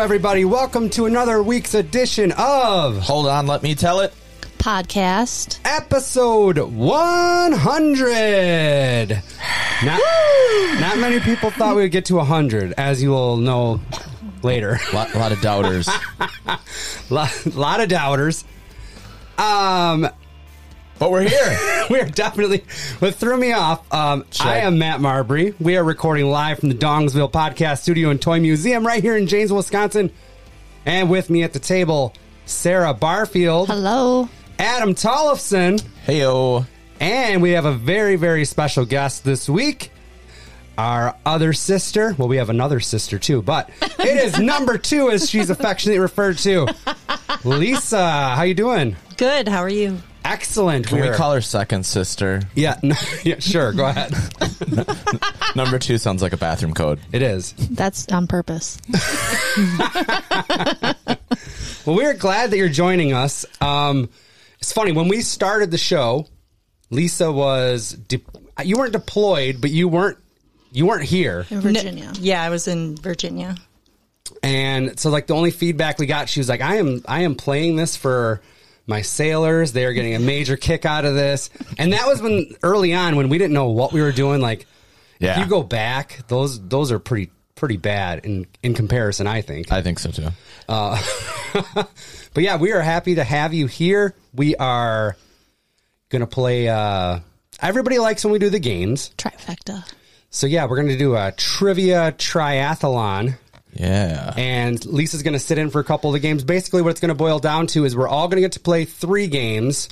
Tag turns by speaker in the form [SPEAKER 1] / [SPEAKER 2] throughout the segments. [SPEAKER 1] everybody. Welcome to another week's edition of
[SPEAKER 2] Hold on, let me tell it.
[SPEAKER 3] podcast.
[SPEAKER 1] episode 100. Not, not many people thought we would get to 100, as you will know later.
[SPEAKER 2] A lot, lot of doubters.
[SPEAKER 1] lot, lot of doubters. Um,
[SPEAKER 2] but we're here.
[SPEAKER 1] we're definitely what threw me off. Um,
[SPEAKER 2] Check.
[SPEAKER 1] I am Matt Marbury. We are recording live from the Dongsville Podcast Studio and Toy Museum right here in Janesville, Wisconsin. And with me at the table, Sarah Barfield,
[SPEAKER 3] Hello.
[SPEAKER 1] Adam Tollefson,
[SPEAKER 2] Heyo.
[SPEAKER 1] and we have a very very special guest this week. Our other sister. Well, we have another sister too, but it is number two, as she's affectionately referred to. Lisa, how you doing?
[SPEAKER 4] Good. How are you?
[SPEAKER 1] Excellent.
[SPEAKER 2] Can we
[SPEAKER 1] We're-
[SPEAKER 2] call her second sister?
[SPEAKER 1] Yeah, no, yeah, sure. Go ahead.
[SPEAKER 2] Number two sounds like a bathroom code.
[SPEAKER 1] It is.
[SPEAKER 3] That's on purpose.
[SPEAKER 1] Well, we're glad that you're joining us. Um, it's funny when we started the show, Lisa was de- you weren't deployed, but you weren't you weren't here,
[SPEAKER 3] In Virginia.
[SPEAKER 4] Yeah, I was in Virginia.
[SPEAKER 1] and so like the only feedback we got, she was like, "I am I am playing this for." My sailors, they are getting a major kick out of this. And that was when early on when we didn't know what we were doing. Like
[SPEAKER 2] Yeah.
[SPEAKER 1] if you go back, those those are pretty pretty bad in in comparison, I think. Uh,
[SPEAKER 2] I think so too.
[SPEAKER 1] But yeah, we are happy to have you here. We are gonna play. Uh, everybody likes when we do the games,
[SPEAKER 3] Trifecta.
[SPEAKER 1] so yeah, we're gonna do a trivia triathlon,
[SPEAKER 2] Yeah.
[SPEAKER 1] and Lisa's gonna sit in for a couple of the games. Basically, what it's gonna boil down to is we're all gonna get to play three games,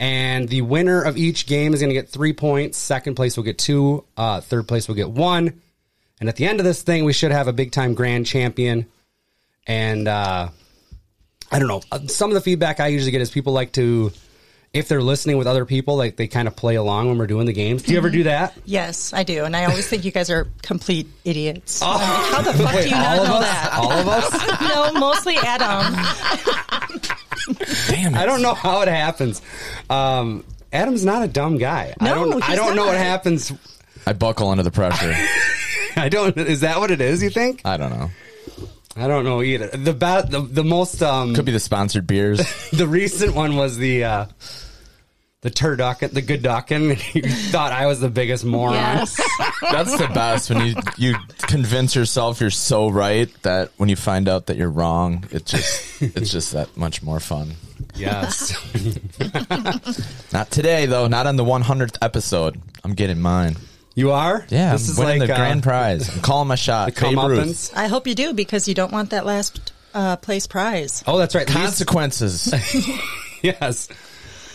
[SPEAKER 1] and the winner of each game is gonna get three points. Second place will get two. Uh, third place will get one. And at the end of this thing, we should have a big time grand champion. And uh, I don't know. Uh, Some of the feedback I usually get is people like to, if they're listening with other people, like they kind of play along when we're doing the games. Do you ever do that?
[SPEAKER 4] Yes, I do. And I always think you guys are complete idiots. I'm like, how the fuck do you not
[SPEAKER 1] Oh. all of
[SPEAKER 4] know
[SPEAKER 1] us?
[SPEAKER 4] that?
[SPEAKER 1] All of us?
[SPEAKER 4] no, mostly Adam.
[SPEAKER 2] Damn it.
[SPEAKER 1] I don't know how it happens. Um, Adam's not a dumb guy. I
[SPEAKER 4] No,
[SPEAKER 1] don't. I
[SPEAKER 4] he's
[SPEAKER 1] don't know
[SPEAKER 4] not.
[SPEAKER 1] what happens.
[SPEAKER 2] I buckle under the pressure.
[SPEAKER 1] I don't. Is that what it is? You think?
[SPEAKER 2] I don't know.
[SPEAKER 1] I don't know either. The bad. The, the most. Um,
[SPEAKER 2] Could be the sponsored beers.
[SPEAKER 1] the recent one was the uh the turducken, the good duckin. You thought I was the biggest moron.
[SPEAKER 3] Yes.
[SPEAKER 2] That's the best when you you convince yourself you're so right that when you find out that you're wrong, it just it's just that much more fun.
[SPEAKER 1] Yes.
[SPEAKER 2] Not today though. Not on the 100th episode. I'm getting mine.
[SPEAKER 1] you are.
[SPEAKER 2] Yeah,
[SPEAKER 1] This
[SPEAKER 2] I'm
[SPEAKER 1] is
[SPEAKER 2] winning
[SPEAKER 1] like
[SPEAKER 2] the
[SPEAKER 1] uh,
[SPEAKER 2] grand prize. I'm calling my shot.
[SPEAKER 1] come
[SPEAKER 2] Babe
[SPEAKER 1] up
[SPEAKER 2] Ruth.
[SPEAKER 1] and-
[SPEAKER 4] I hope you do because you don't want that last uh, place prize.
[SPEAKER 1] Oh, that's right. Lisa,
[SPEAKER 2] consequences.
[SPEAKER 1] yes.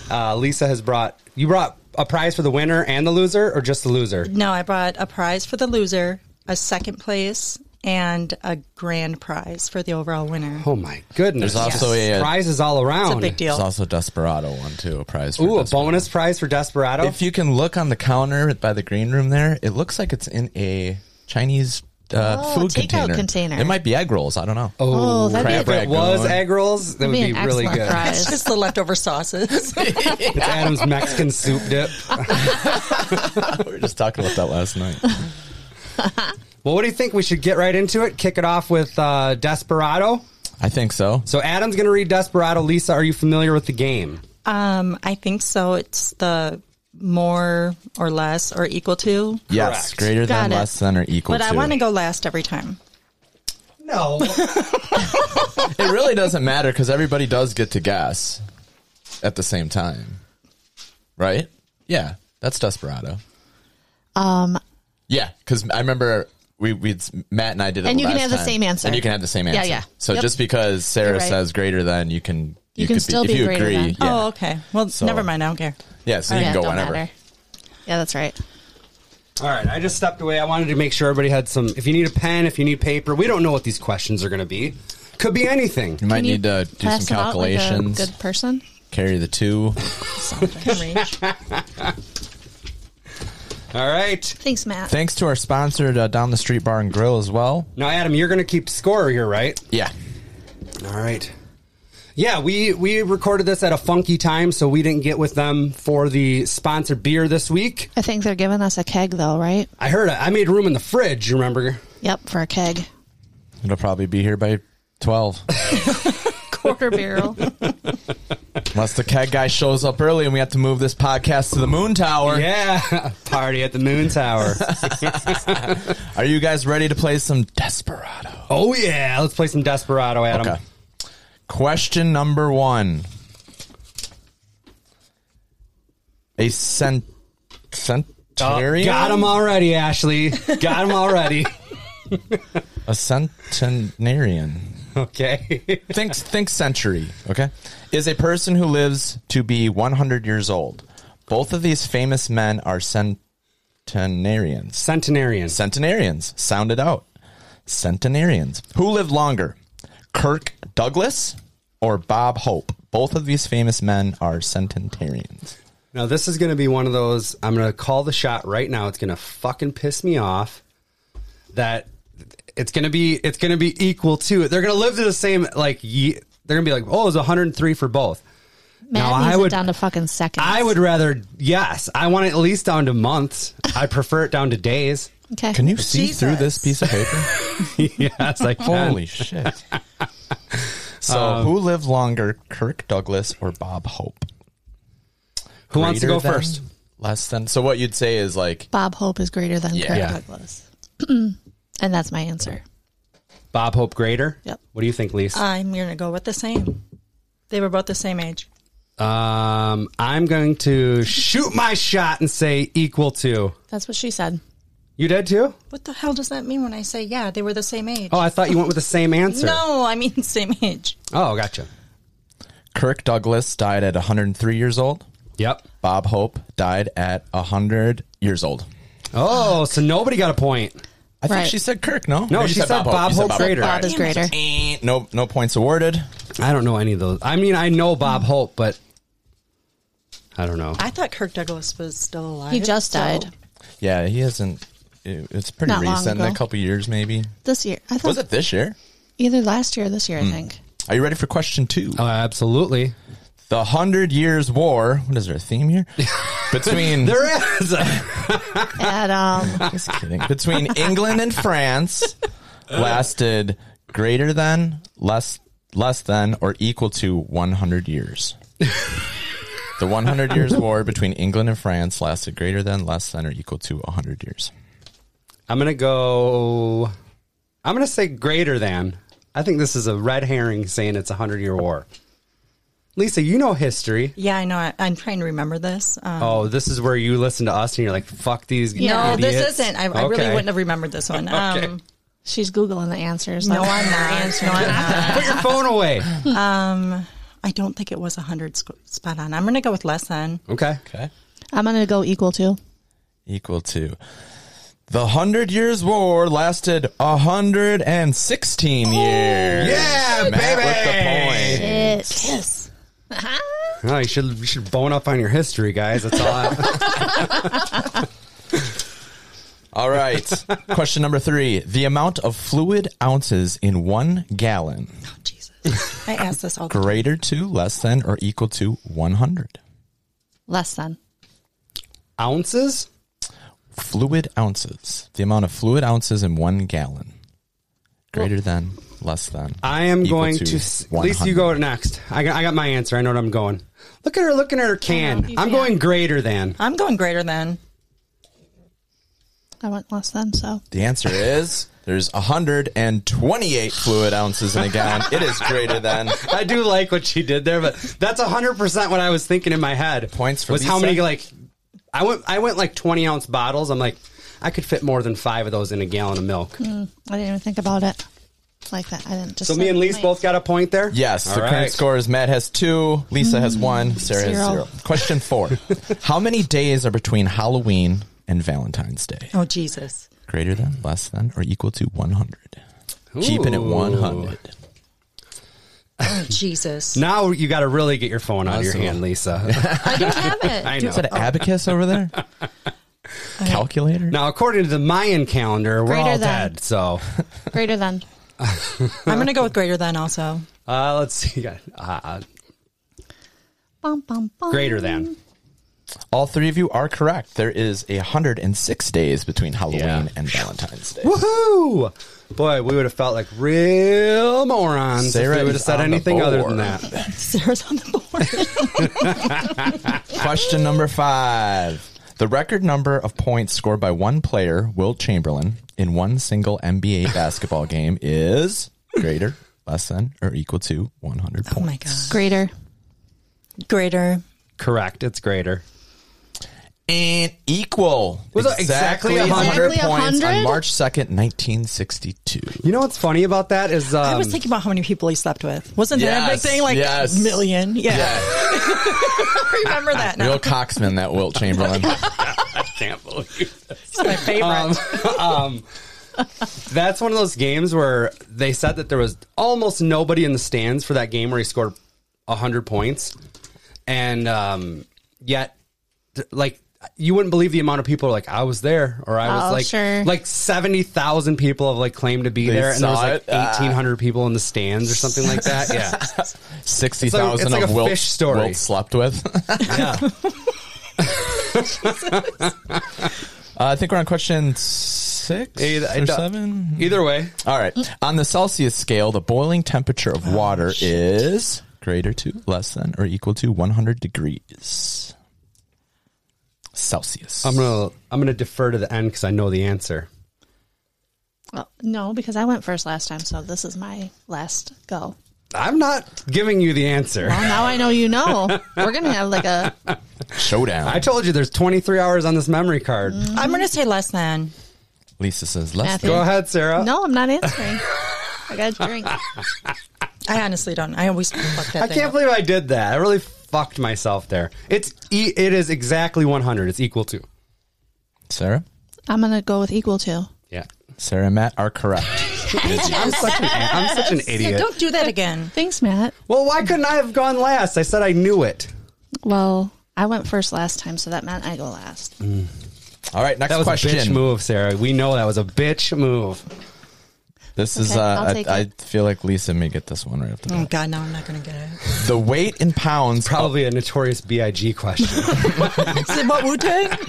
[SPEAKER 1] Uh, Lisa has brought. You brought a prize for the winner and the loser, or just the loser?
[SPEAKER 4] No, I brought a prize for the loser, a second place, and a grand prize for the overall winner.
[SPEAKER 1] Oh my goodness!
[SPEAKER 2] There's also a-
[SPEAKER 1] prizes all around.
[SPEAKER 4] It's a big
[SPEAKER 2] There's
[SPEAKER 4] deal.
[SPEAKER 2] also Desperado one too, a prize. For
[SPEAKER 1] Ooh, a
[SPEAKER 2] Desperado.
[SPEAKER 1] bonus prize for Desperado.
[SPEAKER 2] If you can look on the counter by the green room there, it looks like it's in a Chinese uh,
[SPEAKER 3] Oh,
[SPEAKER 2] food
[SPEAKER 3] takeout
[SPEAKER 2] container.
[SPEAKER 3] container.
[SPEAKER 2] It might be egg rolls. I don't know.
[SPEAKER 3] Oh, that'd be a
[SPEAKER 2] crab
[SPEAKER 1] if it
[SPEAKER 2] rack
[SPEAKER 1] was
[SPEAKER 2] going.
[SPEAKER 1] egg rolls, that would
[SPEAKER 3] be
[SPEAKER 1] be,
[SPEAKER 3] an
[SPEAKER 1] really
[SPEAKER 3] excellent
[SPEAKER 1] good.
[SPEAKER 3] prize.
[SPEAKER 4] It's just the leftover sauces.
[SPEAKER 1] It's Adam's Mexican soup dip.
[SPEAKER 2] we were just talking about that last night.
[SPEAKER 1] Well, what do you think? We should get right into it. Kick it off with uh, Desperado.
[SPEAKER 2] I think so.
[SPEAKER 1] So Adam's going to read Desperado. Lisa, are you familiar with the game?
[SPEAKER 4] um, I think so. It's the more or less or equal to.
[SPEAKER 2] Yes,
[SPEAKER 1] Correct.
[SPEAKER 2] greater
[SPEAKER 3] Got
[SPEAKER 2] than,
[SPEAKER 3] it.
[SPEAKER 2] less than, or equal
[SPEAKER 4] But
[SPEAKER 2] to.
[SPEAKER 4] I want to go last every time.
[SPEAKER 1] No.
[SPEAKER 2] It really doesn't matter because everybody does get to guess at the same time, right? Yeah, that's Desperado.
[SPEAKER 3] Um,
[SPEAKER 2] Yeah, because I remember we we Matt and I did it,
[SPEAKER 3] And you can
[SPEAKER 2] last
[SPEAKER 3] have the
[SPEAKER 2] time.
[SPEAKER 3] same answer.
[SPEAKER 2] and you can have the same
[SPEAKER 3] Yeah,
[SPEAKER 2] answer.
[SPEAKER 3] yeah.
[SPEAKER 2] So
[SPEAKER 3] Yep.
[SPEAKER 2] just because Sarah
[SPEAKER 3] You're right.
[SPEAKER 2] says greater than, you can
[SPEAKER 3] You can
[SPEAKER 2] could
[SPEAKER 3] still
[SPEAKER 2] if
[SPEAKER 3] be
[SPEAKER 2] you
[SPEAKER 3] greater
[SPEAKER 2] agree.
[SPEAKER 3] than.
[SPEAKER 2] Yeah.
[SPEAKER 4] Oh, okay. Well,
[SPEAKER 2] So-
[SPEAKER 4] never mind. I don't care.
[SPEAKER 2] yeah. So you
[SPEAKER 3] yeah,
[SPEAKER 2] can go
[SPEAKER 3] don't
[SPEAKER 2] whenever.
[SPEAKER 3] matter. Yeah, that's right.
[SPEAKER 1] All right, I just stepped away. I wanted to make sure everybody had some. If you need a pen, if you need paper, we don't know what these questions are going to be. Could be anything.
[SPEAKER 2] You might
[SPEAKER 3] Can you
[SPEAKER 2] need to do some
[SPEAKER 3] pass them out like a
[SPEAKER 2] calculations.
[SPEAKER 3] good person.
[SPEAKER 2] Carry the two.
[SPEAKER 1] All right.
[SPEAKER 3] Thanks, Matt.
[SPEAKER 2] Thanks to our sponsor, uh, Down the Street Bar and Grill, as well.
[SPEAKER 1] Now, Adam, you're going to keep score here, right?
[SPEAKER 2] Yeah.
[SPEAKER 1] All right. Yeah, we we recorded this at a funky time, so we didn't get with them for the sponsored beer this week.
[SPEAKER 3] I think they're giving us a keg though, right?
[SPEAKER 1] I heard I made room in the fridge. You remember?
[SPEAKER 3] Yep, for a keg.
[SPEAKER 2] It'll probably be here by Twelve.
[SPEAKER 3] Quarter barrel.
[SPEAKER 2] Unless the keg guy shows up early and we have to move this podcast to the moon tower.
[SPEAKER 1] Yeah, party at the moon tower.
[SPEAKER 2] Are you guys ready to play some Desperado?
[SPEAKER 1] oh yeah, let's play some Desperado, Adam.
[SPEAKER 2] Okay. Question number one. A cent centenarian?
[SPEAKER 1] Got Oh, him already, Ashley. Got him already.
[SPEAKER 2] A centenarian.
[SPEAKER 1] okay.
[SPEAKER 2] Think think century, okay? Is a person who lives to be 100 years old. Both of these famous men are centenarians.
[SPEAKER 1] Centenarian.
[SPEAKER 2] Centenarians. Sound it out. Centenarians. Who lived longer? Kirk Douglas or Bob Hope? Both of these famous men are centenarians.
[SPEAKER 1] Now this is going to be one of those. I'm going to call the shot right now. It's going to fucking piss me off that it's going to be it's going to be equal to it. They're going to live to the same like ye- they're going to be like oh it's 103 for both.
[SPEAKER 3] Man,
[SPEAKER 1] Now,
[SPEAKER 3] needs
[SPEAKER 1] I
[SPEAKER 3] it
[SPEAKER 1] would-
[SPEAKER 3] down to fucking seconds.
[SPEAKER 1] I would rather yes. I want it at least down to months. I prefer it down to days.
[SPEAKER 3] Okay.
[SPEAKER 2] Can you see
[SPEAKER 4] Jesus.
[SPEAKER 2] through this piece of paper?
[SPEAKER 1] yes, I can.
[SPEAKER 2] Holy shit. So, who
[SPEAKER 1] Um,
[SPEAKER 2] lived longer, Kirk Douglas or Bob Hope?
[SPEAKER 1] Who wants to
[SPEAKER 2] Greater
[SPEAKER 1] go
[SPEAKER 2] than,
[SPEAKER 1] first?
[SPEAKER 2] Less than. So, what you'd say is like,
[SPEAKER 3] Bob Hope is greater than
[SPEAKER 2] Yeah.
[SPEAKER 3] Kirk
[SPEAKER 2] Yeah.
[SPEAKER 3] Douglas. and that's my answer.
[SPEAKER 1] Bob Hope Grader.
[SPEAKER 3] Yep. Uh,
[SPEAKER 1] What do you think, Lise?
[SPEAKER 4] I'm going to go with the same. They were both the same age.
[SPEAKER 1] Um, I'm going to shoot my shot and say equal to.
[SPEAKER 3] That's what she said.
[SPEAKER 1] You did too?
[SPEAKER 4] What the hell does that mean when I say, yeah, they were the same age?
[SPEAKER 1] Oh, I thought you went with the same answer.
[SPEAKER 4] no, I mean same age.
[SPEAKER 1] Oh, gotcha.
[SPEAKER 2] Kirk Douglas died at 103 years old.
[SPEAKER 1] Yep.
[SPEAKER 2] Bob Hope died at 100 years old.
[SPEAKER 1] Oh, so nobody got a point.
[SPEAKER 2] I think
[SPEAKER 3] Right.
[SPEAKER 2] she said Kirk, no?
[SPEAKER 1] No, she said Bob
[SPEAKER 2] You
[SPEAKER 1] Hope Grader.
[SPEAKER 3] Bob is
[SPEAKER 4] Damn it.
[SPEAKER 3] greater.
[SPEAKER 2] Eh, No, no points awarded.
[SPEAKER 1] I don't know any of those. I mean, I know Bob Hope, but I don't know.
[SPEAKER 4] I thought Kirk Douglas was still alive.
[SPEAKER 3] He just
[SPEAKER 4] so-
[SPEAKER 3] died
[SPEAKER 2] Yeah, he hasn't. it- It's pretty
[SPEAKER 3] Not long
[SPEAKER 2] recent,
[SPEAKER 3] ago.
[SPEAKER 2] a couple years maybe.
[SPEAKER 3] this year. I thought
[SPEAKER 2] Was it this Hmm. year?
[SPEAKER 3] either last year or this year, I think.
[SPEAKER 2] Are you ready for question two?
[SPEAKER 1] Uh, absolutely.
[SPEAKER 2] The Hundred Years' War. What is there a theme here? Between
[SPEAKER 1] There is.
[SPEAKER 3] Adam.
[SPEAKER 2] just kidding. Between England and France lasted greater than, less, less than, or equal to 100 years. The 100 Years' War between England and France lasted greater than, less than, or equal to 100 years.
[SPEAKER 1] I'm going to go. I'm going to say greater than. I think this is a red herring saying it's a 100 year war. Lisa, you know history.
[SPEAKER 4] Yeah, I know. I, I'm trying to remember this. Um,
[SPEAKER 1] Oh, this is where you listen to us and you're like, fuck these.
[SPEAKER 3] Yeah.
[SPEAKER 4] No,
[SPEAKER 1] idiots.
[SPEAKER 4] this isn't. I, I really
[SPEAKER 1] Okay.
[SPEAKER 4] wouldn't have remembered this one. Um,
[SPEAKER 1] Okay.
[SPEAKER 3] She's Googling the answers.
[SPEAKER 4] No,
[SPEAKER 3] Like,
[SPEAKER 4] I'm not. No, I'm not.
[SPEAKER 1] Put your phone away.
[SPEAKER 4] Um, I don't think it was 100 sc- spot on. I'm going to go with less than.
[SPEAKER 1] Okay.
[SPEAKER 2] Okay.
[SPEAKER 3] I'm going to go equal to.
[SPEAKER 2] equal to the Hundred Years' War lasted 116 years.
[SPEAKER 1] Oh, Yeah,
[SPEAKER 2] Matt
[SPEAKER 1] baby.
[SPEAKER 2] with the point.
[SPEAKER 3] Yes.
[SPEAKER 1] Oh, you should you should bone up on your history, guys. That's all. I,
[SPEAKER 2] All right. Question number three. The amount of fluid ounces in one gallon
[SPEAKER 4] Oh, Jesus. I asked this all the time.
[SPEAKER 2] greater to, less than, or equal to 100.
[SPEAKER 3] Less than.
[SPEAKER 1] ounces.
[SPEAKER 2] Fluid ounces. The amount of fluid ounces in one gallon. Greater than, less than.
[SPEAKER 1] I am
[SPEAKER 2] equal
[SPEAKER 1] going to. s At least you
[SPEAKER 2] 100.
[SPEAKER 1] go next. I got, I got my answer. I know what I'm going. Look at her looking at her can.
[SPEAKER 3] you
[SPEAKER 1] I'm
[SPEAKER 3] can.
[SPEAKER 1] going greater than.
[SPEAKER 4] I'm going greater than.
[SPEAKER 3] I went less than, so.
[SPEAKER 2] The answer is there's 128 fluid ounces in a gallon. It is greater than.
[SPEAKER 1] I do like what she did there, but that's 100 percent what I was thinking in my head.
[SPEAKER 2] Points for
[SPEAKER 1] was how
[SPEAKER 2] Lisa.
[SPEAKER 1] many like I went I went like 20 ounce bottles. I'm like I could fit more than five of those in a gallon of milk.
[SPEAKER 3] Hmm, I didn't even think about it like that. I didn't just.
[SPEAKER 1] So me and Lise both got a point there.
[SPEAKER 2] Yes,
[SPEAKER 1] All
[SPEAKER 2] the
[SPEAKER 1] right.
[SPEAKER 2] current score is Matt has two, Lisa has one, Sarah has
[SPEAKER 3] Zero.
[SPEAKER 2] zero. Question four How many days are between Halloween and Valentine's Day?
[SPEAKER 4] Oh, Jesus.
[SPEAKER 2] Greater than, less than, or equal to 100? Keeping it
[SPEAKER 1] Ooh.
[SPEAKER 2] 100.
[SPEAKER 4] Oh, Jesus.
[SPEAKER 1] Now you got to really get your phone out of your
[SPEAKER 2] Awesome.
[SPEAKER 1] hand, Lisa.
[SPEAKER 4] I don't have it.
[SPEAKER 1] I
[SPEAKER 2] Is
[SPEAKER 1] know.
[SPEAKER 2] that an abacus over there? Calculator?
[SPEAKER 1] Now, according to the Mayan calendar, we're
[SPEAKER 3] Greater
[SPEAKER 1] all
[SPEAKER 3] than.
[SPEAKER 1] dead. So
[SPEAKER 3] Greater than.
[SPEAKER 4] I'm going to go with greater than also.
[SPEAKER 1] uh, let's see. Uh,
[SPEAKER 3] Bum, bum, bum.
[SPEAKER 1] greater than.
[SPEAKER 2] All three of you are correct. There is a hundred and six days between Halloween
[SPEAKER 5] Yeah.
[SPEAKER 2] and Valentine's Day.
[SPEAKER 1] Woohoo! Boy, we would have felt like real morons if
[SPEAKER 2] Sarah
[SPEAKER 1] we would have
[SPEAKER 2] is
[SPEAKER 1] said
[SPEAKER 2] on the
[SPEAKER 1] anything other than
[SPEAKER 2] board.
[SPEAKER 1] that.
[SPEAKER 4] Sarah's on the board.
[SPEAKER 2] Question number five. The record number of points scored by one player, Will Chamberlain, in one single NBA basketball game is greater, less than, or equal to 100 points.
[SPEAKER 4] Oh my god.
[SPEAKER 3] Greater.
[SPEAKER 4] Greater.
[SPEAKER 1] Correct. It's greater.
[SPEAKER 2] And equal.
[SPEAKER 1] Was it exactly
[SPEAKER 2] 100
[SPEAKER 3] Exactly
[SPEAKER 2] points on
[SPEAKER 3] 100?
[SPEAKER 2] March 2nd, 1962.
[SPEAKER 1] You know what's funny about that is um,
[SPEAKER 4] I was thinking about how many people he slept with. Wasn't that a big
[SPEAKER 2] Yes,
[SPEAKER 4] thing? Like
[SPEAKER 2] yes.
[SPEAKER 4] a million. Yeah. I remember that now.
[SPEAKER 2] Real coxman, that Wilt Chamberlain.
[SPEAKER 1] can't believe.
[SPEAKER 4] It's my favorite.
[SPEAKER 1] Um, That's one of those games where they said that there was almost nobody in the stands for that game where he scored 100 points. And um, yet, th- like, you wouldn't believe the amount of people who are like, I was there, or I was
[SPEAKER 3] Oh,
[SPEAKER 1] like,
[SPEAKER 3] sure.
[SPEAKER 1] like 70,000 people have like claimed to be there. And there was
[SPEAKER 2] saw
[SPEAKER 1] like
[SPEAKER 2] it? Ah.
[SPEAKER 1] 1,800 people in the stands or something like that. Yeah.
[SPEAKER 2] 60,000
[SPEAKER 1] It's like- it's like
[SPEAKER 2] of
[SPEAKER 1] a
[SPEAKER 2] Wilt,
[SPEAKER 1] fish story.
[SPEAKER 2] Wilt slept with.
[SPEAKER 1] Yeah.
[SPEAKER 2] Uh, I think we're on question six
[SPEAKER 1] Either-
[SPEAKER 2] or seven.
[SPEAKER 1] Either way,
[SPEAKER 2] All right. On the Celsius scale, the boiling temperature of
[SPEAKER 3] Oh,
[SPEAKER 2] water is greater to, less than, or equal to 100 degrees Celsius.
[SPEAKER 1] I'm going to I'm going to defer to the end because I know the answer.
[SPEAKER 3] Well, no, because I went first last time, so this is my last go.
[SPEAKER 1] I'm not giving you the answer.
[SPEAKER 3] Well, now I know you know. We're gonna have like a
[SPEAKER 2] Showdown.
[SPEAKER 1] I told you there's 23 hours on this memory card.
[SPEAKER 4] I'm going to say less than.
[SPEAKER 2] Lisa says less
[SPEAKER 3] Matthew.
[SPEAKER 1] Go ahead, Sarah.
[SPEAKER 3] no. I'm not answering. I got a drink.
[SPEAKER 4] I honestly don't. I always fuck that
[SPEAKER 1] I
[SPEAKER 4] thing
[SPEAKER 1] can't
[SPEAKER 4] up.
[SPEAKER 1] believe I did that. I really fucked myself there. It's e- it is exactly 100. It's equal to.
[SPEAKER 2] than. Sarah?
[SPEAKER 3] I'm gonna go with equal to.
[SPEAKER 1] Yeah.
[SPEAKER 2] Sarah and Matt are correct.
[SPEAKER 1] I'm such an I'm such an
[SPEAKER 4] Yeah,
[SPEAKER 1] idiot.
[SPEAKER 4] don't do that again.
[SPEAKER 3] Thanks, Matt.
[SPEAKER 1] well, why couldn't I have gone last? I said I knew it.
[SPEAKER 3] Well, I went first last time, so that meant I go last.
[SPEAKER 2] All right, next
[SPEAKER 1] That was a bitch
[SPEAKER 2] question.
[SPEAKER 1] move, Sarah. We know that was a bitch move.
[SPEAKER 2] This is,
[SPEAKER 3] Okay, I'll
[SPEAKER 2] uh,
[SPEAKER 3] take
[SPEAKER 2] I, I
[SPEAKER 3] it.
[SPEAKER 2] feel like Lisa may get this one right off the
[SPEAKER 4] Oh
[SPEAKER 2] bat.
[SPEAKER 4] God, now I'm not going to get it.
[SPEAKER 2] The weight in pounds.
[SPEAKER 1] Probably a notorious BIG question.
[SPEAKER 4] Is it about Wu Tang?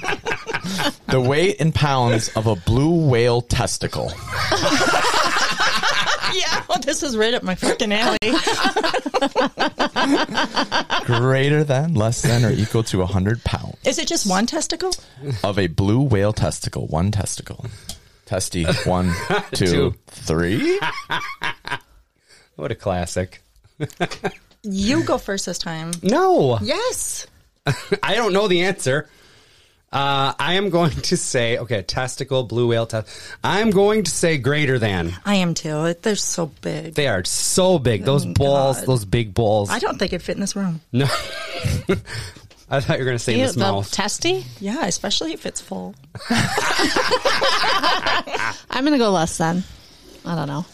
[SPEAKER 2] The weight in pounds of a blue whale testicle.
[SPEAKER 4] yeah, well, this is right up my freaking alley.
[SPEAKER 2] Greater than, less than, or equal to 100 pounds.
[SPEAKER 4] Is it just one testicle?
[SPEAKER 2] of a blue whale testicle. One testicle. Testy. One, two,
[SPEAKER 1] Two.
[SPEAKER 2] three.
[SPEAKER 1] what a classic.
[SPEAKER 4] You go first this time.
[SPEAKER 1] No.
[SPEAKER 4] Yes.
[SPEAKER 1] I don't know the answer. Uh, I am going to say okay, testicle, blue whale test. I'm going to say greater than.
[SPEAKER 4] I am too. It- They're so big.
[SPEAKER 1] They are so big. Those balls,
[SPEAKER 4] Oh, God.
[SPEAKER 1] those big balls.
[SPEAKER 4] I don't think it'd fit in this room.
[SPEAKER 1] No. I thought you were going to say in
[SPEAKER 3] You-
[SPEAKER 1] this mouth.
[SPEAKER 3] testy.
[SPEAKER 4] Yeah, especially if it's full.
[SPEAKER 3] I'm gonna go less than. I don't know.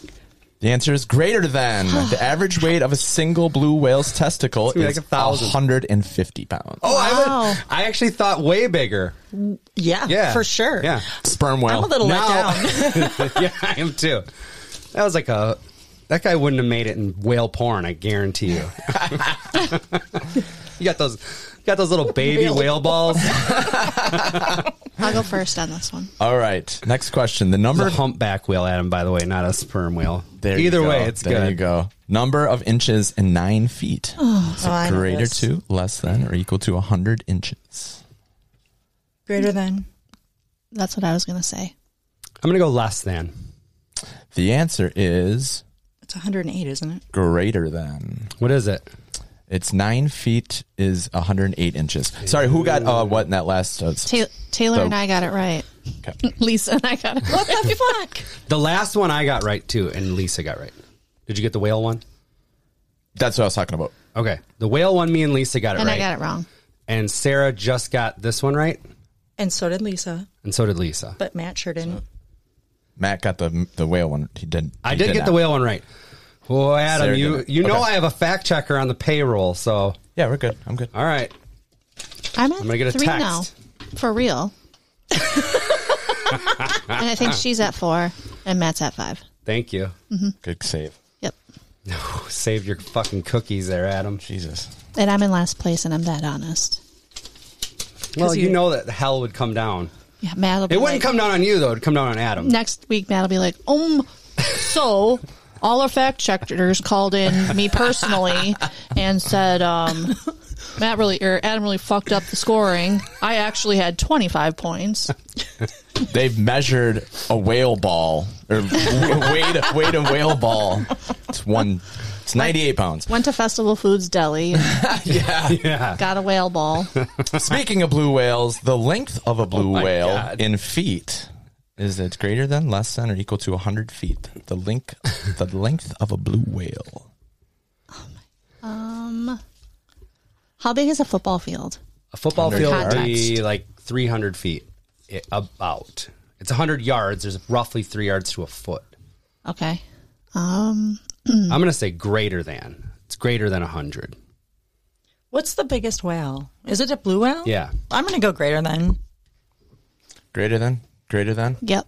[SPEAKER 2] The answer is greater than. The average weight of a single blue whale's testicle
[SPEAKER 1] It's gonna be
[SPEAKER 2] is
[SPEAKER 1] like a thousand.
[SPEAKER 2] 150 pounds.
[SPEAKER 1] oh, I,
[SPEAKER 3] Wow.
[SPEAKER 1] would, I actually thought way bigger.
[SPEAKER 4] Yeah,
[SPEAKER 1] Yeah.
[SPEAKER 4] Ah, for sure.
[SPEAKER 1] Yeah.
[SPEAKER 2] sperm whale.
[SPEAKER 4] I'm a little let down.
[SPEAKER 1] yeah, I am too. That was like a. That guy wouldn't have made it in whale porn, I guarantee you. you got those, you got those little baby
[SPEAKER 4] Whale
[SPEAKER 1] whale balls,
[SPEAKER 3] I'll go first on this one.
[SPEAKER 2] All right. Next question. The number.
[SPEAKER 1] a humpback whale, Adam. By the way, not a sperm whale.
[SPEAKER 2] There you
[SPEAKER 1] Either
[SPEAKER 2] go.
[SPEAKER 1] way, it's
[SPEAKER 2] there
[SPEAKER 1] good.
[SPEAKER 2] you go. Number of inches and nine feet. Is it
[SPEAKER 4] Oh, I know
[SPEAKER 2] greater
[SPEAKER 4] this.
[SPEAKER 2] to, less than, or equal to 100 inches.
[SPEAKER 4] Greater than.
[SPEAKER 3] That's what I was gonna say.
[SPEAKER 1] I'm gonna go less than.
[SPEAKER 2] The answer is
[SPEAKER 4] It's 108, isn't it?
[SPEAKER 2] greater than.
[SPEAKER 1] What is it?
[SPEAKER 2] It's nine feet is 108 inches. Sorry, who got uh, what in that last? Uh,
[SPEAKER 3] Ta- Taylor
[SPEAKER 2] So-
[SPEAKER 3] and I got it right.
[SPEAKER 2] okay.
[SPEAKER 3] Lisa and I got it. Right.
[SPEAKER 4] What the fuck?
[SPEAKER 1] The last one I got right too, and Lisa got right. Did you get the whale one?
[SPEAKER 2] That's what I was talking about.
[SPEAKER 1] Okay, the whale one. Me and Lisa got it
[SPEAKER 3] And
[SPEAKER 1] right.
[SPEAKER 3] I got it wrong.
[SPEAKER 1] and Sarah just got this one right,
[SPEAKER 4] And so did Lisa,
[SPEAKER 1] and so did Lisa.
[SPEAKER 4] but Matt sure didn't.
[SPEAKER 2] Matt got the the whale one. He did.
[SPEAKER 1] I
[SPEAKER 2] he
[SPEAKER 1] did get
[SPEAKER 2] not.
[SPEAKER 1] the whale one right. Well, Adam,
[SPEAKER 2] Sarah
[SPEAKER 1] you
[SPEAKER 2] did it.
[SPEAKER 1] you know
[SPEAKER 2] Okay.
[SPEAKER 1] I have a fact checker on the payroll, so
[SPEAKER 2] Yeah, we're good. I'm good.
[SPEAKER 1] all right.
[SPEAKER 3] I'm at
[SPEAKER 1] gonna get a
[SPEAKER 3] three
[SPEAKER 1] text.
[SPEAKER 3] now, for real. oh.
[SPEAKER 1] Ah,
[SPEAKER 3] and I think she's at four, and Matt's at five.
[SPEAKER 1] Thank you.
[SPEAKER 2] Good save.
[SPEAKER 3] Yep.
[SPEAKER 1] Saved your fucking cookies there, Adam.
[SPEAKER 2] Jesus.
[SPEAKER 3] And I'm in last place, and I'm that honest.
[SPEAKER 1] Well, you
[SPEAKER 4] you-
[SPEAKER 1] know that hell would come down.
[SPEAKER 3] Yeah, Matt will be
[SPEAKER 1] It wouldn't
[SPEAKER 3] like-
[SPEAKER 1] come down on you though. It'd come down on Adam.
[SPEAKER 3] next week Matt'll be like, um, so all our fact checkers called in me personally and said, um, Matt really or Adam really fucked up the scoring. I actually had twenty five points.
[SPEAKER 2] They've measured a whale ball or w- weighed a- weighed a whale ball. It's one. It's ninety eight pounds.
[SPEAKER 3] Went to Festival Foods Deli, and
[SPEAKER 1] Yeah.
[SPEAKER 3] got a whale ball.
[SPEAKER 2] Speaking of blue whales, the length of a blue
[SPEAKER 1] Oh my
[SPEAKER 2] whale
[SPEAKER 1] God.
[SPEAKER 2] in feet is it greater than, less than, or equal to hundred feet? The length, the length of a blue whale.
[SPEAKER 3] Um, How big is a football field?
[SPEAKER 1] A football field would be
[SPEAKER 3] Context.
[SPEAKER 1] like 300 feet, i- about. It's 100 yards. There's roughly three yards to a foot.
[SPEAKER 3] Mm-hmm. Okay, Um,
[SPEAKER 1] I'm going to say greater than. It's greater than 100.
[SPEAKER 4] What's the biggest whale? Is it a blue whale?
[SPEAKER 1] Yeah.
[SPEAKER 4] I'm going to go greater than.
[SPEAKER 2] Greater than, greater than,
[SPEAKER 3] yep,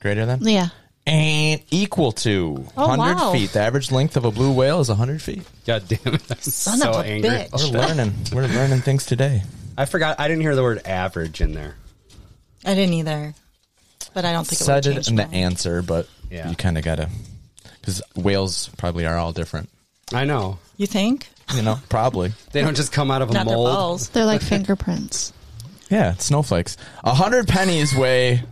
[SPEAKER 2] greater than,
[SPEAKER 3] yeah.
[SPEAKER 2] and equal to
[SPEAKER 3] Oh,
[SPEAKER 2] hundred
[SPEAKER 3] wow.
[SPEAKER 2] feet. The average length of a blue whale is hundred feet.
[SPEAKER 1] God damn it. I'm
[SPEAKER 4] Son
[SPEAKER 1] so
[SPEAKER 4] of a
[SPEAKER 1] angry.
[SPEAKER 4] bitch.
[SPEAKER 2] We're learning. We're learning things today.
[SPEAKER 1] I forgot. I didn't hear the word average in there.
[SPEAKER 4] I didn't either, but I don't think
[SPEAKER 2] Said
[SPEAKER 4] it
[SPEAKER 2] it
[SPEAKER 4] would
[SPEAKER 2] in
[SPEAKER 4] change.
[SPEAKER 2] the
[SPEAKER 4] my-
[SPEAKER 2] answer, but
[SPEAKER 1] Yeah.
[SPEAKER 2] you kind of gotta because whales probably are all different.
[SPEAKER 1] I know.
[SPEAKER 4] You think?
[SPEAKER 2] You know, probably.
[SPEAKER 1] They don't just come out of a
[SPEAKER 4] Not their
[SPEAKER 1] mold.
[SPEAKER 4] balls.
[SPEAKER 3] They're like fingerprints.
[SPEAKER 2] Yeah, it's snowflakes. A hundred pennies weigh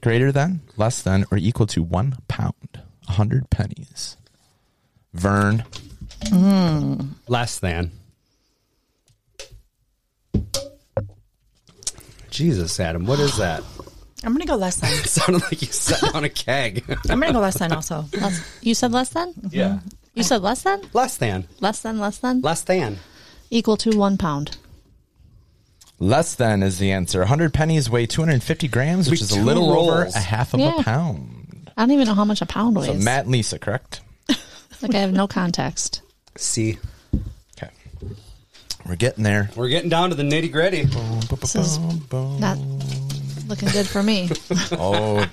[SPEAKER 2] greater than, less than, or equal to one pound. A hundred pennies. Vern,
[SPEAKER 1] Less than. Jesus, Adam, what is that?
[SPEAKER 4] I'm going to go less than.
[SPEAKER 1] It sounded like you sat on a keg.
[SPEAKER 4] I'm going to go less than also.
[SPEAKER 3] Less, you said less than.
[SPEAKER 1] yeah.
[SPEAKER 3] You said less than.
[SPEAKER 1] Less than.
[SPEAKER 3] Less than. Less than.
[SPEAKER 1] Less than.
[SPEAKER 3] Equal to one pound.
[SPEAKER 2] less than is the answer. A hundred pennies weigh two hundred and fifty grams, which
[SPEAKER 1] Be
[SPEAKER 2] is a
[SPEAKER 1] two
[SPEAKER 2] little over
[SPEAKER 1] rolls.
[SPEAKER 2] a half of
[SPEAKER 3] Yeah.
[SPEAKER 2] a pound.
[SPEAKER 3] I don't even know how much a pound weighs.
[SPEAKER 2] So Matt and Lisa, correct?
[SPEAKER 3] like I have no context.
[SPEAKER 1] See,
[SPEAKER 2] Okay. We're getting there.
[SPEAKER 1] we're getting down to the nitty gritty.
[SPEAKER 3] This is not looking good for me.
[SPEAKER 2] Oh,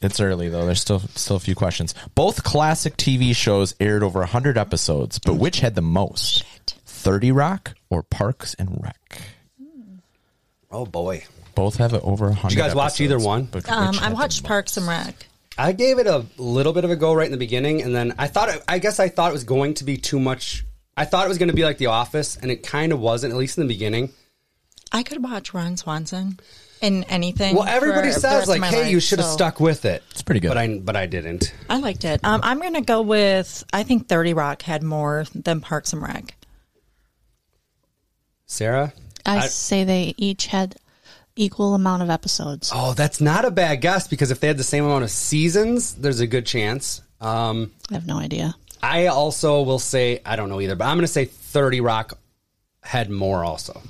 [SPEAKER 2] it's early though. There's still still a few questions. Both classic TV shows aired over 100 episodes, but which had the most? 30 Rock or Parks and Rec?
[SPEAKER 1] Oh boy,
[SPEAKER 2] Both have it over 100.
[SPEAKER 1] you guys watch
[SPEAKER 2] episodes,
[SPEAKER 1] either one?
[SPEAKER 2] but
[SPEAKER 4] Um,
[SPEAKER 2] which
[SPEAKER 4] I
[SPEAKER 2] had the
[SPEAKER 4] watched
[SPEAKER 2] most?
[SPEAKER 4] Parks and Rec.
[SPEAKER 1] I gave it a little bit of a go right in the beginning, and then I thought, it, I guess I thought it was going to be too much. I thought it was going to be like The Office, and it kind of wasn't, at least in the beginning.
[SPEAKER 4] I could watch Ron Swanson in anything.
[SPEAKER 1] Well, everybody
[SPEAKER 4] for the rest
[SPEAKER 1] says
[SPEAKER 4] of
[SPEAKER 1] like,
[SPEAKER 4] my
[SPEAKER 1] "Hey,
[SPEAKER 4] life,
[SPEAKER 1] you should have
[SPEAKER 4] so
[SPEAKER 1] stuck with it." It's
[SPEAKER 2] pretty good.
[SPEAKER 1] but I but I didn't.
[SPEAKER 4] I liked it. Um, I'm going to go with. I think Thirty Rock had more than Parks and Rec.
[SPEAKER 1] Sarah,
[SPEAKER 3] I,
[SPEAKER 1] I-
[SPEAKER 3] say they each had equal amount of episodes.
[SPEAKER 1] oh, that's not a bad guess because if they had the same amount of seasons, there's a good chance. Um,
[SPEAKER 3] I have no idea.
[SPEAKER 1] I also will say I don't know either, but I'm going to say Thirty Rock had more also.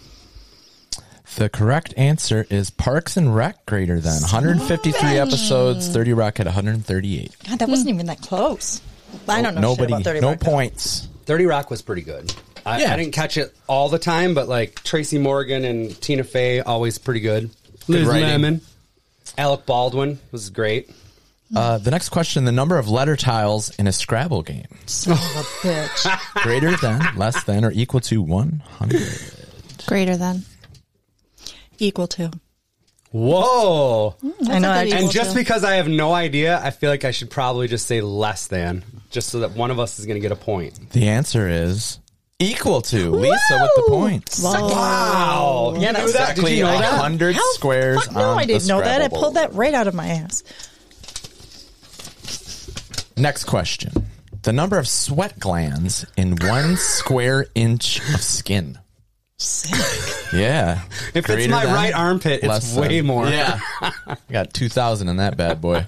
[SPEAKER 2] The correct answer is Parks and Rec greater than 153 episodes, 30 Rock at 138.
[SPEAKER 4] God, that
[SPEAKER 1] Hmm.
[SPEAKER 4] wasn't even that close. I don't know.
[SPEAKER 2] Nobody
[SPEAKER 4] shit about 30
[SPEAKER 2] no
[SPEAKER 4] Rock.
[SPEAKER 2] points.
[SPEAKER 1] 30 Rock was pretty good. I,
[SPEAKER 2] Yeah.
[SPEAKER 1] I didn't catch it all the time, but like Tracy Morgan and Tina Fey, always pretty good. Liz
[SPEAKER 2] writing.
[SPEAKER 1] Lemon. Alec Baldwin was great.
[SPEAKER 2] Uh, the next question, the number of letter tiles in a Scrabble game.
[SPEAKER 4] Son of a bitch.
[SPEAKER 2] Greater than, less than, or equal to 100.
[SPEAKER 3] Greater than.
[SPEAKER 4] Equal to.
[SPEAKER 1] Whoa.
[SPEAKER 4] I know.
[SPEAKER 3] a
[SPEAKER 4] I
[SPEAKER 3] good
[SPEAKER 4] just-
[SPEAKER 1] And
[SPEAKER 3] equal
[SPEAKER 1] just
[SPEAKER 3] to.
[SPEAKER 1] because I have no idea, I feel like I should probably just say less than, just so that one of us is going to get a point.
[SPEAKER 2] The answer is equal to Lisa with the points.
[SPEAKER 1] Wow. You knew that? Did
[SPEAKER 2] Exactly
[SPEAKER 1] you know that?
[SPEAKER 2] 100
[SPEAKER 4] How-
[SPEAKER 2] squares
[SPEAKER 4] Fuck no,
[SPEAKER 2] on
[SPEAKER 4] I didn't
[SPEAKER 2] the
[SPEAKER 4] know that. I
[SPEAKER 2] Scrabble
[SPEAKER 4] pulled that right out of my ass.
[SPEAKER 2] board. Next question. The number of sweat glands in one square inch of skin. Yeah.
[SPEAKER 1] If it's
[SPEAKER 2] Greater
[SPEAKER 1] my
[SPEAKER 2] than,
[SPEAKER 1] right armpit, it's
[SPEAKER 2] less than.
[SPEAKER 1] way more.
[SPEAKER 2] Yeah. I got 2,000 in that bad boy.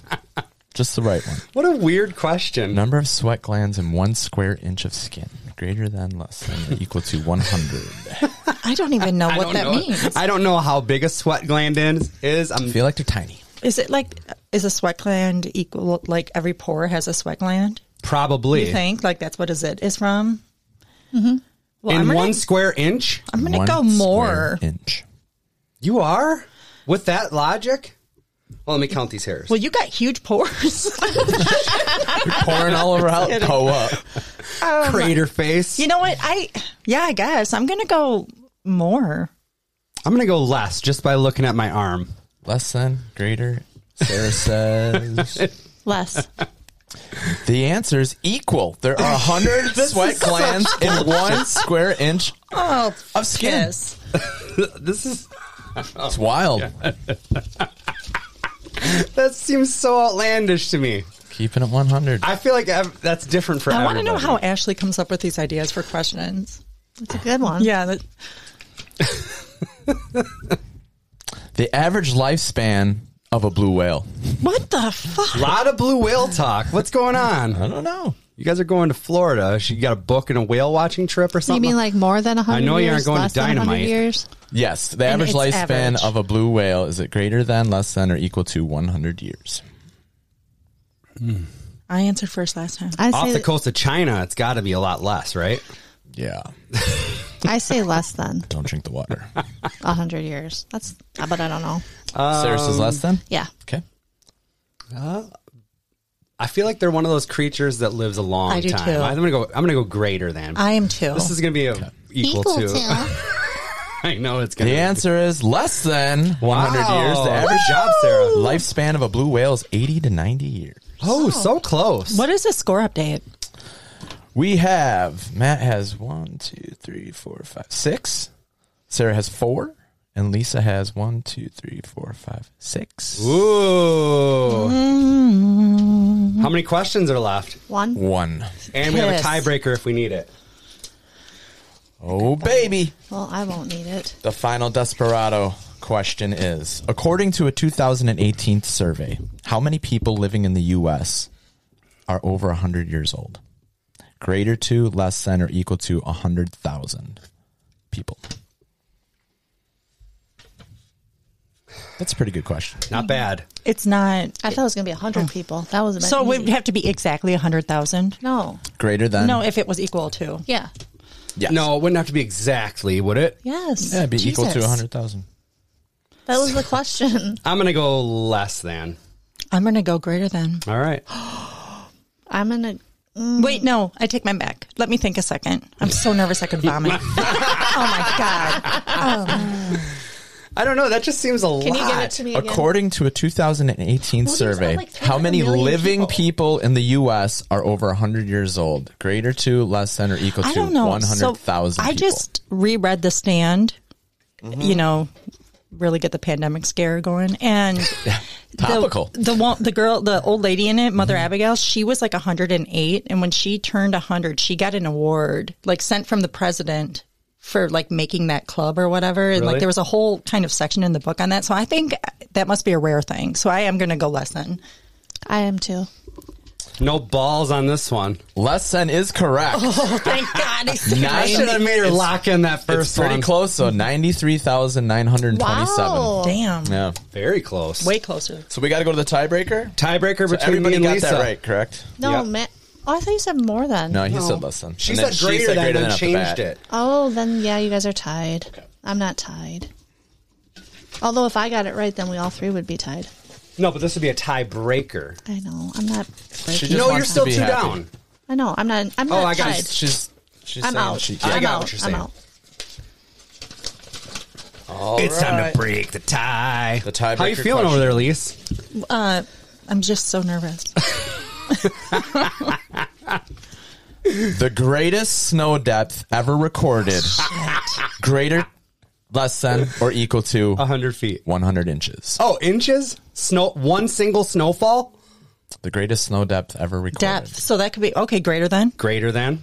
[SPEAKER 2] Just the right one.
[SPEAKER 1] What a weird question.
[SPEAKER 2] Number of sweat glands in one square inch of skin. Greater than, less than, or equal to 100.
[SPEAKER 4] I don't even know what
[SPEAKER 1] don't
[SPEAKER 4] that
[SPEAKER 1] know.
[SPEAKER 4] means.
[SPEAKER 1] I don't know how big a sweat gland is. is. I'm
[SPEAKER 2] I feel like they're tiny.
[SPEAKER 4] Is it like is a sweat gland equal like every pore has a sweat gland?
[SPEAKER 1] probably
[SPEAKER 4] You think like that's what is it is from? Mm-hmm. Well,
[SPEAKER 1] in
[SPEAKER 4] I'm gonna,
[SPEAKER 1] one square inch.
[SPEAKER 4] I'm gonna
[SPEAKER 2] One
[SPEAKER 4] go
[SPEAKER 2] square
[SPEAKER 4] more.
[SPEAKER 2] Inch.
[SPEAKER 1] You are? With that logic? Well, let me count these hairs.
[SPEAKER 4] Well, you got huge pores.
[SPEAKER 2] pouring all over Oh, uh, out toe up.
[SPEAKER 4] Um,
[SPEAKER 1] Crater face.
[SPEAKER 4] you know what? I yeah, I guess I'm gonna go more.
[SPEAKER 1] I'm going to go less just by looking at my arm.
[SPEAKER 2] Less than, greater. Sarah says
[SPEAKER 3] Less.
[SPEAKER 2] the answer is equal. There are a hundred sweat glands in one square inch.
[SPEAKER 4] Oh,
[SPEAKER 2] Of skin.
[SPEAKER 4] yes.
[SPEAKER 1] This is
[SPEAKER 2] It's wild.
[SPEAKER 1] that seems so outlandish to me.
[SPEAKER 2] Keeping it one hundred.
[SPEAKER 1] I feel like ev- that's different for
[SPEAKER 4] I want to
[SPEAKER 1] everybody.
[SPEAKER 4] know how Ashley comes up with these ideas for questions.
[SPEAKER 3] It's a good one.
[SPEAKER 4] Yeah, that,
[SPEAKER 2] The average lifespan of a blue whale.
[SPEAKER 4] what the fuck?
[SPEAKER 1] a lot of blue whale talk. What's going on?
[SPEAKER 2] I don't know.
[SPEAKER 1] You guys are going to Florida. She got a book and a whale watching trip or
[SPEAKER 3] You
[SPEAKER 1] something.
[SPEAKER 3] mean like more than 100
[SPEAKER 1] I know you aren't
[SPEAKER 3] years,
[SPEAKER 1] going to
[SPEAKER 3] less than 100
[SPEAKER 1] dynamite.
[SPEAKER 3] years?
[SPEAKER 2] Yes, the
[SPEAKER 3] And
[SPEAKER 2] average
[SPEAKER 3] it's
[SPEAKER 2] lifespan
[SPEAKER 3] average.
[SPEAKER 2] of a blue whale is it greater than, less than, or equal to one hundred years?
[SPEAKER 4] I answered first last time.
[SPEAKER 3] I
[SPEAKER 1] off
[SPEAKER 3] say,
[SPEAKER 1] the coast of China? It's got to be a lot less, right?
[SPEAKER 2] Yeah.
[SPEAKER 3] I say less than
[SPEAKER 2] Don't drink the water.
[SPEAKER 3] 100 years. That's, but I don't know.
[SPEAKER 1] Uh, Um,
[SPEAKER 2] Sarah says less than.
[SPEAKER 3] Yeah.
[SPEAKER 2] Okay.
[SPEAKER 1] I feel like they're one of those creatures that lives a long
[SPEAKER 4] I do
[SPEAKER 1] time.
[SPEAKER 4] too.
[SPEAKER 1] I'm gonna go. I'm gonna go greater than.
[SPEAKER 4] I am too.
[SPEAKER 1] this is gonna be a equal, to. I know it's gonna.
[SPEAKER 2] The
[SPEAKER 1] be
[SPEAKER 2] answer is less than 100 years. The
[SPEAKER 1] Wow.
[SPEAKER 2] average
[SPEAKER 1] Good job, Sarah.
[SPEAKER 2] lifespan of a blue whale is 80 to 90 years.
[SPEAKER 1] Oh, so close.
[SPEAKER 4] what is the score update?
[SPEAKER 2] We have Matt has one, two, three, four, five, six. Sarah has four, and Lisa has one, two, three, four, five, six.
[SPEAKER 1] Ooh. How many questions are left?
[SPEAKER 3] Mm. One.
[SPEAKER 2] One.
[SPEAKER 1] And we have a
[SPEAKER 4] Piss.
[SPEAKER 1] tiebreaker if we need it.
[SPEAKER 2] Oh baby!
[SPEAKER 3] Well, I won't need it.
[SPEAKER 2] The final desperado question is: According to a 2018 survey, how many people living in the U.S. are over 100 years old? Greater to, less than, or equal to 100,000 people. That's a pretty good question.
[SPEAKER 1] Not bad.
[SPEAKER 4] It's not. Oh.
[SPEAKER 3] I thought it was going to be 100 people. That was about
[SPEAKER 4] So it would
[SPEAKER 3] easy.
[SPEAKER 4] have to be exactly 100,000?
[SPEAKER 3] No.
[SPEAKER 2] Greater than?
[SPEAKER 4] No, if it was equal to.
[SPEAKER 3] Yeah.
[SPEAKER 2] yes.
[SPEAKER 1] No, it wouldn't have to be exactly, would it?
[SPEAKER 3] Yes.
[SPEAKER 2] Yeah, it'd be equal to
[SPEAKER 3] Jesus.
[SPEAKER 2] 100,000.
[SPEAKER 3] That was the question.
[SPEAKER 1] I'm gonna go less than.
[SPEAKER 4] I'm going to go greater than.
[SPEAKER 1] All right.
[SPEAKER 3] I'm mm. going to.
[SPEAKER 4] Wait, no, I take mine back. Let me think a second. I'm so nervous I could vomit. oh my God. Oh,
[SPEAKER 1] I don't know. That just seems a
[SPEAKER 3] Can
[SPEAKER 1] lot.
[SPEAKER 3] you give it to me again?
[SPEAKER 2] According to a 2018
[SPEAKER 3] there's
[SPEAKER 2] survey,
[SPEAKER 3] not like 300
[SPEAKER 2] how many
[SPEAKER 3] million
[SPEAKER 2] living
[SPEAKER 3] people.
[SPEAKER 2] people. in the U.S. are over 100 years old? Greater to, less than, or equal
[SPEAKER 4] I
[SPEAKER 2] to
[SPEAKER 4] don't know.
[SPEAKER 2] 100,000
[SPEAKER 4] So I
[SPEAKER 2] people.
[SPEAKER 4] just reread The Stand, you know, really get the pandemic scare going. And
[SPEAKER 2] Topical. Mm-hmm.
[SPEAKER 4] The, the, one- the girl, the old lady in it, Mother Abigail, she was like 108. And when she turned 100, she got an award, like sent from the president for like making that club or whatever. And
[SPEAKER 1] Really?
[SPEAKER 4] like there was a whole kind of section in the book on that. So I think that must be a rare thing. So I am going to go less than.
[SPEAKER 3] I am too.
[SPEAKER 1] No balls on this one.
[SPEAKER 2] Less than is correct.
[SPEAKER 4] Oh, Thank God.
[SPEAKER 1] I should have made her lock in that first
[SPEAKER 2] it's pretty
[SPEAKER 1] one.
[SPEAKER 2] close, so 93,927.
[SPEAKER 3] Wow.
[SPEAKER 4] Damn.
[SPEAKER 2] Yeah.
[SPEAKER 1] Very close.
[SPEAKER 4] Way closer.
[SPEAKER 2] So we got to go to the tiebreaker?
[SPEAKER 1] Tiebreaker
[SPEAKER 2] So
[SPEAKER 1] between me
[SPEAKER 2] everybody
[SPEAKER 1] and
[SPEAKER 2] got
[SPEAKER 1] Lisa.
[SPEAKER 2] that right, correct?
[SPEAKER 3] No,
[SPEAKER 1] Yeah.
[SPEAKER 3] man. Oh, I thought you said more than.
[SPEAKER 2] No, he said less than.
[SPEAKER 1] She
[SPEAKER 2] And then
[SPEAKER 1] said greater than and
[SPEAKER 2] off the
[SPEAKER 1] changed
[SPEAKER 2] bat.
[SPEAKER 1] it.
[SPEAKER 3] Oh, then yeah, you guys are tied. I'm not tied. Although if I got it right, then we all three would be tied.
[SPEAKER 1] No, but this would be a tiebreaker.
[SPEAKER 3] I know. I'm not.
[SPEAKER 2] She
[SPEAKER 3] breaking-
[SPEAKER 2] just
[SPEAKER 1] No,
[SPEAKER 2] wants
[SPEAKER 1] you're
[SPEAKER 2] to
[SPEAKER 1] still
[SPEAKER 2] be
[SPEAKER 1] two
[SPEAKER 2] happy.
[SPEAKER 1] down. Oh,
[SPEAKER 3] I know. I'm not. I'm not
[SPEAKER 1] I got it.
[SPEAKER 3] tied.
[SPEAKER 2] She's, she's
[SPEAKER 3] I'm
[SPEAKER 2] saying
[SPEAKER 3] out.
[SPEAKER 2] She,
[SPEAKER 1] I
[SPEAKER 3] I'm
[SPEAKER 1] got
[SPEAKER 3] out.
[SPEAKER 1] what you're
[SPEAKER 3] I'm
[SPEAKER 1] saying.
[SPEAKER 3] out.
[SPEAKER 1] it's time to break the tie.
[SPEAKER 2] The tiebreaker
[SPEAKER 1] How you feeling over
[SPEAKER 2] question.
[SPEAKER 1] there, Lise?
[SPEAKER 4] Uh, I'm just so nervous.
[SPEAKER 2] The greatest snow depth ever recorded, greater, less than, or equal to
[SPEAKER 1] hundred feet.
[SPEAKER 2] 100 inches.
[SPEAKER 1] Oh, inches? Snow? One single snowfall?
[SPEAKER 2] The greatest snow depth ever recorded.
[SPEAKER 4] Depth. So that could be okay. Greater than.
[SPEAKER 1] Greater than?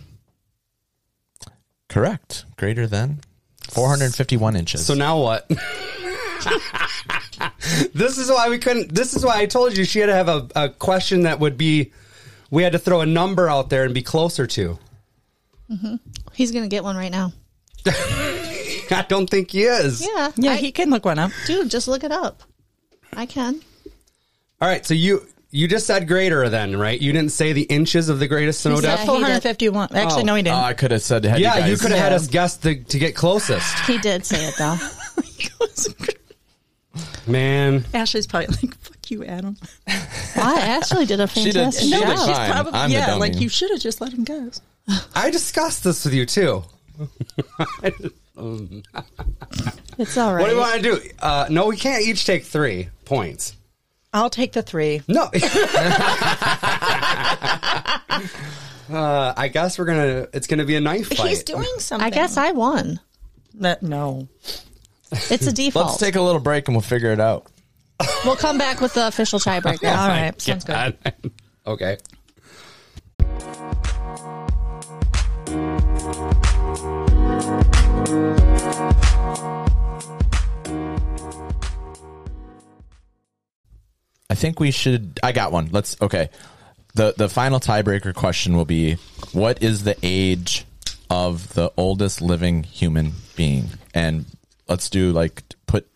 [SPEAKER 2] Correct. Greater than 451 inches.
[SPEAKER 1] So now what? this is why we couldn't. This is why I told you she had to have a, a question that would be. We had to throw a number out there and be closer to.
[SPEAKER 3] Mm-hmm. He's gonna get one right now.
[SPEAKER 1] I don't think he is.
[SPEAKER 3] Yeah.
[SPEAKER 4] Yeah,
[SPEAKER 3] I,
[SPEAKER 4] he can look one up.
[SPEAKER 3] dude, just look it up. I can.
[SPEAKER 1] All right. So you you just said greater than right? You didn't say the inches of the greatest snow
[SPEAKER 3] He
[SPEAKER 1] depth.
[SPEAKER 3] said-
[SPEAKER 4] Four hundred fifty-one. Actually, no, he
[SPEAKER 2] Oh,
[SPEAKER 4] didn't.
[SPEAKER 2] I could have said, had
[SPEAKER 1] Yeah, you,
[SPEAKER 2] guys-
[SPEAKER 1] could have had
[SPEAKER 4] Yeah.
[SPEAKER 1] us guess the, to get closest.
[SPEAKER 3] He did say it though.
[SPEAKER 1] Man,
[SPEAKER 4] Ashley's probably like, "Fuck you, Adam."
[SPEAKER 3] I actually did a
[SPEAKER 2] did-
[SPEAKER 3] fantastic
[SPEAKER 2] she
[SPEAKER 4] No,
[SPEAKER 2] did
[SPEAKER 4] but
[SPEAKER 3] job.
[SPEAKER 4] she's
[SPEAKER 2] fine.
[SPEAKER 4] probably
[SPEAKER 2] I'm the
[SPEAKER 4] yeah.
[SPEAKER 2] dummy.
[SPEAKER 4] Like you should have just let him guess.
[SPEAKER 1] I discussed this with you too.
[SPEAKER 4] It's all right.
[SPEAKER 1] What do you want to do? Uh, no, we can't each take three points.
[SPEAKER 4] I'll take the three.
[SPEAKER 1] No. uh, I guess we're gonna. It's gonna be a knife fight.
[SPEAKER 5] He's doing something.
[SPEAKER 3] I guess I won.
[SPEAKER 4] But no.
[SPEAKER 3] It's a
[SPEAKER 2] Let's
[SPEAKER 3] default.
[SPEAKER 2] take a little break and we'll figure it out.
[SPEAKER 3] we'll come back with the official tiebreaker.
[SPEAKER 4] All right. Sounds good.
[SPEAKER 1] okay.
[SPEAKER 2] I think we should. I got one. Let's okay. the The final tiebreaker question will be: What is the age of the oldest living human being? And let's do like put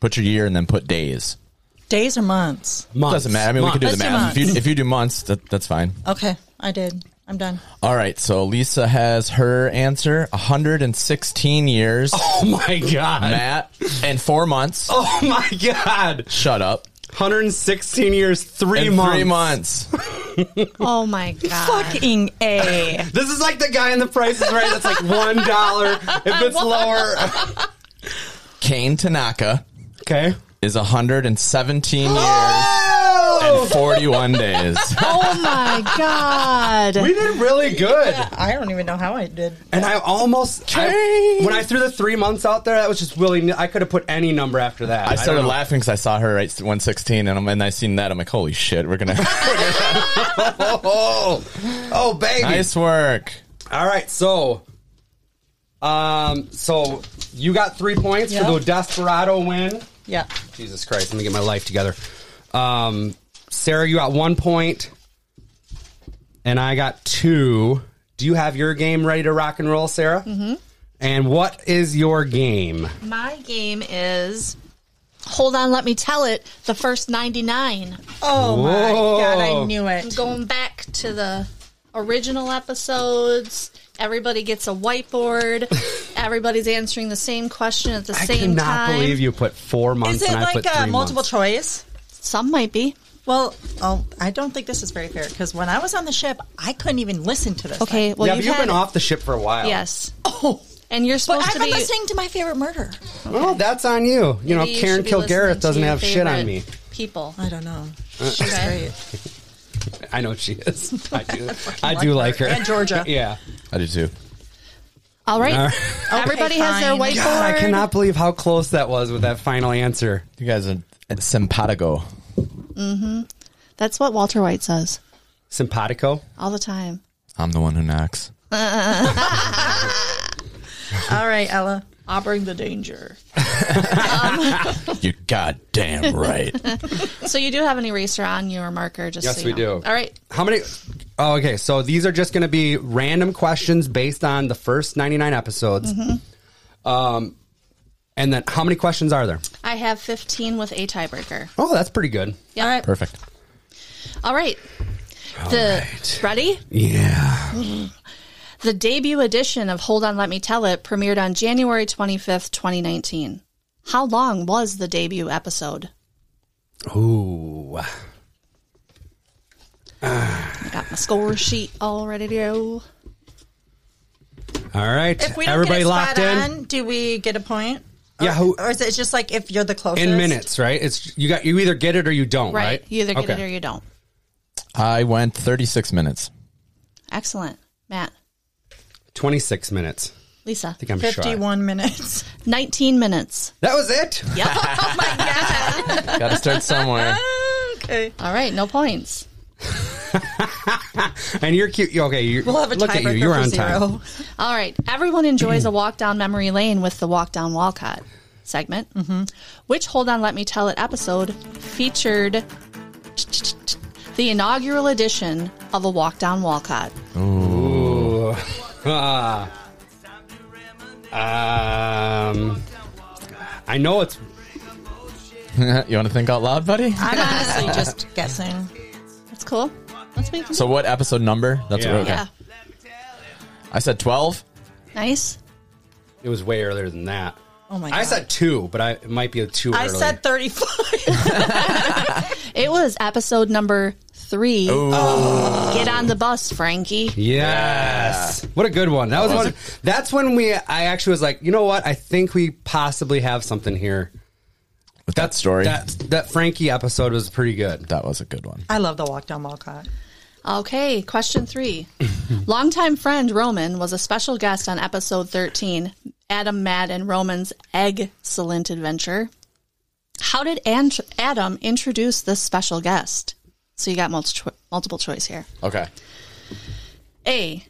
[SPEAKER 2] put your year and then put days.
[SPEAKER 4] Days or months?
[SPEAKER 1] Months.
[SPEAKER 2] Doesn't matter. I mean, we can do the
[SPEAKER 4] Let's do
[SPEAKER 2] math. If you if you do months, that, that's fine.
[SPEAKER 4] Okay, I did. I'm done.
[SPEAKER 2] All right. So Lisa has her answer: 116 years,
[SPEAKER 1] Oh my god.
[SPEAKER 2] Matt, and four months.
[SPEAKER 1] Oh my god.
[SPEAKER 2] Shut up.
[SPEAKER 1] 116 years, three
[SPEAKER 2] And
[SPEAKER 1] months.
[SPEAKER 2] three months.
[SPEAKER 3] Oh my god!
[SPEAKER 4] Fucking A.
[SPEAKER 1] This is like the guy in the Price is Right. That's like one dollar. If it's lower,
[SPEAKER 2] Kane Tanaka
[SPEAKER 1] okay.
[SPEAKER 2] is 117 years. and 41 days.
[SPEAKER 3] Oh my god!
[SPEAKER 1] We did really good.
[SPEAKER 4] I don't even know how I did.
[SPEAKER 1] And I almost I, when I threw the three months out there, that was just willy. I could have put any number after that.
[SPEAKER 2] I
[SPEAKER 1] don't
[SPEAKER 2] started
[SPEAKER 1] know.
[SPEAKER 2] laughing because I saw her right 116, and I'm and I seen that I'm like, holy shit, we're gonna
[SPEAKER 1] Oh, oh, oh, baby!
[SPEAKER 2] nice work.
[SPEAKER 1] All right, so, um, so you got three points
[SPEAKER 4] Yeah.
[SPEAKER 1] for the Desperado win.
[SPEAKER 4] Yeah.
[SPEAKER 1] Jesus Christ, let me get my life together. Um, Sarah, you got one point, and I got two. Do you have your game ready to rock and roll, Sarah? Mm-hmm. And what is your game?
[SPEAKER 3] My game is. Hold on, let me tell it. The first 99.
[SPEAKER 4] Oh
[SPEAKER 1] Whoa.
[SPEAKER 4] my god, I knew
[SPEAKER 3] I'm
[SPEAKER 4] it.
[SPEAKER 3] going back to the original episodes. Everybody gets a whiteboard. Everybody's answering the same question at the
[SPEAKER 1] I
[SPEAKER 3] same
[SPEAKER 1] cannot
[SPEAKER 3] time.
[SPEAKER 1] believe you put four months
[SPEAKER 4] Is it
[SPEAKER 1] and I put
[SPEAKER 3] uh,
[SPEAKER 4] like
[SPEAKER 1] three
[SPEAKER 4] a multiple
[SPEAKER 1] months.
[SPEAKER 4] choice?
[SPEAKER 3] Some might be.
[SPEAKER 4] Well, oh, I don't think this is very fair because when I was on the ship, I couldn't even listen to this.
[SPEAKER 3] Okay, well
[SPEAKER 1] yeah,
[SPEAKER 3] you've,
[SPEAKER 1] but you've
[SPEAKER 3] had
[SPEAKER 1] been
[SPEAKER 3] it.
[SPEAKER 1] off the ship for a while.
[SPEAKER 3] Yes,
[SPEAKER 4] Oh,
[SPEAKER 3] and you're
[SPEAKER 4] but
[SPEAKER 3] supposed
[SPEAKER 4] I've
[SPEAKER 3] to
[SPEAKER 4] been
[SPEAKER 3] be.
[SPEAKER 4] listening to my favorite murder.
[SPEAKER 1] Well, Oh, that's on you. You know,
[SPEAKER 3] you
[SPEAKER 1] Karen
[SPEAKER 3] should be listening
[SPEAKER 1] Kilgareth
[SPEAKER 3] to
[SPEAKER 1] doesn't
[SPEAKER 3] your
[SPEAKER 1] have shit on
[SPEAKER 3] favorite
[SPEAKER 1] me. Uh-uh.
[SPEAKER 3] People.
[SPEAKER 4] I don't know.
[SPEAKER 3] Okay.
[SPEAKER 1] I know she is. I do. I do like her.
[SPEAKER 4] And Georgia.
[SPEAKER 1] yeah.
[SPEAKER 2] I do too.
[SPEAKER 3] All right.
[SPEAKER 1] All right.
[SPEAKER 3] Everybody has their
[SPEAKER 4] fine.
[SPEAKER 3] whiteboard.
[SPEAKER 1] God, I cannot believe how close that was with that final answer.
[SPEAKER 2] You guys are simpatico.
[SPEAKER 3] Mm-hmm. That's what Walter White says
[SPEAKER 1] Simpatico.
[SPEAKER 3] all the time.
[SPEAKER 2] I'm the one who knocks.
[SPEAKER 4] All right, Ella.
[SPEAKER 3] I bring the danger. Um,
[SPEAKER 2] You goddamn right.
[SPEAKER 3] So you do have an eraser on your marker? Just
[SPEAKER 1] Yes,
[SPEAKER 3] so
[SPEAKER 1] we
[SPEAKER 3] you know.
[SPEAKER 1] do.
[SPEAKER 3] All right.
[SPEAKER 1] How many? Oh, okay. So these are just going to be random questions based on the first 99 episodes.
[SPEAKER 3] Mm-hmm.
[SPEAKER 1] Um, and then how many questions are there?
[SPEAKER 3] I have 15 with a tiebreaker.
[SPEAKER 1] Oh, that's pretty good.
[SPEAKER 3] All right.
[SPEAKER 2] Perfect.
[SPEAKER 3] All right. The ready? Mm-hmm.
[SPEAKER 1] Yeah.
[SPEAKER 3] The debut edition of Hold On Let Me Tell It premiered on January 25th, 2019. How long was the debut episode?
[SPEAKER 1] Ooh.
[SPEAKER 3] I got my score sheet all ready to go.
[SPEAKER 1] All right.
[SPEAKER 4] If we don't
[SPEAKER 1] Everybody
[SPEAKER 4] get it
[SPEAKER 1] locked
[SPEAKER 4] spot
[SPEAKER 1] in.
[SPEAKER 4] on, do we get a point?
[SPEAKER 1] Yeah. Who?
[SPEAKER 4] Or is it just like if you're the closest?
[SPEAKER 1] In minutes, right? It's you got you either get it or you don't,
[SPEAKER 3] Right.
[SPEAKER 1] right?
[SPEAKER 3] You either get
[SPEAKER 1] Okay.
[SPEAKER 3] it or you don't.
[SPEAKER 2] I went 36 minutes.
[SPEAKER 3] Excellent. Matt,
[SPEAKER 1] 26 minutes.
[SPEAKER 3] Lisa,
[SPEAKER 1] I think I'm sure.
[SPEAKER 4] 51 minutes.
[SPEAKER 3] 19 minutes.
[SPEAKER 1] That was it.
[SPEAKER 2] Got to start somewhere.
[SPEAKER 4] okay.
[SPEAKER 3] All right. No points.
[SPEAKER 1] And you're cute. Okay, you
[SPEAKER 4] We'll have a
[SPEAKER 1] look at you.
[SPEAKER 4] tiebreaker
[SPEAKER 1] You're
[SPEAKER 4] for
[SPEAKER 1] on
[SPEAKER 4] zero.
[SPEAKER 1] time.
[SPEAKER 3] All right. Everyone enjoys a walk down memory lane with the Walk Down Walcott segment. Mm-hmm. Which Hold On Let Me Tell It episode featured the inaugural edition of a Walk Down Walcott?
[SPEAKER 1] Ah. Um, I know it's
[SPEAKER 2] you want to think out loud, buddy?
[SPEAKER 4] I'm honestly just guessing.
[SPEAKER 3] That's cool. Let's be
[SPEAKER 2] So what episode number? That's
[SPEAKER 1] Yeah.
[SPEAKER 2] what, okay.
[SPEAKER 3] Yeah.
[SPEAKER 2] I said 12.
[SPEAKER 3] Nice.
[SPEAKER 1] it was way earlier than that.
[SPEAKER 4] Oh my god.
[SPEAKER 1] I said two, but I it might be a two.
[SPEAKER 4] I
[SPEAKER 1] early.
[SPEAKER 4] said 35.
[SPEAKER 3] It was episode number three. Oh. Get on the bus, Frankie.
[SPEAKER 1] Yes. What a good one. That was one. That's when we. I actually was like, you know what? I think we possibly have something here.
[SPEAKER 2] With that story,
[SPEAKER 1] That that Frankie episode was pretty good.
[SPEAKER 2] that was a good one.
[SPEAKER 4] I love the walk down Walcott.
[SPEAKER 3] Okay, question three. Longtime friend Roman was a special guest on episode 13, Adam, Matt, and Roman's Egg-cellent Adventure. How did Ant- Adam introduce this special guest? So you got multi- multiple choice here.
[SPEAKER 2] Okay.
[SPEAKER 3] A.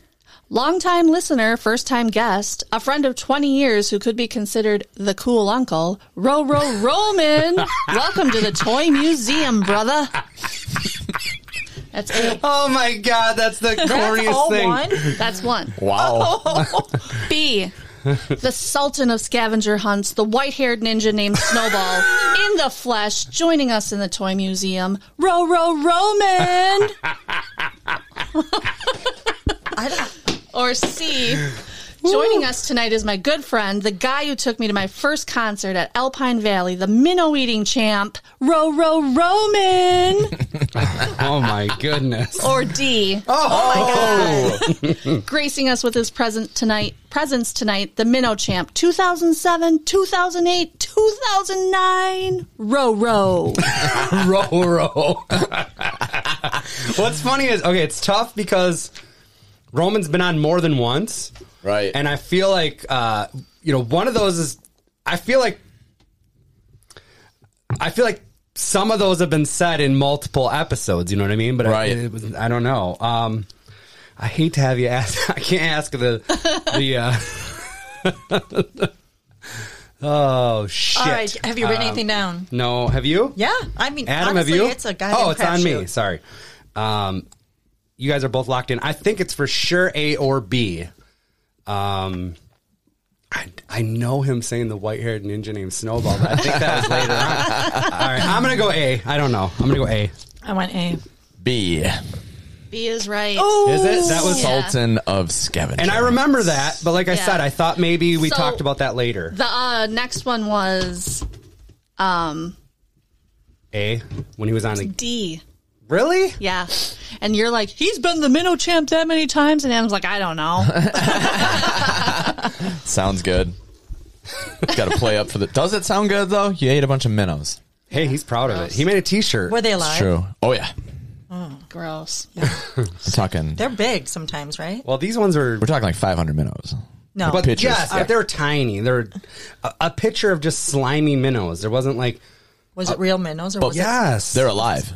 [SPEAKER 3] Longtime listener, first time guest, a friend of 20 years who could be considered the cool uncle, Ro Ro Roman. Welcome to the Toy Museum, brother. That's A.
[SPEAKER 1] Oh my god, that's the corniest thing.
[SPEAKER 3] That's one. Oh,
[SPEAKER 2] Wow.
[SPEAKER 3] B. The Sultan of scavenger hunts, the white haired ninja named Snowball, in the flesh, joining us in the Toy Museum, Ro Ro Roman. or C. Joining us tonight is my good friend, the guy who took me to my first concert at Alpine Valley, the minnow eating champ, Ro Ro Roman.
[SPEAKER 1] Oh my goodness. Oh.
[SPEAKER 3] or D. Oh, my god. Gracing us with his present tonight presence tonight, the Minnow Champ 2007, 2008, 2009 row row.
[SPEAKER 1] row row. What's funny is okay, it's tough because Roman's been on more than once.
[SPEAKER 2] Right.
[SPEAKER 1] And I feel like uh you know, one of those is I feel like I feel like some of those have been said in multiple episodes, you know what I mean? But I,
[SPEAKER 2] Right.
[SPEAKER 1] it was, I don't know. Um I hate to have you ask I can't ask the the uh Oh shit. Um,
[SPEAKER 4] All right, have you written anything down?
[SPEAKER 1] No, have you?
[SPEAKER 4] Yeah, I mean,
[SPEAKER 1] Adam,
[SPEAKER 4] honestly,
[SPEAKER 1] have you?
[SPEAKER 4] It's a guy.
[SPEAKER 1] oh, it's on me. Sorry. Um, you guys are both locked in. I think it's for sure A or B. Um, I, I know him saying the white haired ninja named Snowball, but I think that was later on. All right, I'm gonna go A. I don't know. I'm gonna go A.
[SPEAKER 4] I went A.
[SPEAKER 2] B.
[SPEAKER 3] B is right. Oh.
[SPEAKER 1] Is it? That was.
[SPEAKER 3] Yeah.
[SPEAKER 2] Sultan of Scavenger.
[SPEAKER 1] And I remember that, but like I
[SPEAKER 3] Yeah.
[SPEAKER 1] said, I thought maybe we
[SPEAKER 3] So-
[SPEAKER 1] talked about that later.
[SPEAKER 3] The uh, next one was um
[SPEAKER 1] A when he was on. The,
[SPEAKER 3] D.
[SPEAKER 1] really?
[SPEAKER 3] Yeah. And you're like, he's been the minnow champ that many times and Adam's like, I don't know.
[SPEAKER 2] Sounds good. Got to play up for the. Does it sound good though? You ate a bunch of minnows.
[SPEAKER 1] Hey, he's proud of it. He made a T-shirt.
[SPEAKER 4] Were they alive?
[SPEAKER 2] It's true. Oh yeah.
[SPEAKER 3] Gross.
[SPEAKER 2] We're talking.
[SPEAKER 4] Oh. They're big sometimes, right?
[SPEAKER 1] Well, these ones are
[SPEAKER 2] We're talking like 500 minnows.
[SPEAKER 4] No.
[SPEAKER 2] But- Pictures.
[SPEAKER 1] Yes,
[SPEAKER 2] Yeah.
[SPEAKER 1] but they were tiny. They were a, a picture of just slimy minnows. There wasn't like Uh,
[SPEAKER 4] was it real minnows or was
[SPEAKER 1] yes,
[SPEAKER 2] They're alive.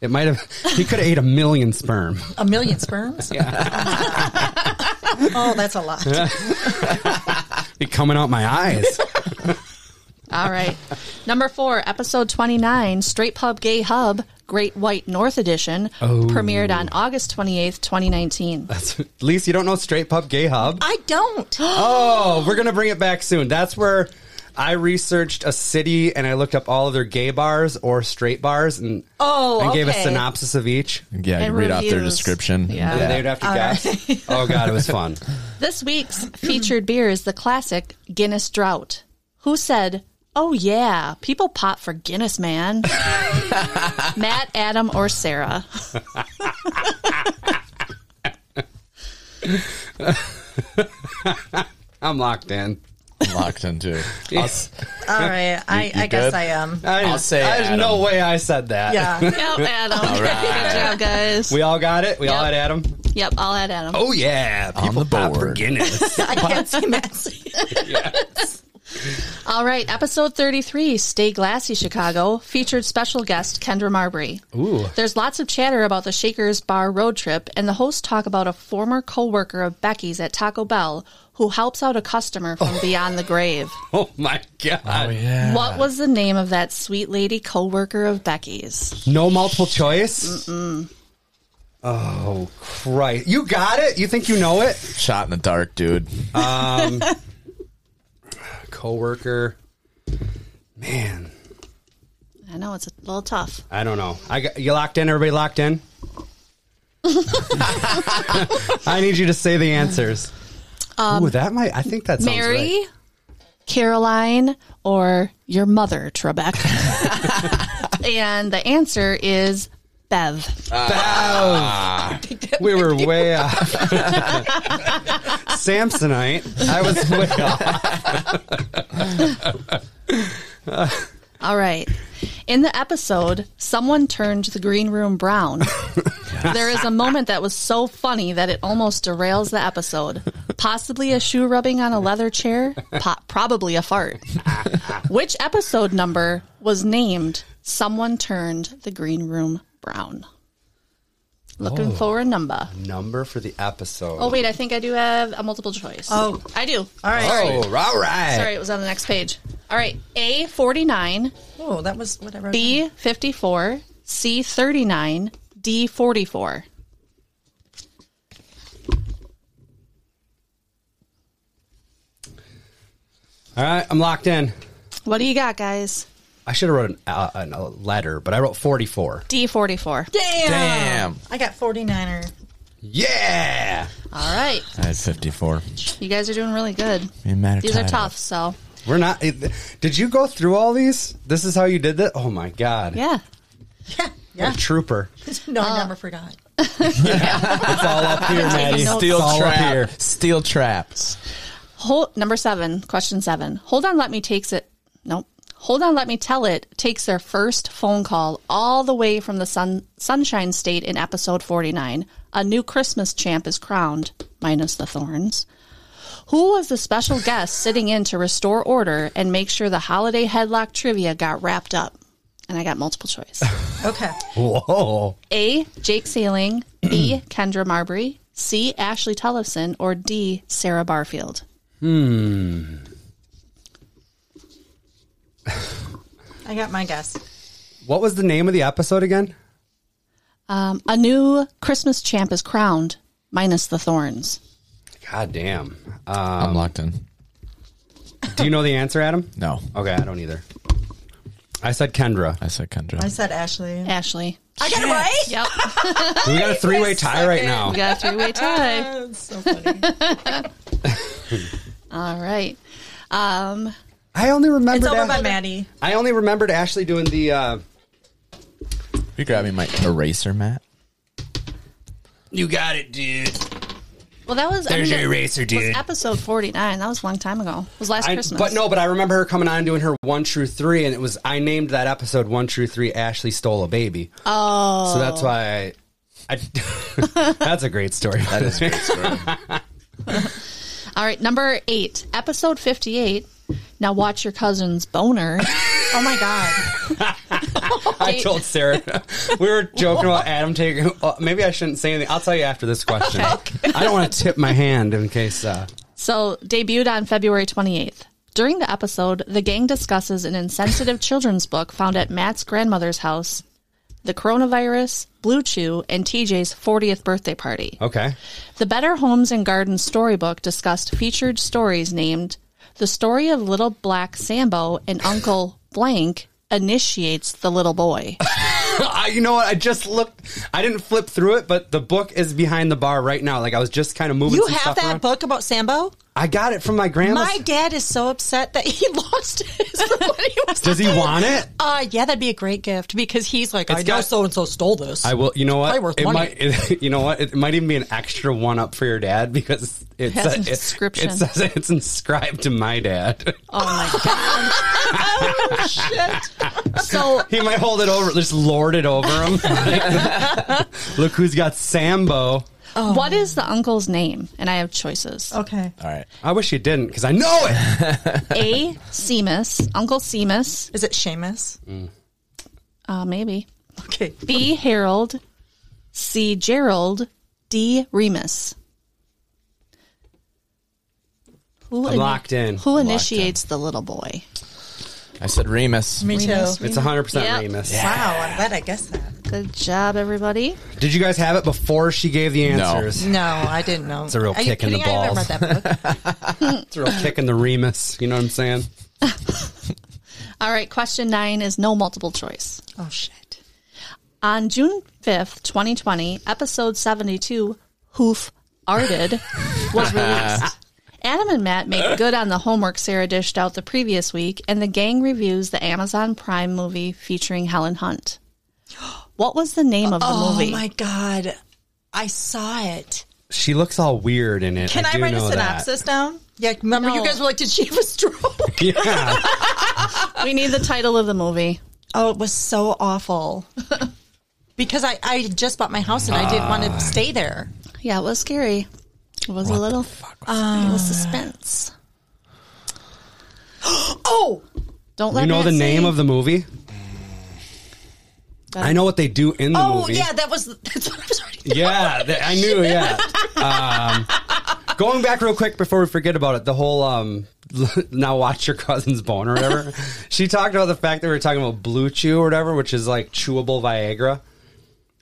[SPEAKER 1] It might have. He could have ate a million sperm.
[SPEAKER 4] it a million sperms? oh, that's a lot.
[SPEAKER 1] Be coming out my eyes.
[SPEAKER 3] All right. Number four, episode 29, Straight Pub Gay Hub, Great White North Edition, premiered on August 28th, 2019.
[SPEAKER 1] Oh. That's, at least you don't know straight pub gay hub.
[SPEAKER 4] I don't.
[SPEAKER 1] Oh, we're gonna bring it back soon. That's where I researched a city and I looked up all of their gay bars or straight bars and
[SPEAKER 4] Oh,
[SPEAKER 1] and gave a
[SPEAKER 4] okay.
[SPEAKER 1] synopsis of each.
[SPEAKER 2] Yeah, you
[SPEAKER 3] And
[SPEAKER 2] read off their
[SPEAKER 3] reviews.
[SPEAKER 2] description.
[SPEAKER 3] Yeah.
[SPEAKER 1] And they'd have to guess. Oh god, it was fun.
[SPEAKER 3] This week's featured beer is the classic Guinness Drought. Who said, Oh, yeah, people pop for Guinness, man? Matt, Adam, or Sarah?
[SPEAKER 1] I'm locked in.
[SPEAKER 2] Locked into.
[SPEAKER 1] Yes.
[SPEAKER 4] All right, I,
[SPEAKER 2] you
[SPEAKER 4] I guess
[SPEAKER 2] good?
[SPEAKER 4] I um, am.
[SPEAKER 1] I
[SPEAKER 2] I'll
[SPEAKER 1] just-
[SPEAKER 2] say
[SPEAKER 1] I- There's
[SPEAKER 2] Adam.
[SPEAKER 1] no way I said that.
[SPEAKER 4] Yeah.
[SPEAKER 3] Yep, Adam. Good job, guys.
[SPEAKER 1] We all got it. We all
[SPEAKER 3] Yep.
[SPEAKER 1] had Adam.
[SPEAKER 3] yep, I'll add Adam.
[SPEAKER 1] Oh yeah, people
[SPEAKER 2] the
[SPEAKER 1] pop for
[SPEAKER 2] board.
[SPEAKER 1] Guinness.
[SPEAKER 4] I can't see Matt's.
[SPEAKER 3] All right, episode 33, Stay Glassy Chicago, featured special guest Kendra Marbury. Ooh. There's lots of chatter about the Shakers Bar road trip, and the hosts talk about a former coworker of Becky's at Taco Bell who helps out a customer from beyond the grave.
[SPEAKER 1] oh my god.
[SPEAKER 2] Yeah.
[SPEAKER 3] What was the name of that sweet lady coworker of Becky's?
[SPEAKER 1] No multiple choice. Oh Christ! You got it. You think you know it?
[SPEAKER 2] Shot in the dark, dude.
[SPEAKER 1] Um, Coworker. Man,
[SPEAKER 3] I know it's a little tough.
[SPEAKER 1] I don't know. I got, you locked in. Everybody locked in. I need you to say the answers. Ooh, that might. I think that sounds
[SPEAKER 3] Um, Mary,
[SPEAKER 1] right.
[SPEAKER 3] Caroline, or your mother, Trebek? and the answer is Bev. Ah.
[SPEAKER 1] We were way off. Samsonite. I was way off.
[SPEAKER 3] All right. In the episode, someone turned the green room brown. There is a moment that was so funny that it almost derails the episode. Possibly a shoe rubbing on a leather chair, po- probably a fart. Which episode number was named Someone Turned the Green Room Brown? Looking for a number.
[SPEAKER 1] Oh, Number for the episode.
[SPEAKER 3] Oh, wait, I think I do have a multiple choice.
[SPEAKER 4] Oh.
[SPEAKER 3] I do.
[SPEAKER 4] All right.
[SPEAKER 1] Oh, all right.
[SPEAKER 3] Sorry, it was on the next page. All right, A forty nine,
[SPEAKER 4] Oh, that was what I wrote. down.
[SPEAKER 3] B fifty four, C thirty nine, D forty four.
[SPEAKER 1] All right, I'm locked in.
[SPEAKER 3] What do you got, guys?
[SPEAKER 1] I should have wrote an, uh, an, a letter, but I wrote 44.
[SPEAKER 3] D forty four.
[SPEAKER 4] Damn.
[SPEAKER 2] Damn.
[SPEAKER 4] I got 49er.
[SPEAKER 1] Yeah.
[SPEAKER 3] All right,
[SPEAKER 2] I had 54.
[SPEAKER 3] you guys are doing really good.
[SPEAKER 2] Me and Matt are
[SPEAKER 3] These are
[SPEAKER 2] tied
[SPEAKER 3] tough,
[SPEAKER 2] up.
[SPEAKER 3] so
[SPEAKER 1] We're not. It, did you go through all these? This is how you did that? Oh, my God.
[SPEAKER 3] yeah. Uh,
[SPEAKER 4] Yeah.
[SPEAKER 1] What a trooper.
[SPEAKER 4] No, I never forgot.
[SPEAKER 1] It's all up here, Maddie.
[SPEAKER 3] notes.
[SPEAKER 1] It's all up here.
[SPEAKER 2] Steel traps.
[SPEAKER 3] Hold number seven, question seven. Hold on, let me takes it. Nope. Hold on, let me tell it. Takes their first phone call all the way from the sun, Sunshine State in episode forty nine. A new Christmas champ is crowned, minus the thorns. Who was the special guest sitting in to restore order and make sure the holiday headlock trivia got wrapped up? And I got multiple choice.
[SPEAKER 4] Okay. Oh
[SPEAKER 1] Whoa.
[SPEAKER 3] A. Jake Sealing. B. Kendra Marbury. C. Ashley Tellefson. Or D. Sarah Barfield.
[SPEAKER 1] Hmm.
[SPEAKER 4] I got my guess.
[SPEAKER 1] What was the name of the episode again?
[SPEAKER 3] Um, a new Christmas champ is crowned, minus the thorns.
[SPEAKER 1] God damn. Uh,
[SPEAKER 2] I'm locked in.
[SPEAKER 1] do you know the answer, Adam?
[SPEAKER 2] No.
[SPEAKER 1] Okay, I don't either. I said Kendra.
[SPEAKER 2] I said Kendra.
[SPEAKER 4] I said Ashley.
[SPEAKER 3] Ashley.
[SPEAKER 4] I got it right.
[SPEAKER 3] Yep.
[SPEAKER 1] We got a three way tie right now.
[SPEAKER 3] We got a three way tie.
[SPEAKER 4] That's so funny.
[SPEAKER 3] All right. Um,
[SPEAKER 1] I only remembered.
[SPEAKER 4] it's over
[SPEAKER 1] Ash-
[SPEAKER 4] by Maddie.
[SPEAKER 1] I only remembered Ashley doing the. Uh,
[SPEAKER 2] you grabbing my eraser, Matt?
[SPEAKER 1] you got it, dude.
[SPEAKER 3] well, that was.
[SPEAKER 1] There's
[SPEAKER 3] I
[SPEAKER 1] your
[SPEAKER 3] mean, it
[SPEAKER 1] eraser, dude.
[SPEAKER 3] Was episode 49. That was a long time ago. It was last
[SPEAKER 1] I-
[SPEAKER 3] Christmas.
[SPEAKER 1] but no, but I remember her coming on and doing her one true three, and it was I named that episode one true three. Ashley stole a baby. Oh, so that's why. I, I that's a great story. That is great story.
[SPEAKER 3] All right. Number eight, episode 58. Now watch your cousin's boner.
[SPEAKER 4] Oh my god.
[SPEAKER 1] I told Sarah we were joking about Adam taking. Uh, maybe I shouldn't say anything. I'll tell you after this question. I don't want to tip my hand in case. Uh,
[SPEAKER 3] So, debuted on February 28th. During the episode, the gang discusses an insensitive children's book found at Matt's grandmother's house, the coronavirus, Blue Chew, and TJ's 40th birthday party.
[SPEAKER 1] okay,
[SPEAKER 3] The Better Homes and Gardens storybook discussed featured stories named The Story of Little Black Sambo and Uncle Blank Initiates the Little Boy.
[SPEAKER 1] I, you know what? I just looked. I didn't flip through it, but the book is behind the bar right now. Like I was just kind of moving.
[SPEAKER 4] You
[SPEAKER 1] some
[SPEAKER 4] have
[SPEAKER 1] stuff
[SPEAKER 4] that
[SPEAKER 1] around.
[SPEAKER 4] book about Sambo?
[SPEAKER 1] I got it from my grandma.
[SPEAKER 4] My dad is so upset that he lost his from when he was
[SPEAKER 1] Does
[SPEAKER 4] a
[SPEAKER 1] he
[SPEAKER 4] kid.
[SPEAKER 1] want it?
[SPEAKER 4] Uh, yeah, that'd be a great gift because he's like,
[SPEAKER 1] It's
[SPEAKER 4] I know
[SPEAKER 1] got-
[SPEAKER 4] so and so stole this.
[SPEAKER 1] I will. You know what?
[SPEAKER 4] Probably worth
[SPEAKER 1] it
[SPEAKER 4] money.
[SPEAKER 1] might. It, you know what? It might even be an extra one up for your dad because it's
[SPEAKER 3] Has an
[SPEAKER 1] it-
[SPEAKER 3] inscription.
[SPEAKER 1] It, says it's inscribed to my dad.
[SPEAKER 3] Oh my God.
[SPEAKER 4] oh shit!
[SPEAKER 3] So,
[SPEAKER 1] he might hold it over, just lord it over him. Look who's got Sambo.
[SPEAKER 3] what is the uncle's name? And I have choices.
[SPEAKER 4] Oh. Okay.
[SPEAKER 2] All right.
[SPEAKER 1] I wish you didn't because I know it.
[SPEAKER 3] A. Seamus, Uncle Seamus,
[SPEAKER 4] Is it Seamus?
[SPEAKER 1] Mm.
[SPEAKER 3] uh, maybe.
[SPEAKER 4] Okay.
[SPEAKER 3] B. Harold. C. Gerald. D. Remus. Who
[SPEAKER 1] I'm locked in.
[SPEAKER 3] Who initiates the little boy?
[SPEAKER 2] I said Remus.
[SPEAKER 4] Me
[SPEAKER 3] Remus,
[SPEAKER 4] too.
[SPEAKER 1] It's 100
[SPEAKER 3] Yep.
[SPEAKER 1] percent Remus.
[SPEAKER 4] Wow, I'm glad I guessed that.
[SPEAKER 3] Good job, everybody.
[SPEAKER 1] Did you guys have it before she gave the
[SPEAKER 2] No.
[SPEAKER 1] answers?
[SPEAKER 4] No, I didn't know. It's
[SPEAKER 1] a real
[SPEAKER 4] Are you
[SPEAKER 1] kick in the
[SPEAKER 4] kidding? I haven't
[SPEAKER 1] balls.
[SPEAKER 4] read that book.
[SPEAKER 1] It's a real kick in the Remus. You know what I'm saying?
[SPEAKER 3] All right, question nine is no multiple choice.
[SPEAKER 4] oh shit!
[SPEAKER 3] On June 5th, 2020, episode 72, Hoof Arted, was released. Adam and Matt make good on the homework Sarah dished out the previous week, and the gang reviews the Amazon Prime movie featuring Helen Hunt. What was the name of the
[SPEAKER 4] oh
[SPEAKER 3] movie?
[SPEAKER 4] my god, I saw it.
[SPEAKER 1] She looks all weird in it.
[SPEAKER 4] Can I,
[SPEAKER 1] do
[SPEAKER 4] write a
[SPEAKER 1] know that.
[SPEAKER 4] synopsis down? Yeah, remember
[SPEAKER 3] No.
[SPEAKER 4] you guys were like, did she have a stroke?
[SPEAKER 1] Yeah.
[SPEAKER 3] We need the title of the movie.
[SPEAKER 4] oh, it was so awful. because I, I just bought my house and I didn't want
[SPEAKER 1] Ah.
[SPEAKER 4] to stay there.
[SPEAKER 3] Yeah, it was scary. It was a little uh, suspense.
[SPEAKER 4] Oh,
[SPEAKER 3] Don't let
[SPEAKER 1] you know
[SPEAKER 3] Matt
[SPEAKER 1] the
[SPEAKER 3] see.
[SPEAKER 1] name of the movie? I know what they do in the
[SPEAKER 4] oh
[SPEAKER 1] movie.
[SPEAKER 4] yeah, that was that's what I was already.
[SPEAKER 1] Yeah, th- I knew. Yeah. Um, going back real quick before we forget about it, the whole um, now watch your cousin's bone or whatever. she talked about the fact that we were talking about Blue Chew or whatever, which is like chewable Viagra.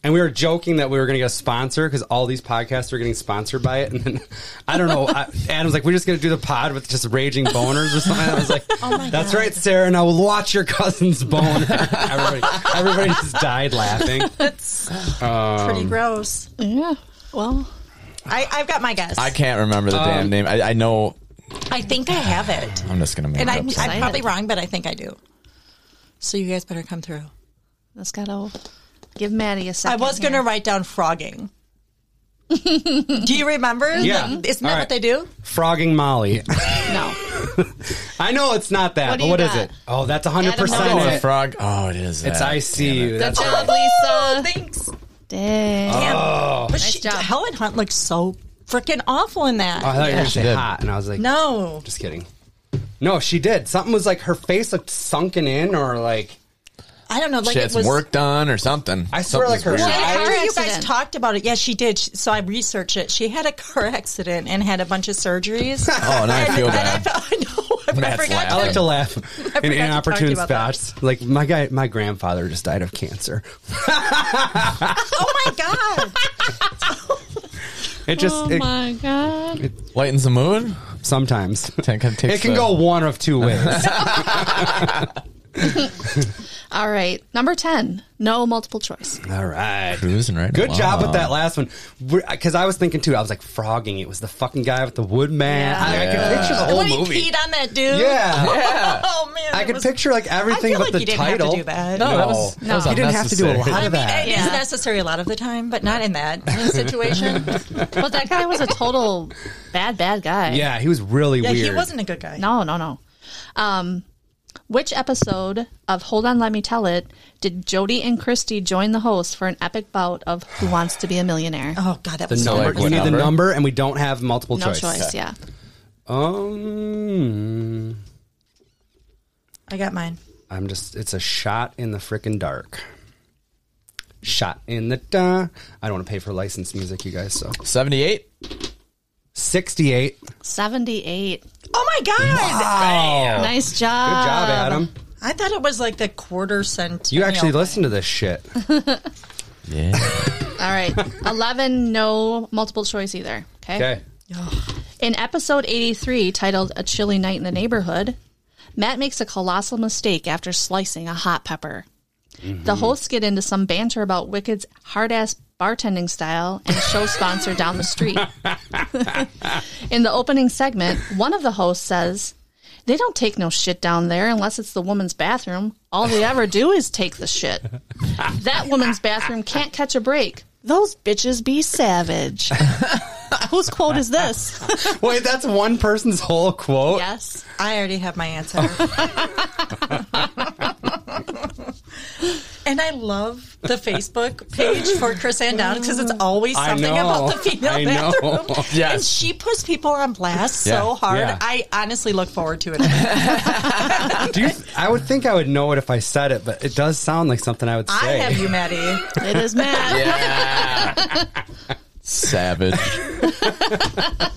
[SPEAKER 1] And we were joking that we were going to get a sponsor because all these podcasts are getting sponsored by it. And then I don't know. I, Adam's like, we're just going to do the pod with just raging boners or something. I was like,
[SPEAKER 4] Oh
[SPEAKER 1] that's right, Sarah. And I will watch your cousin's boner. everybody, everybody just died laughing. Um,
[SPEAKER 4] pretty gross.
[SPEAKER 3] Yeah. Well,
[SPEAKER 4] I, I've got my guess.
[SPEAKER 2] I
[SPEAKER 4] I,
[SPEAKER 2] can't remember
[SPEAKER 1] Um,
[SPEAKER 2] the damn name. I, I know.
[SPEAKER 4] think I have it,
[SPEAKER 2] I'm just gonna make
[SPEAKER 4] and
[SPEAKER 2] it
[SPEAKER 4] I'm,
[SPEAKER 2] up.
[SPEAKER 4] I'm probably wrong, but I think I do. So you guys better come through.
[SPEAKER 3] let's gotta give Maddie a
[SPEAKER 4] I
[SPEAKER 3] second.
[SPEAKER 4] was
[SPEAKER 3] here.
[SPEAKER 4] gonna write down frogging. do you remember?
[SPEAKER 1] Yeah.
[SPEAKER 4] Like, isn't that
[SPEAKER 1] All right.
[SPEAKER 4] what they do?
[SPEAKER 1] Frogging Molly.
[SPEAKER 3] No.
[SPEAKER 1] I know it's not that,
[SPEAKER 3] What do
[SPEAKER 1] but
[SPEAKER 3] you
[SPEAKER 1] what is
[SPEAKER 3] got?
[SPEAKER 1] it? Oh, that's 100%
[SPEAKER 3] Adam
[SPEAKER 2] Oh,
[SPEAKER 3] knows.
[SPEAKER 2] the
[SPEAKER 1] it.
[SPEAKER 2] frog. Oh, it is.
[SPEAKER 1] It's
[SPEAKER 2] that.
[SPEAKER 1] I see you. That's
[SPEAKER 3] Good
[SPEAKER 1] right.
[SPEAKER 3] job, Lisa.
[SPEAKER 4] Oh, Thanks.
[SPEAKER 3] Dang.
[SPEAKER 4] Damn.
[SPEAKER 1] Oh.
[SPEAKER 4] but she,
[SPEAKER 3] job.
[SPEAKER 4] Helen Hunt looks so freaking awful in that.
[SPEAKER 1] Oh, I thought you were going to
[SPEAKER 2] She
[SPEAKER 1] say
[SPEAKER 2] did.
[SPEAKER 1] hot, and I was like,
[SPEAKER 4] no.
[SPEAKER 1] just kidding. No, she did. Something was like her face looked sunken in, or like
[SPEAKER 4] I don't know. Oh, Like
[SPEAKER 2] She had
[SPEAKER 4] it
[SPEAKER 2] some
[SPEAKER 4] was.
[SPEAKER 2] work done or something.
[SPEAKER 1] I swear, like,
[SPEAKER 2] Something's
[SPEAKER 1] her
[SPEAKER 2] weird.
[SPEAKER 4] I
[SPEAKER 1] She had a
[SPEAKER 4] remember
[SPEAKER 3] car
[SPEAKER 4] you guys
[SPEAKER 3] accident.
[SPEAKER 4] talked about it. Yeah, she did. She- So I researched it. She had a car accident and had a bunch of surgeries.
[SPEAKER 2] Oh, now I feel
[SPEAKER 4] and I,
[SPEAKER 2] bad.
[SPEAKER 4] felt, I know. I
[SPEAKER 2] Matt's
[SPEAKER 4] forgot.
[SPEAKER 2] laughing.
[SPEAKER 1] I
[SPEAKER 4] to-
[SPEAKER 1] like to laugh in
[SPEAKER 4] to talk to you
[SPEAKER 1] inopportune
[SPEAKER 4] about that.
[SPEAKER 1] spots. Like my guy, my grandfather just died of cancer.
[SPEAKER 4] Oh my god. Oh
[SPEAKER 1] It just it-
[SPEAKER 3] Oh my god.
[SPEAKER 2] Lightens the mood.
[SPEAKER 1] sometimes
[SPEAKER 2] Take- takes
[SPEAKER 1] it can
[SPEAKER 2] the-
[SPEAKER 1] go one of two ways.
[SPEAKER 3] All right. Number 10. No multiple choice.
[SPEAKER 1] All right.
[SPEAKER 2] Cruising right
[SPEAKER 1] Good job with
[SPEAKER 2] along.
[SPEAKER 1] that last one, because I was thinking too. I was like frogging. It was the fucking guy with the wood man.
[SPEAKER 3] Yeah.
[SPEAKER 1] I, I
[SPEAKER 2] Yeah.
[SPEAKER 1] could picture the whole
[SPEAKER 4] when
[SPEAKER 1] movie.
[SPEAKER 4] he peed on that dude.
[SPEAKER 1] Yeah.
[SPEAKER 4] Oh man.
[SPEAKER 1] I
[SPEAKER 4] it
[SPEAKER 1] could
[SPEAKER 4] was-
[SPEAKER 1] picture like everything
[SPEAKER 4] I feel
[SPEAKER 1] but
[SPEAKER 4] like
[SPEAKER 1] the
[SPEAKER 4] you didn't have to
[SPEAKER 1] title.
[SPEAKER 4] do that.
[SPEAKER 1] No,
[SPEAKER 4] No,
[SPEAKER 2] that was- that was
[SPEAKER 1] he didn't have to do a
[SPEAKER 2] unnecessary.
[SPEAKER 1] lot
[SPEAKER 4] I
[SPEAKER 1] of
[SPEAKER 4] mean,
[SPEAKER 1] that.
[SPEAKER 4] it is necessary a lot of the time, but not in that situation.
[SPEAKER 3] But that guy was a total bad, bad guy.
[SPEAKER 1] Yeah, he was really
[SPEAKER 4] yeah,
[SPEAKER 1] weird.
[SPEAKER 4] he wasn't a good guy.
[SPEAKER 3] No, no, no. Um, which episode of Hold On, Let Me Tell It did Jody and Christy join the host for an epic bout of Who Wants to Be a Millionaire?
[SPEAKER 4] Oh god, that
[SPEAKER 1] the
[SPEAKER 4] was so
[SPEAKER 1] number.
[SPEAKER 2] like,
[SPEAKER 1] we
[SPEAKER 2] what
[SPEAKER 1] need the
[SPEAKER 2] number?
[SPEAKER 1] number, and we don't have multiple
[SPEAKER 3] no
[SPEAKER 1] choice.
[SPEAKER 3] choice, yeah.
[SPEAKER 1] Um,
[SPEAKER 4] I got mine.
[SPEAKER 1] I'm just. It's a shot in the frickin' dark. Shot in the dark. I don't want to pay for licensed music, you guys. So
[SPEAKER 2] 78.
[SPEAKER 1] 68.
[SPEAKER 3] 78.
[SPEAKER 4] Oh my god.
[SPEAKER 3] nice
[SPEAKER 1] Good
[SPEAKER 3] job.
[SPEAKER 1] job, Adam.
[SPEAKER 4] I thought it was like the quarter cent.
[SPEAKER 1] You actually listen to this shit.
[SPEAKER 2] Yeah.
[SPEAKER 3] All right. 11, no multiple choice either. Okay.
[SPEAKER 1] Okay.
[SPEAKER 3] In episode 83, titled A Chilly Night in the Neighborhood, Matt makes a colossal mistake after slicing a hot pepper.
[SPEAKER 1] Mm-hmm.
[SPEAKER 3] The hosts get into some banter about Wicked's hard ass bartending style and show sponsor down the street. in the opening segment, one of the hosts says, They don't take no shit down there unless it's the woman's bathroom. All they ever do is take the shit. That woman's bathroom can't catch a break. Those bitches be savage. Whose quote is this?
[SPEAKER 1] Wait, that's one person's whole quote.
[SPEAKER 3] Yes.
[SPEAKER 4] I already have my answer. and I love the Facebook page for Chris and Down because it's always
[SPEAKER 1] I
[SPEAKER 4] something
[SPEAKER 1] know.
[SPEAKER 4] about the female
[SPEAKER 1] I know.
[SPEAKER 4] bathroom. And
[SPEAKER 2] Yes.
[SPEAKER 4] she puts people on blast
[SPEAKER 2] Yeah.
[SPEAKER 4] so hard.
[SPEAKER 1] Yeah.
[SPEAKER 4] I honestly look forward to it.
[SPEAKER 1] Do you, I would think I would know it if I said it, but it does sound like something I would say.
[SPEAKER 4] I have you, Maddie.
[SPEAKER 3] It is Matt.
[SPEAKER 2] Yeah. Savage.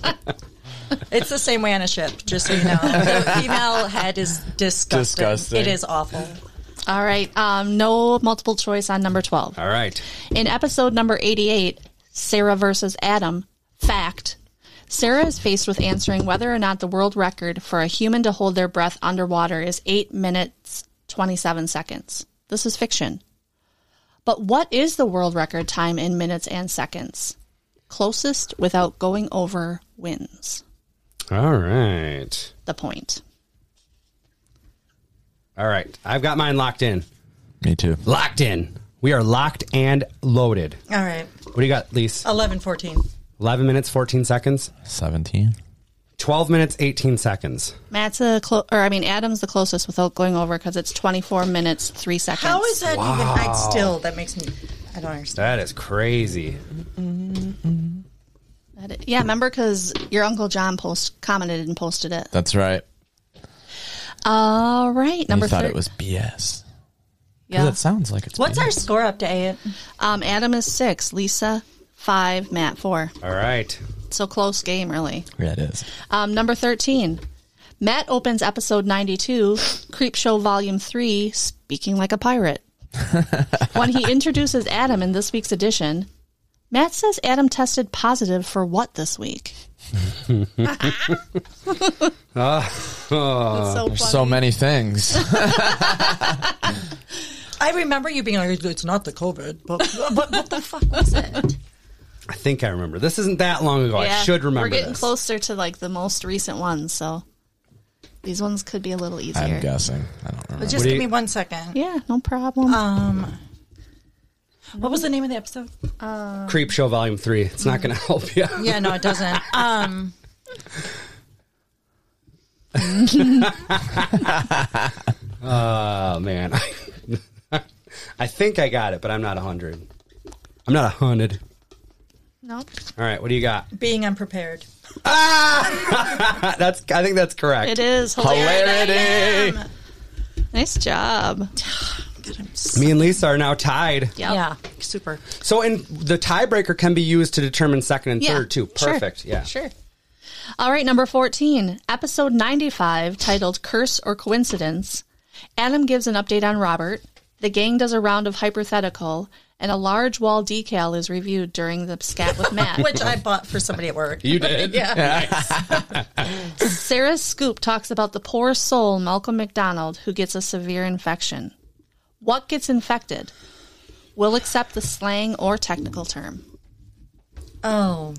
[SPEAKER 4] It's the same way on a ship, just so you know. The female head is disgusting.
[SPEAKER 2] Disgusting.
[SPEAKER 4] It is awful.
[SPEAKER 3] All right. Um, no multiple choice on number 12.
[SPEAKER 1] All right.
[SPEAKER 3] In episode number 88, Sarah versus Adam, fact. Sarah is faced with answering whether or not the world record for a human to hold their breath underwater is 8 minutes 27 seconds. This is fiction. But what is the world record time in minutes and seconds? Closest without going over wins
[SPEAKER 1] All right.
[SPEAKER 3] the point.
[SPEAKER 1] All right. I've got mine locked in.
[SPEAKER 2] Me too.
[SPEAKER 1] Locked in. We We are locked and loaded.
[SPEAKER 4] All right.
[SPEAKER 1] What do you got, Lise?
[SPEAKER 4] 11, 14.
[SPEAKER 1] 11 minutes, 14 seconds.
[SPEAKER 2] 17.
[SPEAKER 1] 12 minutes, 18 seconds.
[SPEAKER 3] Matt's the clo- or I mean Adam's the closest without going over because it's 24 minutes three seconds.
[SPEAKER 4] How is that even? I still, that makes me, I don't understand.
[SPEAKER 1] That is crazy.
[SPEAKER 3] That it- yeah, remember because your uncle John post commented and posted it.
[SPEAKER 2] That's right.
[SPEAKER 3] All right, number
[SPEAKER 2] you thought
[SPEAKER 3] thir-
[SPEAKER 2] it was BS. 'Cause
[SPEAKER 3] yeah.
[SPEAKER 2] It sounds like it's
[SPEAKER 4] What's
[SPEAKER 2] BS.
[SPEAKER 4] our score update?
[SPEAKER 3] Um, Adam is six, Lisa five, Matt four.
[SPEAKER 1] All right.
[SPEAKER 3] So close game, really.
[SPEAKER 2] Yeah, it is.
[SPEAKER 3] Um, number 13. Matt opens episode 92, Creep Show Volume 3, Speaking Like a Pirate. when he introduces Adam in this week's edition, Matt says Adam tested positive for what this week?
[SPEAKER 1] Uh,
[SPEAKER 3] That's so funny.
[SPEAKER 2] So many things.
[SPEAKER 4] I remember you being like, it's not the COVID, but, but what the fuck?
[SPEAKER 1] I think I remember. This isn't that long ago. Oh, I
[SPEAKER 3] Yeah,
[SPEAKER 1] should remember
[SPEAKER 3] We're getting
[SPEAKER 1] this.
[SPEAKER 3] closer to like the most recent ones, so these ones could be a little easier.
[SPEAKER 2] I'm guessing. I don't remember.
[SPEAKER 4] Just
[SPEAKER 1] do
[SPEAKER 4] give me
[SPEAKER 1] you-
[SPEAKER 4] one second. Um,
[SPEAKER 3] yeah, no problem.
[SPEAKER 4] What was the name of the episode? Uh,
[SPEAKER 1] Creep Show Volume 3. It's not going to help you.
[SPEAKER 4] Yeah, no, it doesn't. Um,
[SPEAKER 1] Oh, man. I think I got it, but I'm not 100. I'm not 100.
[SPEAKER 3] no.
[SPEAKER 1] All right, what do you got?
[SPEAKER 4] being unprepared.
[SPEAKER 1] That's I think that's correct.
[SPEAKER 3] It is hilarious.
[SPEAKER 2] Hilarity.
[SPEAKER 3] Nice job.
[SPEAKER 1] Me and Lisa are now tied.
[SPEAKER 3] Yep.
[SPEAKER 4] Yeah, super.
[SPEAKER 1] So and the tiebreaker can be used to determine second and
[SPEAKER 3] Yeah,
[SPEAKER 1] third too.
[SPEAKER 3] sure,
[SPEAKER 1] Perfect. Yeah.
[SPEAKER 3] Sure. All right, number 14, episode 95, titled Curse or Coincidence. Adam gives an update on Robert. The gang does a round of hypothetical, and a large wall decal is reviewed during the scat with Matt.
[SPEAKER 4] Which I bought for somebody at work.
[SPEAKER 1] You did. yeah.
[SPEAKER 3] Sarah's scoop talks about the poor soul, Malcolm McDonald, who gets a severe infection. What gets infected? We'll accept the slang or technical term.
[SPEAKER 4] Oh,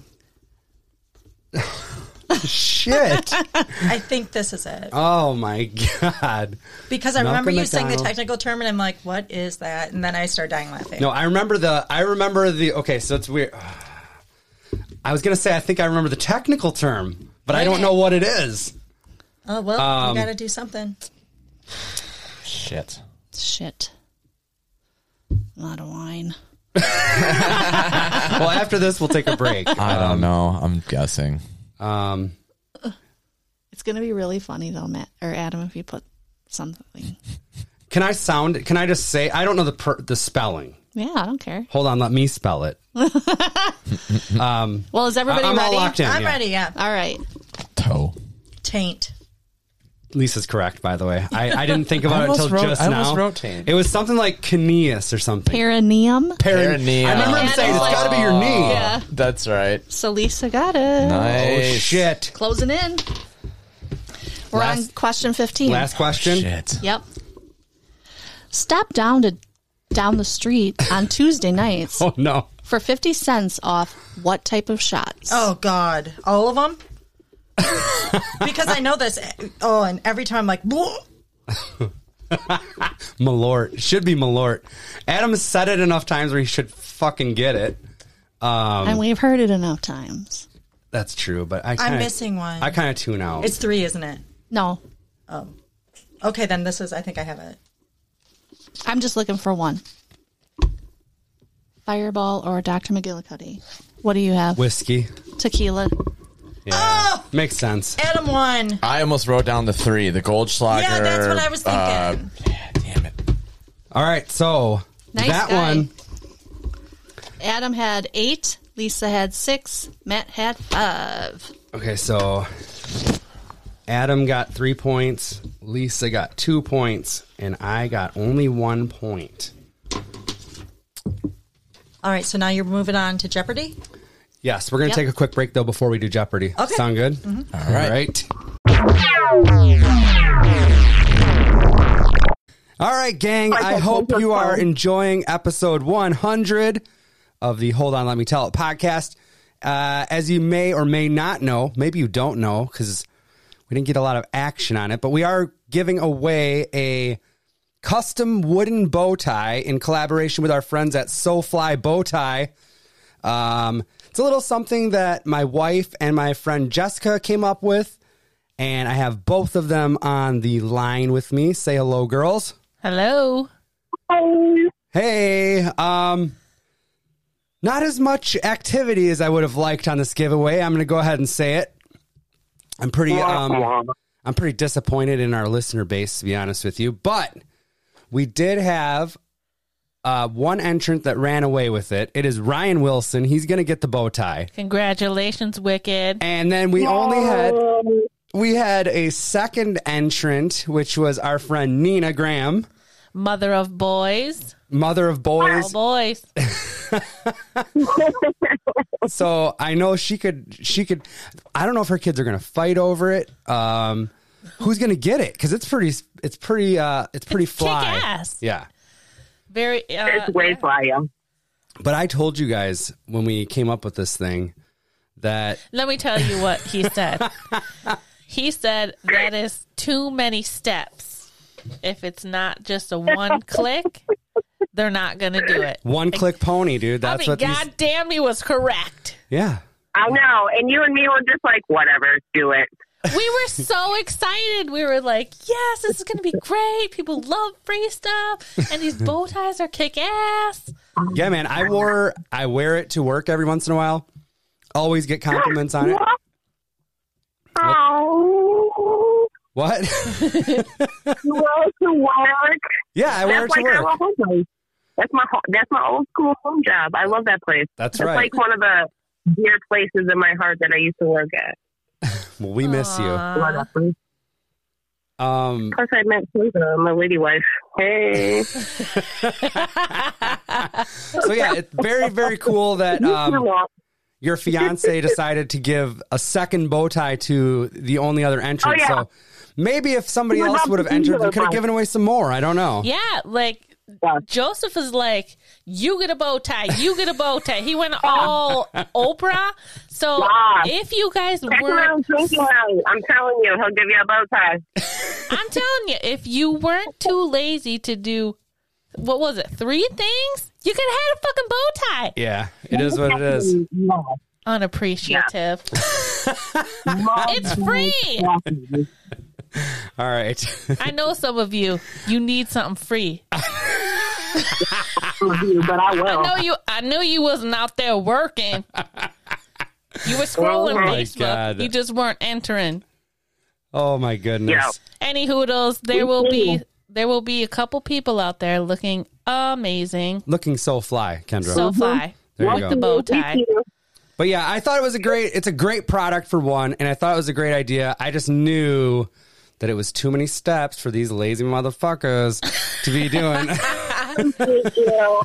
[SPEAKER 1] Shit.
[SPEAKER 4] I think this is it.
[SPEAKER 1] oh my god.
[SPEAKER 4] Because I remember
[SPEAKER 1] Malcolm
[SPEAKER 4] you saying the
[SPEAKER 1] McDonald.
[SPEAKER 4] technical term, and I'm like, what is that? And then I start dying laughing.
[SPEAKER 1] No, I remember the. I remember the. Okay, so it's weird. I was gonna say I think I remember the technical term, but I don't know what it is.
[SPEAKER 4] Oh, well,
[SPEAKER 1] um,
[SPEAKER 4] you got to do something.
[SPEAKER 2] Shit.
[SPEAKER 3] Shit. Not a wine.
[SPEAKER 1] Well, after this, we'll take a break.
[SPEAKER 2] I don't know. I'm guessing.
[SPEAKER 1] Um,
[SPEAKER 3] It's gonna be really funny though, Matt or Adam, if you put something.
[SPEAKER 1] can I sound? Can I just say I don't know the per, the spelling.
[SPEAKER 3] Yeah, I don't care.
[SPEAKER 1] Hold on, let me spell it.
[SPEAKER 4] Um,
[SPEAKER 3] Well, is everybody
[SPEAKER 1] I'm all
[SPEAKER 3] ready?
[SPEAKER 1] locked in.
[SPEAKER 4] I'm
[SPEAKER 1] yeah.
[SPEAKER 4] ready, yeah.
[SPEAKER 3] All right.
[SPEAKER 2] Toe.
[SPEAKER 4] Taint.
[SPEAKER 1] Lisa's correct, by the way. I, I didn't think
[SPEAKER 2] I
[SPEAKER 1] about it
[SPEAKER 2] almost
[SPEAKER 1] until
[SPEAKER 2] wrote-
[SPEAKER 1] just
[SPEAKER 2] I
[SPEAKER 1] now.
[SPEAKER 2] almost wrote taint.
[SPEAKER 1] It was something like Caneus or something.
[SPEAKER 3] Perineum.
[SPEAKER 1] Perin-
[SPEAKER 2] Perineum.
[SPEAKER 1] I remember him
[SPEAKER 3] Yeah,
[SPEAKER 1] saying
[SPEAKER 3] it's like-
[SPEAKER 1] it's got to be your knee.
[SPEAKER 3] Yeah.
[SPEAKER 2] That's right.
[SPEAKER 3] So Lisa got it.
[SPEAKER 1] Oh
[SPEAKER 2] Nice.
[SPEAKER 1] shit!
[SPEAKER 3] Closing in. We're on
[SPEAKER 1] Last-
[SPEAKER 3] question fifteen.
[SPEAKER 1] Last question.
[SPEAKER 2] Shit.
[SPEAKER 3] Yep. Step down to down the street on Tuesday nights
[SPEAKER 1] Oh no!
[SPEAKER 3] for fifty cents off what type of shots?
[SPEAKER 4] Oh, God. All of them? because I know this. Oh, and every time I'm like, "Bleh."
[SPEAKER 1] Malort should be Malort. Adam said it enough times where he should fucking get it. Um,
[SPEAKER 3] and we've heard it enough times.
[SPEAKER 1] That's true, but I kinda,
[SPEAKER 4] missing one.
[SPEAKER 1] I kind of tune out.
[SPEAKER 4] it's three, isn't it? Oh.
[SPEAKER 3] No.
[SPEAKER 4] Okay, then this is, I think I have it.
[SPEAKER 3] I'm just looking for one. Fireball or Dr. McGillicuddy. What do you have?
[SPEAKER 1] Whiskey
[SPEAKER 3] Tequila.
[SPEAKER 4] Oh!
[SPEAKER 1] makes sense.
[SPEAKER 4] Adam won.
[SPEAKER 2] I almost wrote down the three. The Goldschlager.
[SPEAKER 4] Yeah, that's what I was thinking.
[SPEAKER 2] uh, yeah, damn it.
[SPEAKER 1] All right, so
[SPEAKER 3] Nice
[SPEAKER 1] that
[SPEAKER 3] guy.
[SPEAKER 1] one.
[SPEAKER 3] Adam had eight. Lisa had six. Matt had five.
[SPEAKER 1] Okay, so Adam got three points, Lisa got two points, and I got only one point.
[SPEAKER 4] All right, so now you're moving on to Jeopardy.
[SPEAKER 1] Yes, we're gonna
[SPEAKER 3] Yep.
[SPEAKER 1] take a quick break though before we do Jeopardy.
[SPEAKER 4] Okay.
[SPEAKER 1] Sound good?
[SPEAKER 2] All right.
[SPEAKER 1] All right. All right, gang. I hope you are enjoying episode 100 of the Hold On, Let Me Tell It podcast. Uh, as you may or may not know, maybe you don't know because we didn't get a lot of action on it, but we are giving away a custom wooden bow tie in collaboration with our friends at SoFly Bow Tie. Um, it's a little something that my wife and my friend Jessica came up with, and I have both of them on the line with me. Say hello, girls.
[SPEAKER 5] Hello.
[SPEAKER 1] Hey, um, not as much activity as I would have liked on this giveaway. I'm going to go ahead and say it. I'm pretty, um, I'm pretty disappointed in our listener base, to be honest with you. But we did have uh, one entrant that ran away with it. It is Ryan Wilson. He's going to get the bow tie.
[SPEAKER 5] Congratulations, Wicked.
[SPEAKER 1] And then we only had
[SPEAKER 6] Oh.
[SPEAKER 1] we had a second entrant, which was our friend Nina Graham,
[SPEAKER 5] Mother of boys.
[SPEAKER 1] mother of boys.
[SPEAKER 5] All boys.
[SPEAKER 1] so I know she could she could I don't know if her kids are gonna fight over it. Um who's gonna get it? Because it's pretty it's pretty uh it's pretty fly.
[SPEAKER 5] ass.
[SPEAKER 1] Yeah.
[SPEAKER 5] Very. Uh,
[SPEAKER 6] It's way flying.
[SPEAKER 1] But I told you guys when we came up with this thing that
[SPEAKER 5] Let me tell you what he said. he said that is too many steps. If it's not just a one click, they're not going to do it.
[SPEAKER 1] one click pony, dude.
[SPEAKER 5] I
[SPEAKER 1] That's
[SPEAKER 5] mean,
[SPEAKER 1] what these
[SPEAKER 5] God damn, he was correct.
[SPEAKER 1] Yeah.
[SPEAKER 6] I know. And you and me were just like, whatever, do it.
[SPEAKER 5] We were so excited. We were like, yes, this is going to be great. People love free stuff, and these bow ties are kick ass.
[SPEAKER 1] Yeah, man. I wore I wear it to work every once in a while. Always get compliments on it.
[SPEAKER 6] Oh,
[SPEAKER 1] What?
[SPEAKER 6] you go to work.
[SPEAKER 1] yeah, I wear it
[SPEAKER 6] that's
[SPEAKER 1] to
[SPEAKER 6] like our
[SPEAKER 1] work.
[SPEAKER 6] home place. That's my ho- that's my old school home job. I love that place.
[SPEAKER 1] That's
[SPEAKER 6] It's
[SPEAKER 1] right.
[SPEAKER 6] like one of the dear places in my heart that I used to work at.
[SPEAKER 1] Well, we miss you.
[SPEAKER 6] I love that place.
[SPEAKER 1] Um
[SPEAKER 6] Plus, I met Susan, my lady wife. Hey,
[SPEAKER 1] so yeah, it's very, very
[SPEAKER 4] Oh.
[SPEAKER 1] cool that um, your fiance decided to give a second bow tie to the only other entrant.
[SPEAKER 6] Oh, yeah.
[SPEAKER 1] So maybe if somebody
[SPEAKER 6] We're
[SPEAKER 1] else
[SPEAKER 6] not
[SPEAKER 1] would have
[SPEAKER 6] giving
[SPEAKER 1] entered,
[SPEAKER 6] her
[SPEAKER 1] we could have
[SPEAKER 6] one.
[SPEAKER 1] given away some more. I don't know.
[SPEAKER 5] Yeah, like
[SPEAKER 6] Yeah.
[SPEAKER 5] Joseph is like, you get a bow tie, you get a bow tie. He went all Oprah. So
[SPEAKER 6] Yeah.
[SPEAKER 5] if you guys
[SPEAKER 6] Check him out,
[SPEAKER 5] weren't,
[SPEAKER 6] drinking night. I'm telling you, he'll give you a bow tie.
[SPEAKER 5] I'm telling you, if you weren't too lazy to do, what was it, three things? You could have had a fucking bow tie.
[SPEAKER 1] Yeah, it is what it is.
[SPEAKER 6] Yeah.
[SPEAKER 5] Unappreciative. it's free.
[SPEAKER 1] All right.
[SPEAKER 5] I know some of you. You need something free.
[SPEAKER 6] but I will.
[SPEAKER 5] I know you. I knew you wasn't out there working. You were scrolling
[SPEAKER 6] Oh my
[SPEAKER 5] Facebook.
[SPEAKER 1] God.
[SPEAKER 5] You just weren't entering.
[SPEAKER 1] Oh my goodness.
[SPEAKER 6] Yeah.
[SPEAKER 5] Any hoodles, there will be there will be a couple people out there looking amazing.
[SPEAKER 1] Looking so fly, Kendra.
[SPEAKER 5] So
[SPEAKER 6] Mm-hmm.
[SPEAKER 5] fly
[SPEAKER 1] There you
[SPEAKER 5] with
[SPEAKER 1] go.
[SPEAKER 5] Mm-hmm. the bow tie.
[SPEAKER 1] But yeah, I thought it was a great it's a great product for one, and I thought it was a great idea. I just knew that it was too many steps for these lazy motherfuckers to be doing.
[SPEAKER 6] Thank you.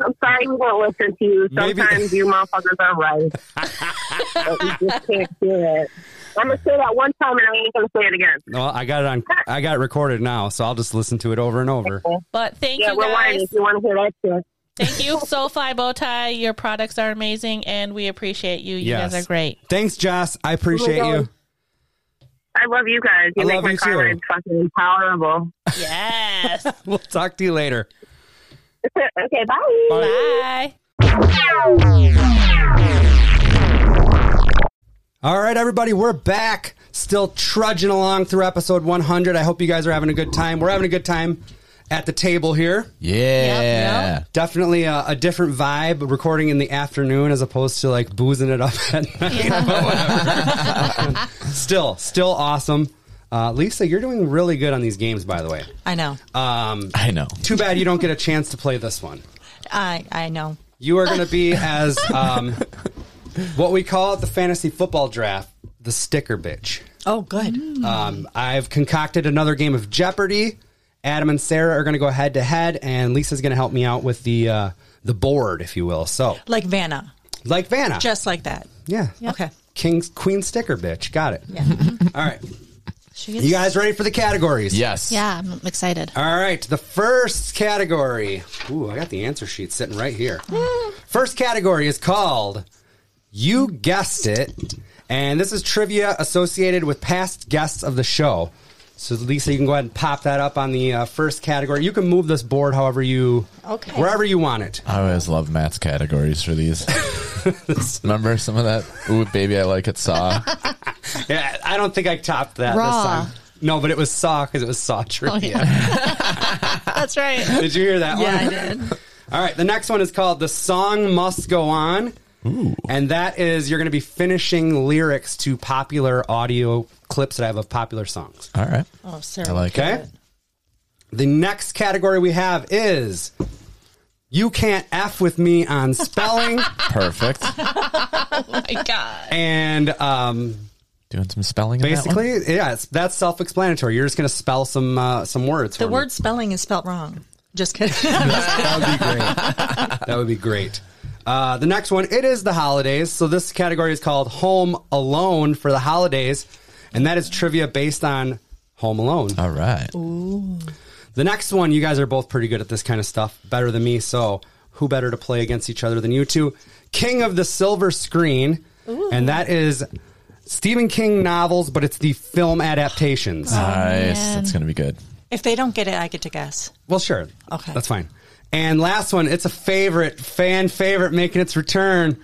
[SPEAKER 6] I'm sorry we won't listen to you.
[SPEAKER 1] Maybe-
[SPEAKER 6] Sometimes you motherfuckers are right. but we just can't do it. I'm going to say that one time and I ain't going to say it again.
[SPEAKER 1] well, I got it on I got it recorded now, so I'll just listen to it over and over.
[SPEAKER 5] But thank
[SPEAKER 6] Yeah,
[SPEAKER 5] you
[SPEAKER 6] we're lying
[SPEAKER 5] guys.
[SPEAKER 6] if you want to hear that shit.
[SPEAKER 5] Thank you, SoFi Bow Tie. Your products are amazing, and we appreciate you. You
[SPEAKER 1] Yes.
[SPEAKER 5] guys are great.
[SPEAKER 1] Thanks, Joss. I appreciate
[SPEAKER 6] Oh my
[SPEAKER 1] you.
[SPEAKER 6] God. I love you guys. You
[SPEAKER 1] I
[SPEAKER 6] make
[SPEAKER 1] love
[SPEAKER 6] my
[SPEAKER 1] you too.
[SPEAKER 6] car ride fucking intolerable.
[SPEAKER 5] Yes.
[SPEAKER 1] We'll talk to you later.
[SPEAKER 6] okay,
[SPEAKER 5] Bye.
[SPEAKER 1] All right, everybody, we're back. Still trudging along through episode 100. I hope you guys are having a good time. We're having a good time at the table here.
[SPEAKER 2] Yeah.
[SPEAKER 1] Definitely a, a different vibe recording in the afternoon as opposed to like boozing it up at night. still, still awesome. Uh, Lisa, you're doing really good on these games, by the way. Um,
[SPEAKER 4] I know.
[SPEAKER 2] I know.
[SPEAKER 1] Too bad you don't get a chance to play this one.
[SPEAKER 4] I I know.
[SPEAKER 1] You are going to be as um, what we call at the fantasy football draft the sticker bitch.
[SPEAKER 4] Oh, good.
[SPEAKER 1] Um, I've concocted another game of Jeopardy. Adam and Sarah are going to go head to head, and Lisa's going to help me out with the uh, the board, if you will. So,
[SPEAKER 4] Like Vanna,
[SPEAKER 1] like Vanna,
[SPEAKER 4] just like that.
[SPEAKER 1] yeah,
[SPEAKER 4] Okay.
[SPEAKER 1] King's Queen sticker bitch, got it.
[SPEAKER 4] Yeah.
[SPEAKER 1] All right,
[SPEAKER 5] She
[SPEAKER 1] you guys ready for the categories?
[SPEAKER 2] Yes.
[SPEAKER 5] Yeah, I'm excited.
[SPEAKER 1] All right, the first category. Ooh, I got the answer sheet sitting right here. First category is called You Guessed It. And this is trivia associated with past guests of the show. So Lisa, you can go ahead and pop that up on the uh, first category. You can move this board however you,
[SPEAKER 4] Okay.
[SPEAKER 1] wherever you want it.
[SPEAKER 2] I always love Matt's categories for these. Remember some of that? Ooh, baby, I like it. Saw.
[SPEAKER 1] Yeah, I don't think I topped that
[SPEAKER 3] Raw.
[SPEAKER 1] this time. No, but it was saw because it was saw
[SPEAKER 3] Oh,
[SPEAKER 1] trivia.
[SPEAKER 3] That's right.
[SPEAKER 1] Did you hear that
[SPEAKER 4] Yeah,
[SPEAKER 1] one?
[SPEAKER 4] I did.
[SPEAKER 1] All right, the next one is called The Song Must Go On. And that is you're going to be finishing lyrics to popular audio clips that I have of popular songs.
[SPEAKER 2] All right,
[SPEAKER 4] Oh, Sarah.
[SPEAKER 2] I like it.
[SPEAKER 1] Okay? The next category we have is You Can't F with Me on Spelling
[SPEAKER 2] Perfect.
[SPEAKER 3] My God.
[SPEAKER 1] and um
[SPEAKER 2] Doing some spelling. in that one?
[SPEAKER 1] basically yeah, it's, that's self-explanatory. You're just going to spell some uh, some words.
[SPEAKER 4] The
[SPEAKER 1] for me.
[SPEAKER 4] word spelling is spelt wrong. Just kidding.
[SPEAKER 1] that would be great. That would be great. Uh, the next one, it is the holidays. So this category is called Home Alone for the holidays, and that is trivia based on Home Alone.
[SPEAKER 2] All right.
[SPEAKER 1] The next one, you guys are both pretty good at this kind of stuff, better than me. So who better to play against each other than you two? King of the Silver Screen, and that is Stephen King novels, but it's the film adaptations.
[SPEAKER 2] nice.
[SPEAKER 3] man.
[SPEAKER 2] That's gonna be good.
[SPEAKER 4] if they don't get it, I get to guess.
[SPEAKER 1] Well, sure.
[SPEAKER 4] Okay.
[SPEAKER 1] That's fine. And last one, it's a favorite, fan favorite making its return.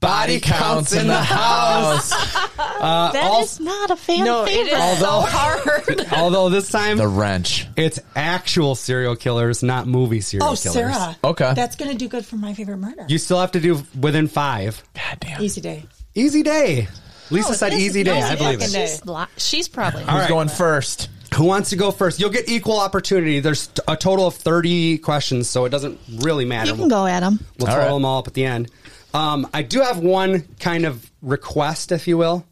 [SPEAKER 1] Body counts in the house. Uh, oh,
[SPEAKER 4] That is
[SPEAKER 1] all-
[SPEAKER 4] not a fan
[SPEAKER 3] No, it
[SPEAKER 4] favorite.
[SPEAKER 3] is.
[SPEAKER 1] Although,
[SPEAKER 3] Hard.
[SPEAKER 1] although this time
[SPEAKER 2] The wrench.
[SPEAKER 1] it's actual serial killers, not movie serial
[SPEAKER 4] Oh,
[SPEAKER 1] killers.
[SPEAKER 4] Sarah.
[SPEAKER 2] Okay.
[SPEAKER 4] That's going to do good for my favorite murder.
[SPEAKER 1] You still have to do within five.
[SPEAKER 2] God damn.
[SPEAKER 4] Easy day.
[SPEAKER 1] Easy day.
[SPEAKER 4] Oh,
[SPEAKER 1] Lisa said easy day. I believe it.
[SPEAKER 4] fucking day.
[SPEAKER 3] She's, li- she's probably.
[SPEAKER 2] Who's going first?
[SPEAKER 1] Who wants to go first? You'll get equal opportunity. There's t- a total of 30 questions, so it doesn't really matter.
[SPEAKER 3] You can go, Adam.
[SPEAKER 1] We'll
[SPEAKER 2] All
[SPEAKER 1] throw
[SPEAKER 2] right.
[SPEAKER 1] them all up at the end. Um, I do have one kind of request, if you will.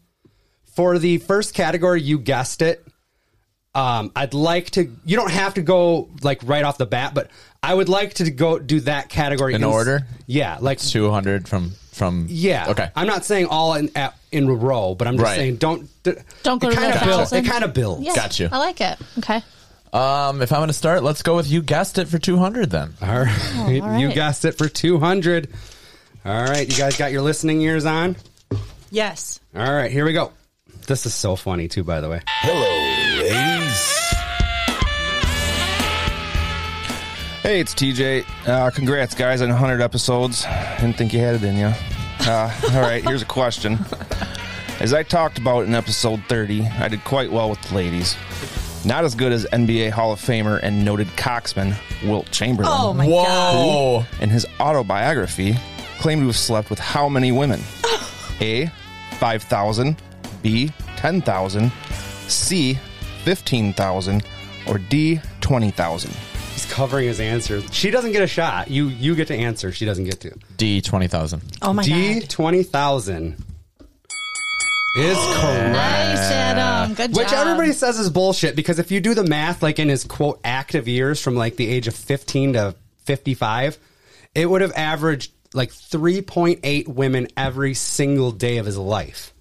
[SPEAKER 1] For the first category, you guessed it. Um, I'd like to. You don't have to go like right off the bat, but I would like to go do that category
[SPEAKER 2] In order?
[SPEAKER 1] Yeah, like
[SPEAKER 2] Two hundred from from.
[SPEAKER 1] yeah.
[SPEAKER 2] Okay.
[SPEAKER 1] I'm not saying all in at, in a row, but I'm just
[SPEAKER 2] Right.
[SPEAKER 1] saying don't
[SPEAKER 3] Don't go
[SPEAKER 1] It
[SPEAKER 3] to
[SPEAKER 1] kind
[SPEAKER 3] the
[SPEAKER 1] of builds. It
[SPEAKER 3] thousand.
[SPEAKER 1] kind of builds.
[SPEAKER 3] Yeah,
[SPEAKER 2] Got you.
[SPEAKER 3] I like it. Okay.
[SPEAKER 2] Um, if I'm gonna start, let's go with you guessed it for two hundred. Then.
[SPEAKER 1] All right. You
[SPEAKER 3] Oh, right.
[SPEAKER 1] guessed it for 200. All right. You guys got your listening ears on?
[SPEAKER 4] Yes.
[SPEAKER 1] All right. Here we go. This is so funny, too, by the way.
[SPEAKER 6] Hello, ladies.
[SPEAKER 7] Hey, it's TJ. Uh, congrats, guys, on 100 episodes. Didn't think you had it in you. Uh, all right, here's a question. As I talked about in episode 30, I did quite well with the ladies. Not as good as NBA Hall of Famer and noted coxman Wilt Chamberlain,
[SPEAKER 4] Oh, my God.
[SPEAKER 2] Whoa.
[SPEAKER 7] in his autobiography, claimed to have slept with how many women? A. 5,000, B. 10,000, C. 15,000, or D. 20,000.
[SPEAKER 1] He's covering his answer. She doesn't get a shot. You you get to answer. She doesn't get to.
[SPEAKER 2] D twenty thousand.
[SPEAKER 4] Oh, my
[SPEAKER 1] D
[SPEAKER 4] God.
[SPEAKER 1] twenty thousand is correct.
[SPEAKER 3] Nice, Adam. Good
[SPEAKER 1] Which
[SPEAKER 3] job.
[SPEAKER 1] everybody says is bullshit because if you do the math, like in his quote active years from like the age of fifteen to fifty five, it would have averaged like three point eight women every single day of his life.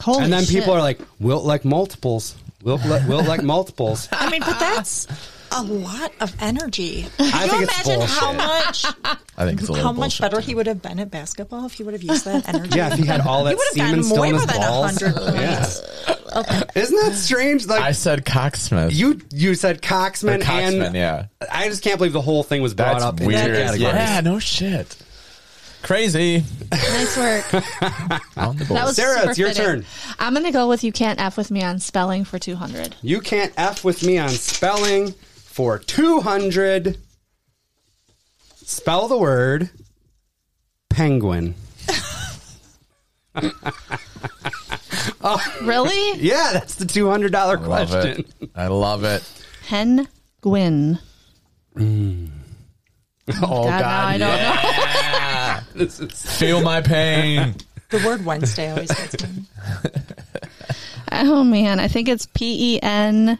[SPEAKER 3] Holy
[SPEAKER 1] and then
[SPEAKER 3] shit.
[SPEAKER 1] people are like, "Wilt like multiples. Wilt like, Wilt like multiples."
[SPEAKER 4] I mean, but that's a lot of energy.
[SPEAKER 1] I
[SPEAKER 4] Can you
[SPEAKER 1] think it's
[SPEAKER 4] imagine how much
[SPEAKER 2] I think it's a little.
[SPEAKER 4] how much better he would have been at basketball if he would have used that energy?
[SPEAKER 1] Yeah, if he had all that
[SPEAKER 4] would have
[SPEAKER 1] semen
[SPEAKER 4] gotten
[SPEAKER 1] still in
[SPEAKER 4] more
[SPEAKER 1] his
[SPEAKER 4] than
[SPEAKER 1] balls.
[SPEAKER 4] 100
[SPEAKER 1] Yeah. Isn't that strange? Like
[SPEAKER 2] I said cocksmith.
[SPEAKER 1] You you said
[SPEAKER 2] Or
[SPEAKER 1] Coxman,
[SPEAKER 2] cocksman,
[SPEAKER 1] and
[SPEAKER 2] yeah.
[SPEAKER 1] I just can't believe the whole thing was brought
[SPEAKER 2] That's
[SPEAKER 1] up. in that
[SPEAKER 2] weird.
[SPEAKER 1] category.
[SPEAKER 2] yeah. No shit. Crazy.
[SPEAKER 3] Nice work.
[SPEAKER 2] On the board.
[SPEAKER 3] That was
[SPEAKER 1] Sarah,
[SPEAKER 3] super
[SPEAKER 1] it's your
[SPEAKER 3] fitting.
[SPEAKER 1] turn.
[SPEAKER 3] I'm gonna go with you can't f with me on spelling for 200.
[SPEAKER 1] You can't f with me on spelling for two hundred. Spell the word penguin.
[SPEAKER 3] Really?
[SPEAKER 1] Oh. Yeah, that's the two hundred dollar
[SPEAKER 2] love
[SPEAKER 1] question.
[SPEAKER 2] it. I love it.
[SPEAKER 3] Pen Gwyn.
[SPEAKER 2] Oh
[SPEAKER 3] God, now I don't
[SPEAKER 1] This is-
[SPEAKER 2] Feel my pain.
[SPEAKER 4] The word Wednesday always gets me.
[SPEAKER 3] know. Oh man, I think it's P E N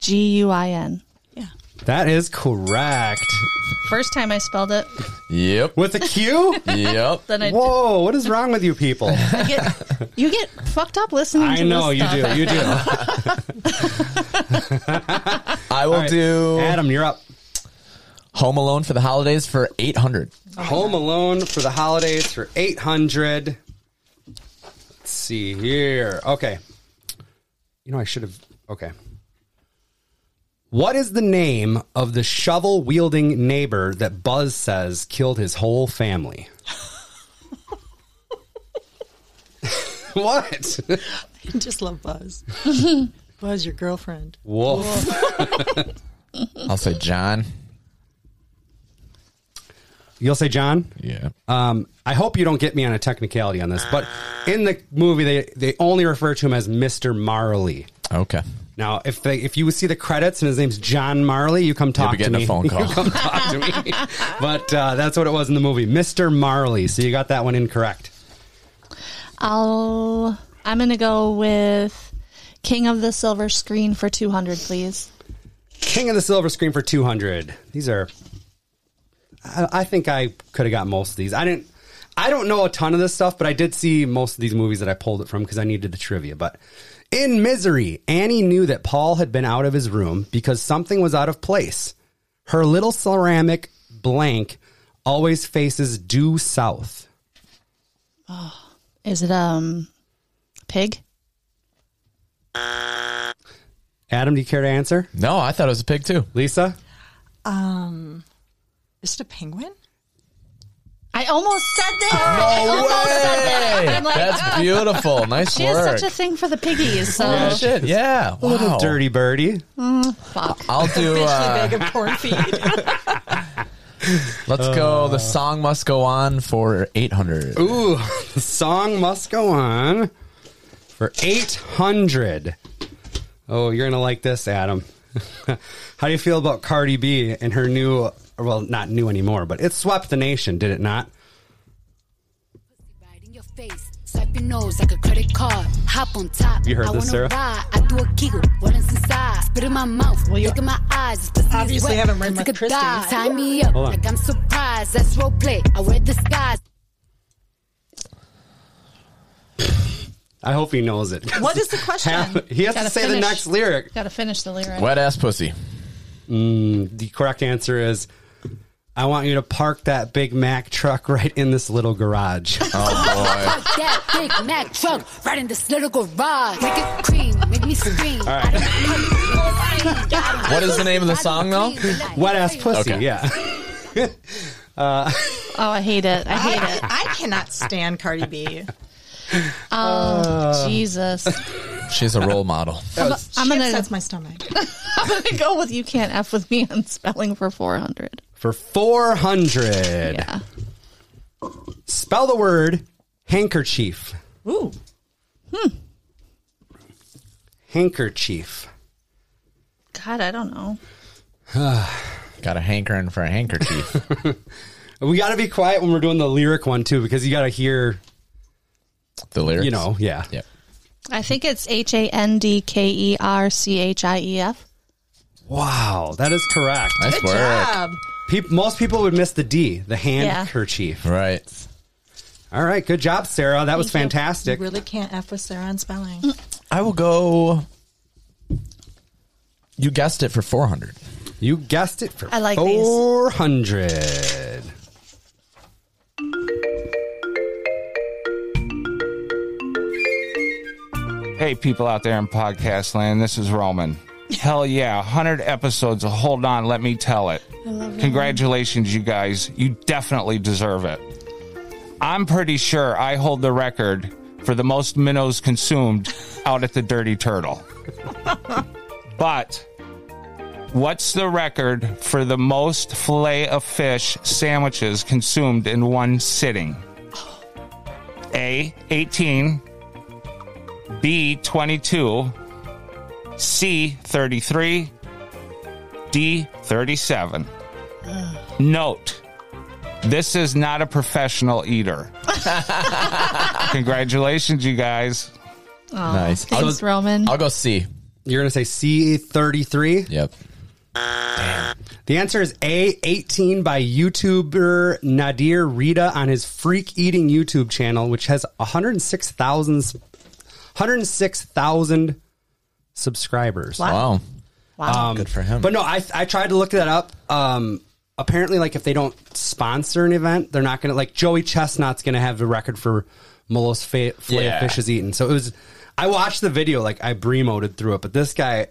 [SPEAKER 3] G U I N.
[SPEAKER 4] Yeah.
[SPEAKER 1] that is correct.
[SPEAKER 3] First time I spelled it,
[SPEAKER 2] yep.
[SPEAKER 1] With a Q?
[SPEAKER 2] Yep.
[SPEAKER 3] then I,
[SPEAKER 1] Whoa, what is wrong with you people?
[SPEAKER 3] I get you get fucked up listening.
[SPEAKER 1] I
[SPEAKER 3] to
[SPEAKER 1] know
[SPEAKER 3] this
[SPEAKER 1] you
[SPEAKER 3] stuff, I
[SPEAKER 1] do. You
[SPEAKER 3] think.
[SPEAKER 1] do.
[SPEAKER 2] I will do
[SPEAKER 1] Adam, you're up.
[SPEAKER 2] Home Alone for the holidays for eight hundred.
[SPEAKER 1] Home Alone for the holidays for 800. Let's see here. Okay. You know, I should have. Okay. What is the name of the shovel wielding neighbor that Buzz says killed his whole family? what?
[SPEAKER 4] I just love Buzz. Buzz, your girlfriend.
[SPEAKER 1] Wolf.
[SPEAKER 2] I'll say John.
[SPEAKER 1] You'll say John?
[SPEAKER 2] Yeah.
[SPEAKER 1] Um, I hope you don't get me on a technicality on this, but in the movie they, they only refer to him as Mr. Marley.
[SPEAKER 2] Okay.
[SPEAKER 1] Now, if they, if you see the credits and his name's John Marley, you come talk
[SPEAKER 2] be
[SPEAKER 1] to
[SPEAKER 2] getting a
[SPEAKER 1] me.
[SPEAKER 2] phone call.
[SPEAKER 1] You come talk to me. But uh, that's what it was in the movie, Mr. Marley. So you got that one incorrect.
[SPEAKER 3] I'll. I'm gonna go with King of the Silver Screen for two hundred, please.
[SPEAKER 1] King of the Silver Screen for two hundred. These are. I, I think I could have got most of these. I didn't. I don't know a ton of this stuff, but I did see most of these movies that I pulled it from because I needed the trivia. But in Misery, Annie knew that Paul had been out of his room because something was out of place. Her little ceramic blank always faces due south.
[SPEAKER 3] Oh, Is it um, pig?
[SPEAKER 1] Adam, do you care to answer?
[SPEAKER 2] No, I thought it was a pig too.
[SPEAKER 1] Lisa?
[SPEAKER 4] Um, is it a penguin?
[SPEAKER 3] I almost said that. I almost said that. I'm like,
[SPEAKER 2] That's beautiful. Nice
[SPEAKER 3] she
[SPEAKER 2] work.
[SPEAKER 3] has such a thing for the piggies. So mm,
[SPEAKER 2] yeah, shit. Yeah. Wow.
[SPEAKER 1] Dirty birdie.
[SPEAKER 3] fuck.
[SPEAKER 2] I'll do. Uh,
[SPEAKER 4] bag of corn feed.
[SPEAKER 2] let's go.
[SPEAKER 1] Uh,
[SPEAKER 2] The song must go on for eight hundred.
[SPEAKER 1] Ooh, the song must go on for 800. Oh, you're going to like this, Adam. How do you feel about Cardi B and her new, well, not new anymore, but it swept the nation, did it not?
[SPEAKER 8] Right in your face, swipe your nose like a credit card. Hop on top.
[SPEAKER 1] You heard
[SPEAKER 8] I
[SPEAKER 1] this,
[SPEAKER 8] wanna
[SPEAKER 1] Sarah?
[SPEAKER 8] Ride. I do a giggle, what is inside? Spit in my mouth,
[SPEAKER 4] you
[SPEAKER 8] look in my eyes. this pussy is
[SPEAKER 4] obviously
[SPEAKER 8] wet,
[SPEAKER 4] haven't read
[SPEAKER 8] let's
[SPEAKER 4] my
[SPEAKER 8] take a
[SPEAKER 4] Christie.
[SPEAKER 8] dive. Tie me up
[SPEAKER 1] Hold on.
[SPEAKER 8] like I'm surprised. That's role play. I wear disguise.
[SPEAKER 1] I hope he knows it.
[SPEAKER 4] What is the question?
[SPEAKER 1] Half- he has to
[SPEAKER 3] Gotta
[SPEAKER 1] say the
[SPEAKER 3] finish.
[SPEAKER 1] next lyric.
[SPEAKER 3] Gotta finish the lyric.
[SPEAKER 2] Wet ass pussy.
[SPEAKER 1] Mm, The correct answer is I want you to park that Big Mac truck right in this little garage.
[SPEAKER 2] Oh boy.
[SPEAKER 8] That Big Mac truck right in this little garage. Make it cream, make me scream. I don't know how you- I don't
[SPEAKER 2] What is the name of the
[SPEAKER 8] know.
[SPEAKER 2] song though?
[SPEAKER 1] Wet ass pussy,
[SPEAKER 2] Okay.
[SPEAKER 1] yeah. Uh,
[SPEAKER 3] Oh, I hate it. I hate it.
[SPEAKER 4] I cannot stand Cardi B.
[SPEAKER 3] Oh,
[SPEAKER 1] Uh.
[SPEAKER 3] Jesus.
[SPEAKER 2] She's a role model.
[SPEAKER 3] I'm
[SPEAKER 4] She
[SPEAKER 3] gonna,
[SPEAKER 4] upsets my stomach.
[SPEAKER 3] I'm gonna go with you can't F with me on spelling for 400.
[SPEAKER 1] For 400.
[SPEAKER 3] Yeah.
[SPEAKER 1] Spell the word handkerchief.
[SPEAKER 4] Ooh,
[SPEAKER 1] Handkerchief.
[SPEAKER 3] God, I don't know.
[SPEAKER 2] Got a hankering for a handkerchief.
[SPEAKER 1] We got to be quiet when we're doing the lyric one too, because you got to hear,
[SPEAKER 2] The lyrics.
[SPEAKER 1] you know, yeah.
[SPEAKER 2] Yep.
[SPEAKER 3] I think it's H A N D K E R C H I E F.
[SPEAKER 1] Wow, that is correct.
[SPEAKER 2] Nice
[SPEAKER 4] good
[SPEAKER 2] work.
[SPEAKER 4] job.
[SPEAKER 1] Peop most people would miss the D, the handkerchief.
[SPEAKER 2] Right.
[SPEAKER 1] All right, good job, Sarah. That was
[SPEAKER 3] Thank you.
[SPEAKER 1] fantastic.
[SPEAKER 4] Really can't f with Sarah on spelling.
[SPEAKER 2] I will go. You guessed it for four hundred.
[SPEAKER 1] You guessed it for
[SPEAKER 3] I like these.
[SPEAKER 1] 400.
[SPEAKER 9] Hey, people out there in podcast land, this is Roman. Hell yeah, 100 episodes. Hold on, let me tell it. Congratulations, you guys. You definitely deserve it. I'm pretty sure I hold the record for the most minnows consumed out at the Dirty Turtle. but what's the record for the most filet of fish sandwiches consumed in one sitting? A, 18. B 22, C 33, D 37. Note, this is not a professional eater.
[SPEAKER 3] Ah.
[SPEAKER 9] Congratulations, you guys.
[SPEAKER 2] nice. I'll,
[SPEAKER 3] Thanks, Roman.
[SPEAKER 2] I'll go C.
[SPEAKER 1] You're going to say C33.
[SPEAKER 2] Yep.
[SPEAKER 1] The answer is A18 by YouTuber Nadir Rita on his Freak Eating YouTube channel, which has 106,000 106,000 subscribers. Um,
[SPEAKER 2] Wow.
[SPEAKER 4] Wow.
[SPEAKER 2] Good for him.
[SPEAKER 1] But no, I, I tried to look that up. Um, apparently, like if they don't sponsor an event, they're not going to, like Joey Chestnut's going to have the record for most fa- filet
[SPEAKER 2] Yeah.
[SPEAKER 1] of fishes eaten. So it was, I watched the video, like I bremoted through it, but this guy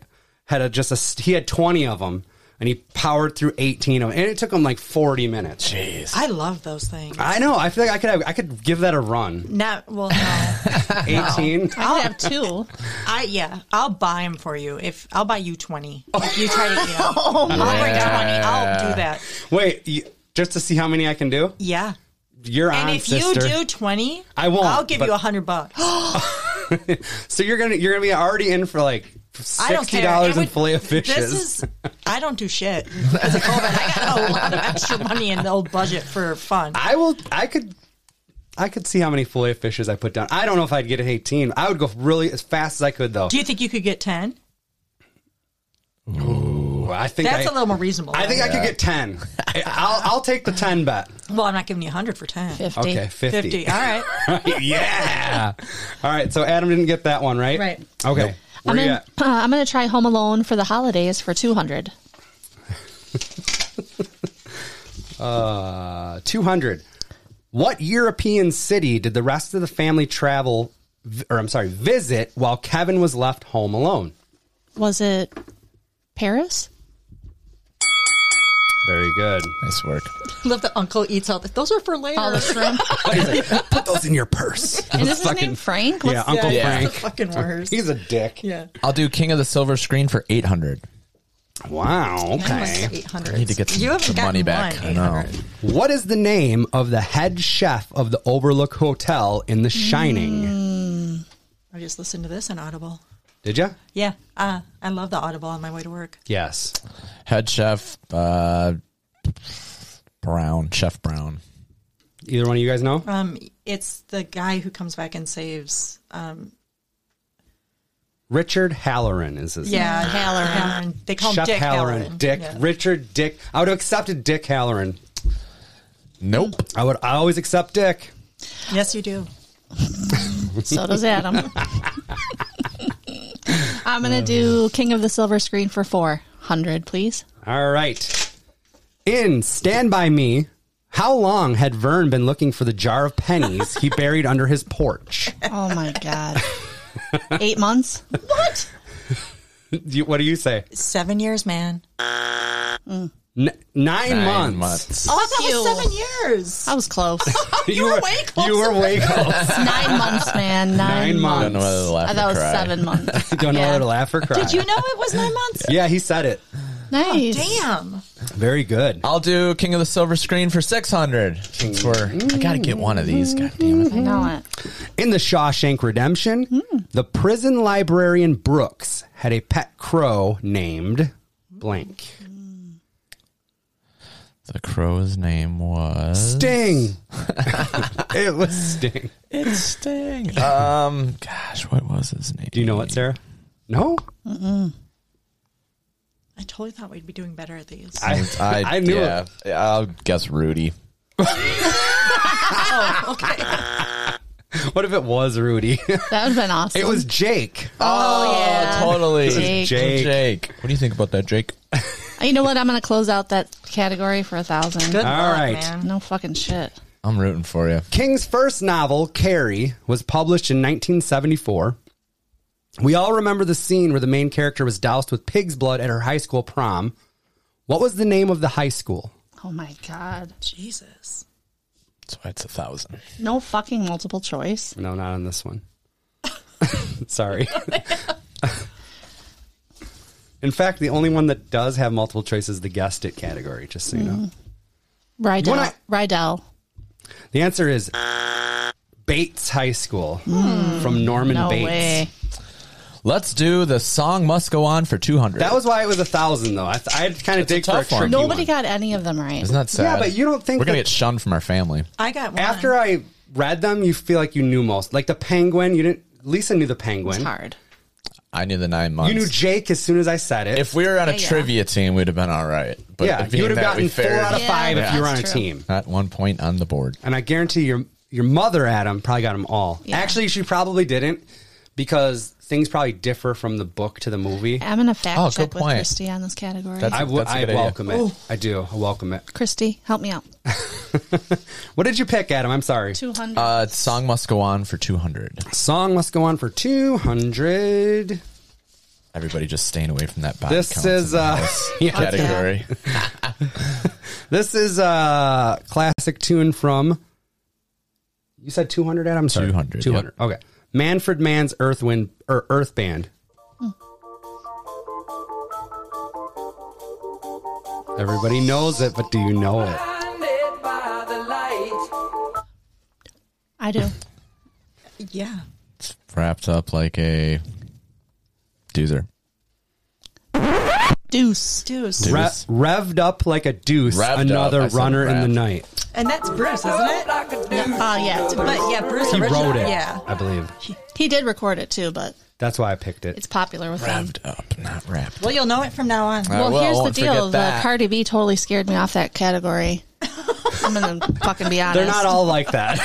[SPEAKER 1] had a, just a he had twenty of them, and he powered through eighteen of them, and it took him like forty minutes.
[SPEAKER 4] I love those things.
[SPEAKER 1] I know. I feel like I could have, I could give that a run.
[SPEAKER 4] Not well, no.
[SPEAKER 1] Eighteen.
[SPEAKER 3] I have two.
[SPEAKER 4] I yeah, I'll buy them for you. If I'll buy you twenty,
[SPEAKER 1] Oh.
[SPEAKER 4] if you try to eat them, I'll bring twenty. I'll do that.
[SPEAKER 1] Wait, you, just to see how many I can do.
[SPEAKER 4] Yeah,
[SPEAKER 1] You're
[SPEAKER 4] and
[SPEAKER 1] on,
[SPEAKER 4] if
[SPEAKER 1] sister.
[SPEAKER 4] you do twenty,
[SPEAKER 1] I won't,
[SPEAKER 4] I'll give
[SPEAKER 1] but-
[SPEAKER 4] you a hundred bucks.
[SPEAKER 1] so you're gonna you're gonna be already in for like
[SPEAKER 4] I don't
[SPEAKER 1] sixty
[SPEAKER 4] care. It
[SPEAKER 1] dollars in
[SPEAKER 4] would-
[SPEAKER 1] fillet of fishes.
[SPEAKER 4] This is I don't do shit. As a COVID, I got a lot of extra money in the old budget for fun.
[SPEAKER 1] I will. I could. I could see how many fillet of fishes I put down. I don't know if I'd get an eighteen. I would go really as fast as I could though.
[SPEAKER 4] Do you think you could get ten?
[SPEAKER 1] I think
[SPEAKER 4] That's
[SPEAKER 1] I-
[SPEAKER 4] a little more reasonable.
[SPEAKER 1] I think I could get ten. I- I'll, I'll take the ten bet.
[SPEAKER 4] Well, I'm not giving you a hundred for ten. 50.
[SPEAKER 3] Fifty.
[SPEAKER 1] Okay, fifty.
[SPEAKER 4] All right.
[SPEAKER 1] yeah. All right. So Adam didn't get that one, right?
[SPEAKER 4] Right.
[SPEAKER 1] Okay. Where
[SPEAKER 3] I'm
[SPEAKER 1] you
[SPEAKER 3] gonna,
[SPEAKER 1] at?
[SPEAKER 3] uh, I'm gonna try Home Alone for the holidays for two hundred.
[SPEAKER 1] Uh, Two hundred. What European city did the rest of the family travel, vi- or I'm sorry, visit while Kevin was left home alone?
[SPEAKER 3] Was it Paris?
[SPEAKER 1] Very good.
[SPEAKER 2] Nice work.
[SPEAKER 4] Love that Uncle eats all that. Those are for later.
[SPEAKER 3] All the shrimp.
[SPEAKER 1] Put those in your purse.
[SPEAKER 3] and is his name Frank? What's
[SPEAKER 1] yeah, Uncle
[SPEAKER 2] Yeah.
[SPEAKER 4] the
[SPEAKER 1] Frank.
[SPEAKER 4] fucking worst.
[SPEAKER 1] He's a dick.
[SPEAKER 4] Yeah.
[SPEAKER 2] I'll do King of the Silver Screen for eight hundred.
[SPEAKER 1] Wow. Okay.
[SPEAKER 4] Eight hundred.
[SPEAKER 2] I need to get
[SPEAKER 4] You
[SPEAKER 2] the,
[SPEAKER 4] haven't
[SPEAKER 2] the money
[SPEAKER 4] gotten
[SPEAKER 2] back.
[SPEAKER 4] one,
[SPEAKER 2] I know.
[SPEAKER 4] 800.
[SPEAKER 1] What is the name of the head chef of the Overlook Hotel in The Shining?
[SPEAKER 4] Mm. I just listened to this on Audible.
[SPEAKER 1] Did you?
[SPEAKER 4] Yeah. Uh, I love the Audible on my way to work.
[SPEAKER 1] Yes.
[SPEAKER 2] Head chef uh, Brown, Chef Brown.
[SPEAKER 1] Either one of you guys know?
[SPEAKER 4] Um, it's the guy who comes back and saves. Um,
[SPEAKER 1] Richard Halloran is his
[SPEAKER 4] yeah, Halloran. They call
[SPEAKER 1] name.
[SPEAKER 4] him
[SPEAKER 1] Chef
[SPEAKER 4] Dick
[SPEAKER 1] Halloran.
[SPEAKER 4] Halloran.
[SPEAKER 1] Dick.
[SPEAKER 4] Yeah.
[SPEAKER 1] Richard Dick. I would have accepted Dick Halloran.
[SPEAKER 2] Nope.
[SPEAKER 1] I would I always accept Dick.
[SPEAKER 4] Yes, you do.
[SPEAKER 3] So does Adam. I'm gonna do King of the Silver Screen for four hundred, please.
[SPEAKER 1] All right. In Stand By Me, how long had Vern been looking for the jar of pennies he buried under his porch?
[SPEAKER 3] Oh my god. Eight months.
[SPEAKER 1] Do you- what do you say?
[SPEAKER 4] Seven years, man.
[SPEAKER 1] Mm. N- nine,
[SPEAKER 2] Nine
[SPEAKER 1] months.
[SPEAKER 2] months.
[SPEAKER 4] Oh, that
[SPEAKER 3] Ew.
[SPEAKER 4] was seven years.
[SPEAKER 3] I was close.
[SPEAKER 1] You, were way close. You were way close.
[SPEAKER 3] Nine months, man. Nine,
[SPEAKER 1] Nine
[SPEAKER 3] months.
[SPEAKER 1] months.
[SPEAKER 2] Don't know whether to
[SPEAKER 3] I
[SPEAKER 2] laugh or
[SPEAKER 3] thought it was
[SPEAKER 2] cry.
[SPEAKER 3] seven months.
[SPEAKER 1] Don't know
[SPEAKER 3] Yeah.
[SPEAKER 1] whether to laugh or cry.
[SPEAKER 4] Did you know it was nine months? Oh,
[SPEAKER 1] Yeah, he said it.
[SPEAKER 3] Nice.
[SPEAKER 4] Damn.
[SPEAKER 1] Very good.
[SPEAKER 2] I'll do King of the Silver Screen for six hundred. For I gotta get one of these.
[SPEAKER 1] Mm.
[SPEAKER 2] God damn it.
[SPEAKER 3] I know it.
[SPEAKER 1] In The Shawshank Redemption, the prison librarian Brooks had a pet crow named blank.
[SPEAKER 2] The crow's name was
[SPEAKER 1] Sting. it was Sting.
[SPEAKER 2] It's Sting. Um, gosh, what was his name?
[SPEAKER 1] Do you know what, Sarah? No,
[SPEAKER 4] I totally thought we'd be doing better at these.
[SPEAKER 1] I, I, knew it.
[SPEAKER 2] Yeah, I'll guess Rudy.
[SPEAKER 4] oh, okay.
[SPEAKER 1] What if it was Rudy?
[SPEAKER 3] That would have been awesome.
[SPEAKER 1] it was Jake.
[SPEAKER 2] Oh, totally.
[SPEAKER 3] Jake.
[SPEAKER 1] Jake.
[SPEAKER 2] Jake. What do you think about that, Jake?
[SPEAKER 3] You know what? I'm gonna close out that category for a thousand.
[SPEAKER 4] Good
[SPEAKER 1] All
[SPEAKER 4] luck,
[SPEAKER 1] right.
[SPEAKER 4] man.
[SPEAKER 3] No fucking shit.
[SPEAKER 2] I'm rooting for you.
[SPEAKER 1] King's first novel, Carrie, was published in 1974. We all remember the scene where the main character was doused with pig's blood at her high school prom. What was the name of the high school?
[SPEAKER 3] Oh my god.
[SPEAKER 4] Jesus.
[SPEAKER 2] That's why it's a thousand.
[SPEAKER 3] No fucking multiple choice.
[SPEAKER 1] No, not on this one. Sorry. In fact, the only one that does have multiple choice is the guessed it category, just so you
[SPEAKER 3] Mm.
[SPEAKER 1] know.
[SPEAKER 3] Rydell.
[SPEAKER 1] When I-
[SPEAKER 3] Rydell.
[SPEAKER 1] The answer is Bates High School from Norman
[SPEAKER 3] Hmm. No
[SPEAKER 1] Bates.
[SPEAKER 3] way.
[SPEAKER 2] Let's do the song must go on for two hundred.
[SPEAKER 1] That was why it was a thousand, though. I, I kind of dig for a
[SPEAKER 2] tough one.
[SPEAKER 1] tricky
[SPEAKER 3] Nobody
[SPEAKER 1] one.
[SPEAKER 3] got any of them right.
[SPEAKER 2] Isn't that sad?
[SPEAKER 1] Yeah, but you don't think
[SPEAKER 2] we're gonna
[SPEAKER 1] that-
[SPEAKER 2] get shunned from our family?
[SPEAKER 4] I got one.
[SPEAKER 1] After I read them, you feel like you knew most. Like the penguin, you didn't. Lisa knew the penguin.
[SPEAKER 3] It's hard.
[SPEAKER 2] I knew the nine months.
[SPEAKER 1] You knew Jake as soon as I said it.
[SPEAKER 2] if we were on a
[SPEAKER 3] Yeah, yeah.
[SPEAKER 2] trivia team, we'd have been all right. But
[SPEAKER 1] yeah,
[SPEAKER 2] being
[SPEAKER 1] you would have
[SPEAKER 2] that we
[SPEAKER 1] gotten four
[SPEAKER 2] fared
[SPEAKER 1] out of
[SPEAKER 3] Yeah,
[SPEAKER 1] five if you were on a
[SPEAKER 3] that's true.
[SPEAKER 1] team.
[SPEAKER 2] at one point on the board.
[SPEAKER 1] And I guarantee your your mother, Adam, probably got them all. Actually, she probably didn't because things probably differ from the book to the movie.
[SPEAKER 3] I'm gonna fact
[SPEAKER 2] Oh, good
[SPEAKER 3] check with
[SPEAKER 2] point.
[SPEAKER 3] Christy on this category.
[SPEAKER 2] That's-
[SPEAKER 1] I would.
[SPEAKER 2] a
[SPEAKER 1] I
[SPEAKER 2] good idea.
[SPEAKER 1] welcome it. I do. I welcome it.
[SPEAKER 3] Christy, help me out.
[SPEAKER 1] What did you pick, Adam? I'm sorry.
[SPEAKER 3] Two hundred.
[SPEAKER 2] Uh, song must go on for 200.
[SPEAKER 1] Song must go on for 200.
[SPEAKER 2] Everybody just staying away from that body
[SPEAKER 1] This
[SPEAKER 2] counts
[SPEAKER 1] is
[SPEAKER 2] in
[SPEAKER 1] uh,
[SPEAKER 2] this
[SPEAKER 1] yeah,
[SPEAKER 2] category.
[SPEAKER 1] this is a classic tune from. You said 200, Adam. I'm sorry.
[SPEAKER 2] 200,
[SPEAKER 1] 200. Okay. Manfred Mann's Earth Wind or Earth Band. Everybody knows it, but do you know it?
[SPEAKER 3] I do.
[SPEAKER 4] Yeah.
[SPEAKER 2] Wrapped up like a doozer.
[SPEAKER 3] Deuce.
[SPEAKER 4] Deuce.
[SPEAKER 1] Re-
[SPEAKER 2] Deuce.
[SPEAKER 1] revved up like a deuce,
[SPEAKER 2] Revved up.
[SPEAKER 1] another
[SPEAKER 2] I said
[SPEAKER 1] runner in the
[SPEAKER 2] revved.
[SPEAKER 1] night.
[SPEAKER 4] And that's Bruce, isn't it?
[SPEAKER 3] Oh yeah, it's Bruce.
[SPEAKER 4] But yeah, Bruce
[SPEAKER 1] He
[SPEAKER 4] original-
[SPEAKER 1] wrote it,
[SPEAKER 4] Yeah.
[SPEAKER 1] I believe.
[SPEAKER 3] he did record it too, but
[SPEAKER 1] That's why I picked it.
[SPEAKER 3] it's popular with them.
[SPEAKER 2] Wrapped up, not wrapped.
[SPEAKER 4] Well, you'll know it from now on.
[SPEAKER 2] I
[SPEAKER 3] Well,
[SPEAKER 2] will, I
[SPEAKER 3] here's the
[SPEAKER 2] won't forget
[SPEAKER 3] deal. The
[SPEAKER 2] that.
[SPEAKER 3] Cardi B totally scared me off that category. I'm gonna fucking be honest.
[SPEAKER 1] They're not all like that.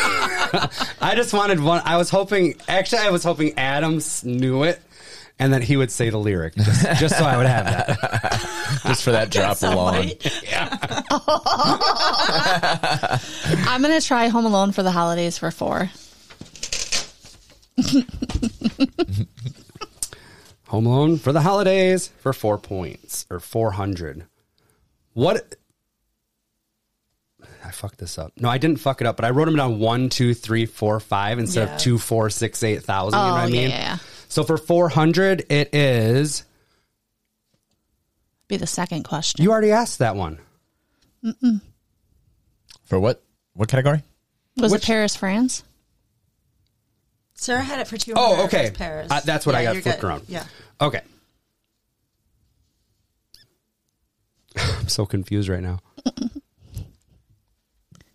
[SPEAKER 1] I just wanted one. I was hoping, actually, I was hoping Adams knew it and that he would say the lyric just, just so I would have that.
[SPEAKER 2] just for that drop alone.
[SPEAKER 3] I'm gonna try Home Alone for the holidays for four.
[SPEAKER 1] Home Alone for the holidays for four points or 400. What? I fucked this up. No, I didn't fuck it up, but I wrote them down one, two, three, four, five instead
[SPEAKER 4] Yeah.
[SPEAKER 1] of two, four, six, eight thousand. you know
[SPEAKER 3] Oh
[SPEAKER 1] what I
[SPEAKER 3] yeah,
[SPEAKER 1] mean?
[SPEAKER 3] yeah, yeah.
[SPEAKER 1] So for 400, it is.
[SPEAKER 3] Be the second question.
[SPEAKER 1] You already asked that one.
[SPEAKER 2] For what? What category?
[SPEAKER 3] Was
[SPEAKER 1] Which-
[SPEAKER 3] it Paris, France?
[SPEAKER 4] Sarah had it for two.
[SPEAKER 1] Oh, okay.
[SPEAKER 4] Paris.
[SPEAKER 1] Uh, that's what I got
[SPEAKER 4] you're
[SPEAKER 1] flipped
[SPEAKER 4] good.
[SPEAKER 1] around.
[SPEAKER 4] Yeah.
[SPEAKER 1] Okay. I'm so confused right now.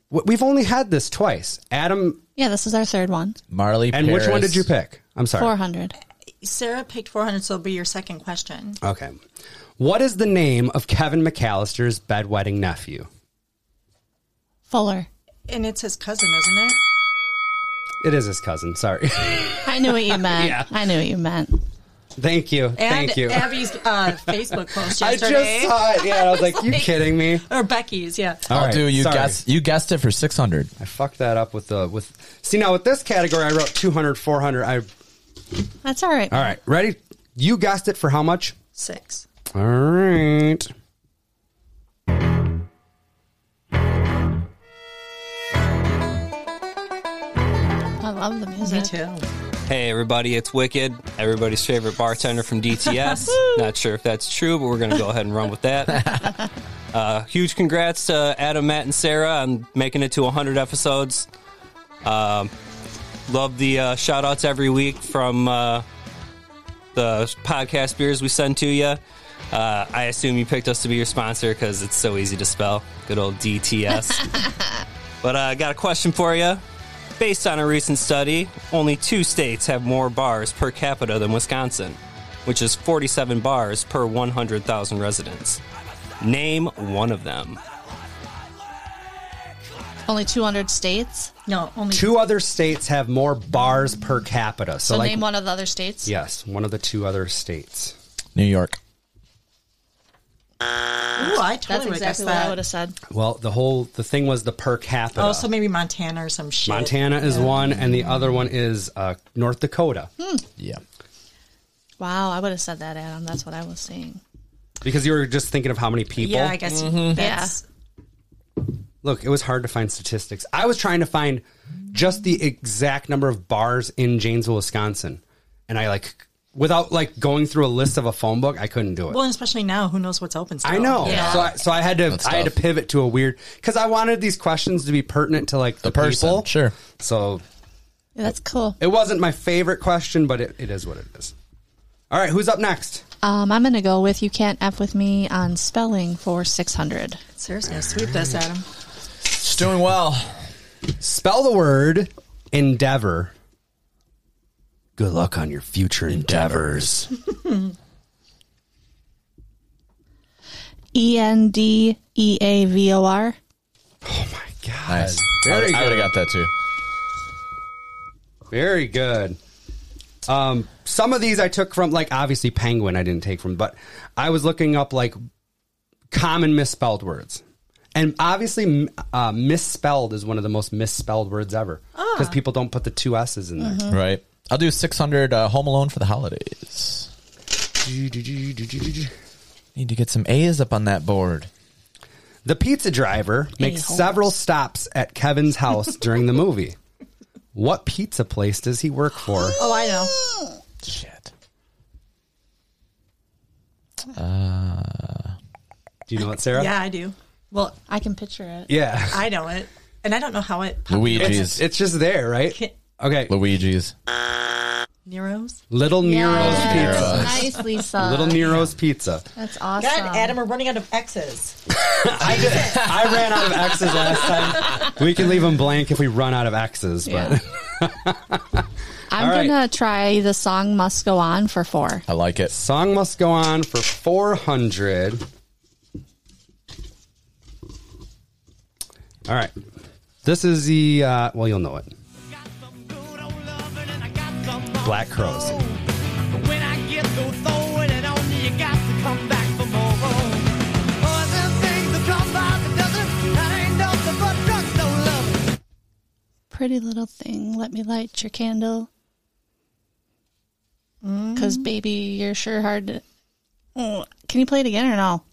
[SPEAKER 1] W- We've only had this twice. Adam,
[SPEAKER 3] Yeah, this is our third one.
[SPEAKER 2] Marley.
[SPEAKER 1] and which one
[SPEAKER 2] Paris.
[SPEAKER 1] did you pick? I'm sorry.
[SPEAKER 3] Four hundred.
[SPEAKER 4] Sarah picked 400, so it'll be your second question.
[SPEAKER 1] Okay. What is the name of Kevin McAllister's bedwetting nephew?
[SPEAKER 3] Fuller.
[SPEAKER 4] And it's his cousin, isn't it?
[SPEAKER 1] It is his cousin. Sorry.
[SPEAKER 3] I knew what you meant.
[SPEAKER 1] Yeah.
[SPEAKER 3] I knew what you meant.
[SPEAKER 1] Thank you.
[SPEAKER 4] And
[SPEAKER 1] Thank you.
[SPEAKER 4] Abby's uh, Facebook post
[SPEAKER 1] I
[SPEAKER 4] yesterday.
[SPEAKER 1] just saw it. Yeah, and I was like, you kidding me?
[SPEAKER 4] or Becky's, yeah.
[SPEAKER 1] All
[SPEAKER 2] I'll
[SPEAKER 1] right,
[SPEAKER 2] do. You
[SPEAKER 1] sorry.
[SPEAKER 2] guessed. You guessed it for six hundred.
[SPEAKER 1] I fucked that up with the with. See now with this category, I wrote 200, 400. I
[SPEAKER 3] That's all right.
[SPEAKER 1] all right. Ready? You guessed it for how much?
[SPEAKER 4] Six.
[SPEAKER 1] All right.
[SPEAKER 3] I love the music.
[SPEAKER 4] Me too.
[SPEAKER 10] Hey, everybody, it's Wicked, everybody's favorite bartender from DTS. Not sure if that's true, but we're going to go ahead and run with that. Uh, huge congrats to Adam, Matt, and Sarah on making it to 100 episodes. Um, love the uh, shout outs every week from uh, the podcast beers we send to you. Uh, I assume you picked us to be your sponsor because it's so easy to spell. Good old DTS. but uh, I got a question for you. Based on a recent study, only two states have more bars per capita than Wisconsin, which is 47 bars per 100,000 residents. Name one of them.
[SPEAKER 3] Only two hundred states.
[SPEAKER 4] No, only
[SPEAKER 1] Two other states have more bars per capita. So,
[SPEAKER 3] So
[SPEAKER 1] like,
[SPEAKER 3] name one of the other states.
[SPEAKER 1] yes, one of the two other states.
[SPEAKER 2] New York.
[SPEAKER 4] Ooh, I totally
[SPEAKER 3] That's
[SPEAKER 4] would've
[SPEAKER 3] exactly
[SPEAKER 4] guessed
[SPEAKER 3] what I
[SPEAKER 4] that.
[SPEAKER 3] would have said.
[SPEAKER 1] Well, the whole the thing was the per capita.
[SPEAKER 4] Oh, so maybe Montana or some shit.
[SPEAKER 1] uh, Montana is one, and the other one is uh, North Dakota.
[SPEAKER 4] Hmm.
[SPEAKER 2] Yeah.
[SPEAKER 3] Wow, I would have said that, Adam. That's what I was saying.
[SPEAKER 1] Because you were just thinking of how many people. Mm-hmm.
[SPEAKER 4] Yeah, I guess that's
[SPEAKER 1] Look, it was hard to find statistics. I was trying to find just the exact number of bars in Janesville, Wisconsin, and I like without like going through a list of a phone book, I couldn't do it.
[SPEAKER 4] well, and especially now, who knows what's open? Still.
[SPEAKER 1] I know. So I, so I had to
[SPEAKER 2] That's
[SPEAKER 1] I had to
[SPEAKER 2] tough.
[SPEAKER 1] pivot to a weird because I wanted these questions to be pertinent to like the,
[SPEAKER 2] The person.
[SPEAKER 1] people.
[SPEAKER 2] Sure.
[SPEAKER 1] So
[SPEAKER 3] Yeah, that's cool.
[SPEAKER 1] it wasn't my favorite question, but it, it is what it is. All right, who's up next?
[SPEAKER 3] Um, I'm gonna go with you can't f with me on spelling for six hundred.
[SPEAKER 4] Sarah's gonna sweep this, Adam.
[SPEAKER 2] She's doing well.
[SPEAKER 1] Spell the word endeavor. Good luck on your future endeavors.
[SPEAKER 3] E N D E A V O R.
[SPEAKER 1] Oh my god!
[SPEAKER 2] Nice.
[SPEAKER 1] Very
[SPEAKER 2] I would
[SPEAKER 1] good.
[SPEAKER 2] have got that too.
[SPEAKER 1] Very good. Um, Some of these I took from like obviously penguin I didn't take from, but I was looking up like common misspelled words. And obviously, m- uh, misspelled is one of the most misspelled words ever because people don't put the two S's in there.
[SPEAKER 2] Right. I'll do 600 uh, Home Alone for the holidays. Need to get some A's up on that board.
[SPEAKER 1] The pizza driver makes
[SPEAKER 2] A-holes.
[SPEAKER 1] several stops at Kevin's house during the movie. What pizza place does he work for?
[SPEAKER 3] Oh, I know.
[SPEAKER 1] Uh, do you know it, Sarah?
[SPEAKER 4] Yeah, I do. Well, I can picture it.
[SPEAKER 1] Yeah.
[SPEAKER 4] I know it, and I don't know how it.
[SPEAKER 2] Luigi's.
[SPEAKER 1] It's, it's just there, right?
[SPEAKER 4] Ki-
[SPEAKER 1] Okay.
[SPEAKER 2] Luigi's.
[SPEAKER 4] Nero's.
[SPEAKER 1] Little Nero's
[SPEAKER 4] Yes.
[SPEAKER 1] Pizza.
[SPEAKER 4] Nice, Lisa.
[SPEAKER 1] Little Nero's Pizza.
[SPEAKER 4] That's awesome. God, Adam, we're running out of X's.
[SPEAKER 1] I ran out of X's last time. We can leave them blank if we run out of X's, but
[SPEAKER 3] I'm
[SPEAKER 1] All right.
[SPEAKER 3] gonna try the song "Must Go On" for four.
[SPEAKER 2] I like it.
[SPEAKER 1] Song must go on for 400. All right. This is the, uh, well, you'll know it. Black Crows.
[SPEAKER 11] When I get through throwing it on you, you got to come back for more. Poison things that come by the dozen. That ain't nothing but drugs, no love.
[SPEAKER 3] Pretty little thing, let me light your candle. Mm. Cause baby, you're sure hard to. Oh, Can you play it again or no?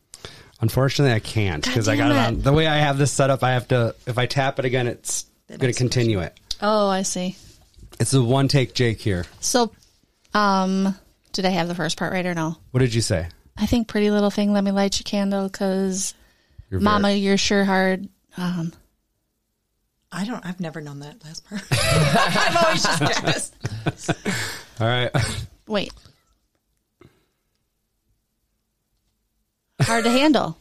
[SPEAKER 1] Unfortunately, I can't because I got
[SPEAKER 3] damn it.
[SPEAKER 1] it on. The way I have this set up, I have to, if I tap it again, it's going to continue it.
[SPEAKER 3] Oh, I see.
[SPEAKER 1] It's the one take Jake here.
[SPEAKER 3] So, um, did I have the first part right or no?
[SPEAKER 1] What did you say?
[SPEAKER 3] I think "Pretty Little Thing," let me light your candle, cause
[SPEAKER 1] You're
[SPEAKER 3] Mama,
[SPEAKER 1] very-
[SPEAKER 3] you're sure hard. Um,
[SPEAKER 4] I don't. I've never known that last part. I've always just guessed.
[SPEAKER 1] All right.
[SPEAKER 3] wait, hard to handle.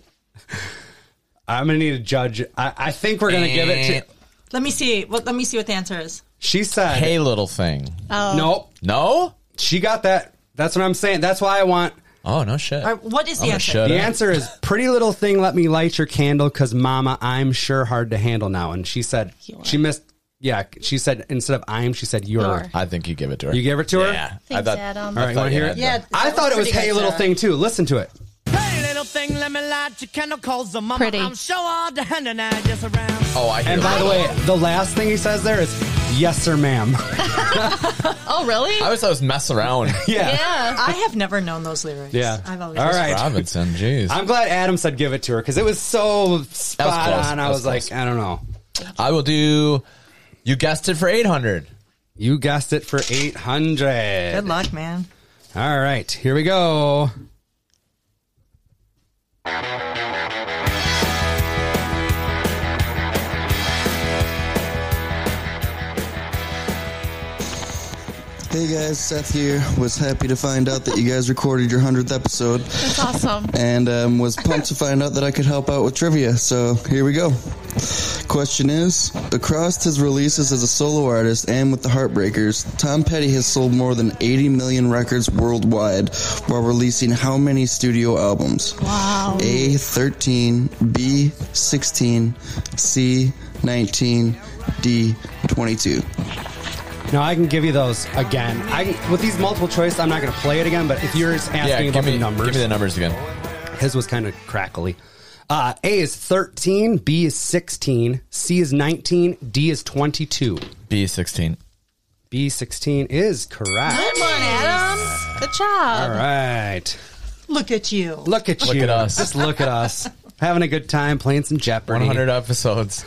[SPEAKER 1] I'm going to need a judge. I, I think we're going to give
[SPEAKER 2] Eh.
[SPEAKER 1] it to.
[SPEAKER 4] Let me see. What? Let me see what the answer is.
[SPEAKER 1] She said.
[SPEAKER 2] Hey, little thing.
[SPEAKER 4] Oh.
[SPEAKER 1] Nope.
[SPEAKER 2] No?
[SPEAKER 1] She got that. That's what I'm saying. That's why I want.
[SPEAKER 2] Oh, no shit.
[SPEAKER 4] All right, what is the
[SPEAKER 2] I'm gonna
[SPEAKER 4] answer?
[SPEAKER 2] shut
[SPEAKER 1] the
[SPEAKER 2] up.
[SPEAKER 1] answer is pretty little thing. Let me light your candle, cause Mama, I'm sure hard to handle now. And she said she missed. Yeah, she said instead of I'm, she said you're.
[SPEAKER 3] Your.
[SPEAKER 2] I think you give it to her.
[SPEAKER 1] You gave it to her.
[SPEAKER 2] Yeah.
[SPEAKER 3] Thanks, Adam.
[SPEAKER 1] All right, you want to hear it?
[SPEAKER 3] Yeah, that
[SPEAKER 1] I thought
[SPEAKER 3] was
[SPEAKER 1] it was
[SPEAKER 3] pretty
[SPEAKER 1] Hey
[SPEAKER 3] good,
[SPEAKER 1] Little
[SPEAKER 3] Sarah.
[SPEAKER 1] Thing too. Listen to it.
[SPEAKER 11] Pretty little thing, let me light your candle, cause the mama.
[SPEAKER 3] Pretty.
[SPEAKER 11] I'm sure all the hand and I just around.
[SPEAKER 2] Oh, I.
[SPEAKER 1] And by the way, the last thing he says there is yes sir, ma'am.
[SPEAKER 3] Oh, really?
[SPEAKER 2] I always thought it was mess around.
[SPEAKER 1] yeah.
[SPEAKER 4] I have never known those lyrics.
[SPEAKER 1] Yeah.
[SPEAKER 4] I've always.
[SPEAKER 1] All right.
[SPEAKER 2] Robinson, jeez.
[SPEAKER 1] I'm glad Adam said give it to her because it was so spot
[SPEAKER 2] close.
[SPEAKER 1] on. I
[SPEAKER 2] That was
[SPEAKER 1] was, like,
[SPEAKER 2] close.
[SPEAKER 1] I don't know.
[SPEAKER 2] I will do. You guessed it for 800.
[SPEAKER 1] You guessed it for 800.
[SPEAKER 4] Good luck, man.
[SPEAKER 1] All right, here we go.
[SPEAKER 12] Hey guys, Seth here. Was happy to find out that you guys recorded your 100th episode.
[SPEAKER 3] That's awesome.
[SPEAKER 12] And um, was pumped to find out that I could help out with trivia. So here we go. Question is Across his releases as a solo artist and with the Heartbreakers, Tom Petty has sold more than 80 million records worldwide while releasing how many studio albums?
[SPEAKER 3] Wow.
[SPEAKER 12] A 13, B 16, C 19, D 22.
[SPEAKER 1] Now I can give you those again. I with these multiple choice, I'm not going to play it again. But if you're just asking
[SPEAKER 2] yeah,
[SPEAKER 1] about
[SPEAKER 2] give me,
[SPEAKER 1] the numbers,
[SPEAKER 2] give me the numbers again.
[SPEAKER 1] his was kind of crackly. Uh, A is 13, B is 16, C is 19, D is 22.
[SPEAKER 2] B is 16.
[SPEAKER 1] B 16 is correct.
[SPEAKER 4] Come on, Adam.
[SPEAKER 3] Good job.
[SPEAKER 1] All right,
[SPEAKER 4] Um, Look at you.
[SPEAKER 1] look at
[SPEAKER 2] Look
[SPEAKER 1] you.
[SPEAKER 2] at us.
[SPEAKER 1] Just look at us having a good time playing some Jeopardy.
[SPEAKER 2] 100 episodes.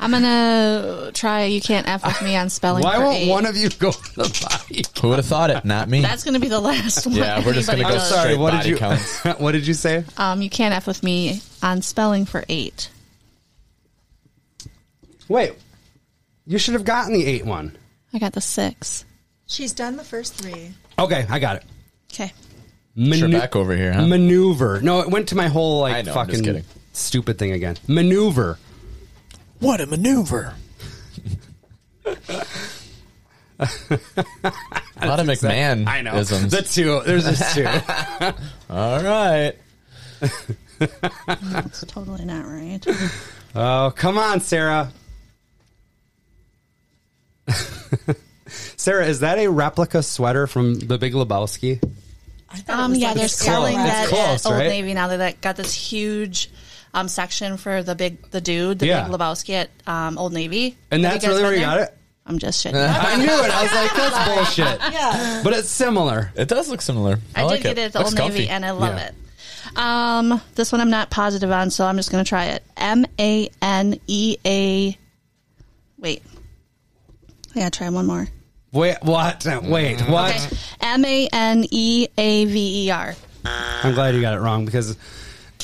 [SPEAKER 3] I'm gonna try. You can't f with me on spelling.
[SPEAKER 1] Why
[SPEAKER 3] for
[SPEAKER 1] won't
[SPEAKER 3] eight.
[SPEAKER 1] one of you go to the body?
[SPEAKER 2] Who would have thought it? Not me.
[SPEAKER 3] That's gonna be the last one.
[SPEAKER 2] yeah, we're just going to
[SPEAKER 3] anybody
[SPEAKER 2] go
[SPEAKER 3] does.
[SPEAKER 2] straight
[SPEAKER 1] what did
[SPEAKER 2] body
[SPEAKER 1] you-
[SPEAKER 2] counts.
[SPEAKER 1] what did you say?
[SPEAKER 3] Um, you can't f with me on spelling for eight.
[SPEAKER 1] Wait, you should have gotten the eight one.
[SPEAKER 3] I got the six.
[SPEAKER 4] She's done the first three.
[SPEAKER 1] Okay, I got it.
[SPEAKER 3] Okay.
[SPEAKER 1] Manu-
[SPEAKER 2] Trebek over here, huh?
[SPEAKER 1] Maneuver. No, it went to my whole
[SPEAKER 2] I
[SPEAKER 1] like
[SPEAKER 2] know, I'm just
[SPEAKER 1] fucking
[SPEAKER 2] kidding.
[SPEAKER 1] stupid thing again. Maneuver.
[SPEAKER 2] What a maneuver. a lot of McMahon.
[SPEAKER 1] I know.
[SPEAKER 2] Isms.
[SPEAKER 1] The two. There's just two.
[SPEAKER 2] All right.
[SPEAKER 3] That's totally not right.
[SPEAKER 1] oh, come on, Sarah. Sarah, is that a replica sweater from The Big Lebowski?
[SPEAKER 3] Um, yeah, they're
[SPEAKER 1] It's close.
[SPEAKER 3] selling
[SPEAKER 1] It's
[SPEAKER 3] that
[SPEAKER 1] close,
[SPEAKER 3] at Old
[SPEAKER 1] right?
[SPEAKER 3] Navy now. They like, got this huge um, section for the big, the dude, the
[SPEAKER 1] Yeah.
[SPEAKER 3] big Lebowski at um, Old Navy.
[SPEAKER 1] And
[SPEAKER 3] Have
[SPEAKER 1] that's
[SPEAKER 3] guys
[SPEAKER 1] really
[SPEAKER 3] been
[SPEAKER 1] where you
[SPEAKER 3] there?
[SPEAKER 1] got it?
[SPEAKER 3] I'm just shitting.
[SPEAKER 1] I knew it. I was like, that's bullshit.
[SPEAKER 3] Yeah.
[SPEAKER 1] But it's similar.
[SPEAKER 2] It does look similar.
[SPEAKER 3] I, did get it at the Old Navy, and I love it. Um, this one I'm not positive on, so I'm just going to try it. M A N E A. Wait, I got to try one more.
[SPEAKER 1] Wait, what?
[SPEAKER 3] Mm-hmm.
[SPEAKER 1] Wait, what?
[SPEAKER 3] M A N E A V E R.
[SPEAKER 1] I'm glad you got it wrong because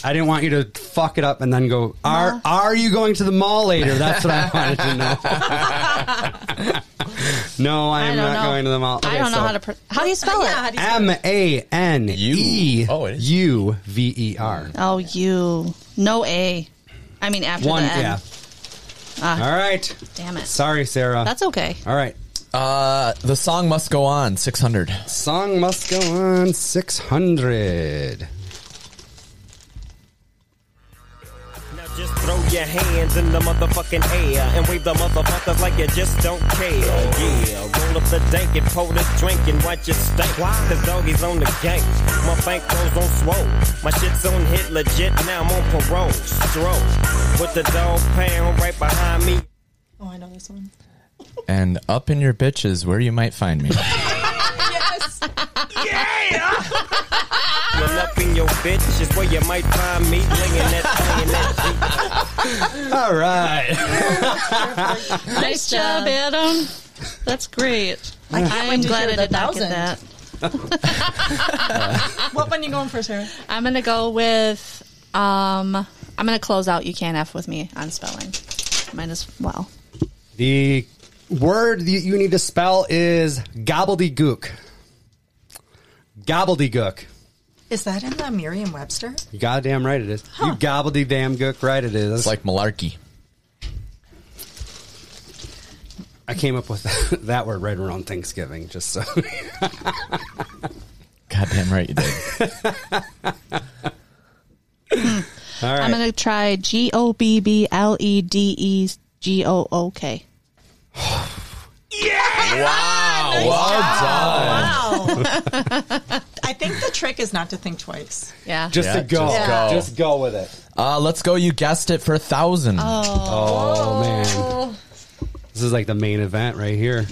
[SPEAKER 1] I didn't want you to fuck it up and then go, are, are you going to the mall later? That's what I wanted to know. no, I am
[SPEAKER 3] don't
[SPEAKER 1] not
[SPEAKER 3] know.
[SPEAKER 1] going to the mall.
[SPEAKER 3] I
[SPEAKER 1] Okay,
[SPEAKER 3] don't know
[SPEAKER 1] so-
[SPEAKER 3] how to. Pr- how do you spell it?
[SPEAKER 1] M A N E U V E R.
[SPEAKER 3] Oh, you. No A. I mean, after
[SPEAKER 1] One,
[SPEAKER 3] the N.
[SPEAKER 1] yeah.
[SPEAKER 3] Ah,
[SPEAKER 1] All right.
[SPEAKER 3] Damn it.
[SPEAKER 1] Sorry, Sarah.
[SPEAKER 3] That's okay.
[SPEAKER 1] All right.
[SPEAKER 2] Uh, the song must go on. Six hundred.
[SPEAKER 1] Song must go on. Six hundred.
[SPEAKER 13] Just throw your hands in the motherfucking air and wave the motherfuckers like you just don't care. Yeah, roll up the dank and pour this drink and watch it stink. Cause doggies on the gang. My bank rolls on swole. My shit's on hit legit. Now I'm on parole. Stroke. With the dog pound right behind me.
[SPEAKER 3] Oh, I know this one.
[SPEAKER 2] And up in your bitches, where you might find me.
[SPEAKER 6] yes.
[SPEAKER 13] Well, up in your bitch is where you might find me. Laying that thing in that Jeep.
[SPEAKER 1] All right.
[SPEAKER 3] nice job, Adam. That's great.
[SPEAKER 4] I can't wait
[SPEAKER 3] I'm
[SPEAKER 4] to
[SPEAKER 3] glad
[SPEAKER 4] hear
[SPEAKER 3] I
[SPEAKER 4] the
[SPEAKER 3] did not get
[SPEAKER 4] thousand.
[SPEAKER 3] that.
[SPEAKER 4] what one you going for, Sarah?
[SPEAKER 3] I'm gonna go with. Um, I'm gonna close out. You can't f with me on spelling. Might as well.
[SPEAKER 1] The word that you need to spell is gobbledygook. Gobbledygook.
[SPEAKER 4] Is that in the Merriam-Webster?
[SPEAKER 1] You goddamn right it is. You gobbledy damn gook right it is. It's
[SPEAKER 2] like malarkey.
[SPEAKER 1] I came up with that word right around Thanksgiving, just so.
[SPEAKER 2] Goddamn right you did.
[SPEAKER 1] All right.
[SPEAKER 3] I'm gonna try G O B B L E D E G O O K.
[SPEAKER 2] Wow.
[SPEAKER 4] Wow.
[SPEAKER 3] done.
[SPEAKER 4] I think the trick is not to think twice.
[SPEAKER 3] Yeah.
[SPEAKER 2] Just Yeah, to go. just go. Just
[SPEAKER 1] go with it.
[SPEAKER 2] Uh, let's go. You guessed it for a thousand.
[SPEAKER 1] Oh, man. This is like the main event right here.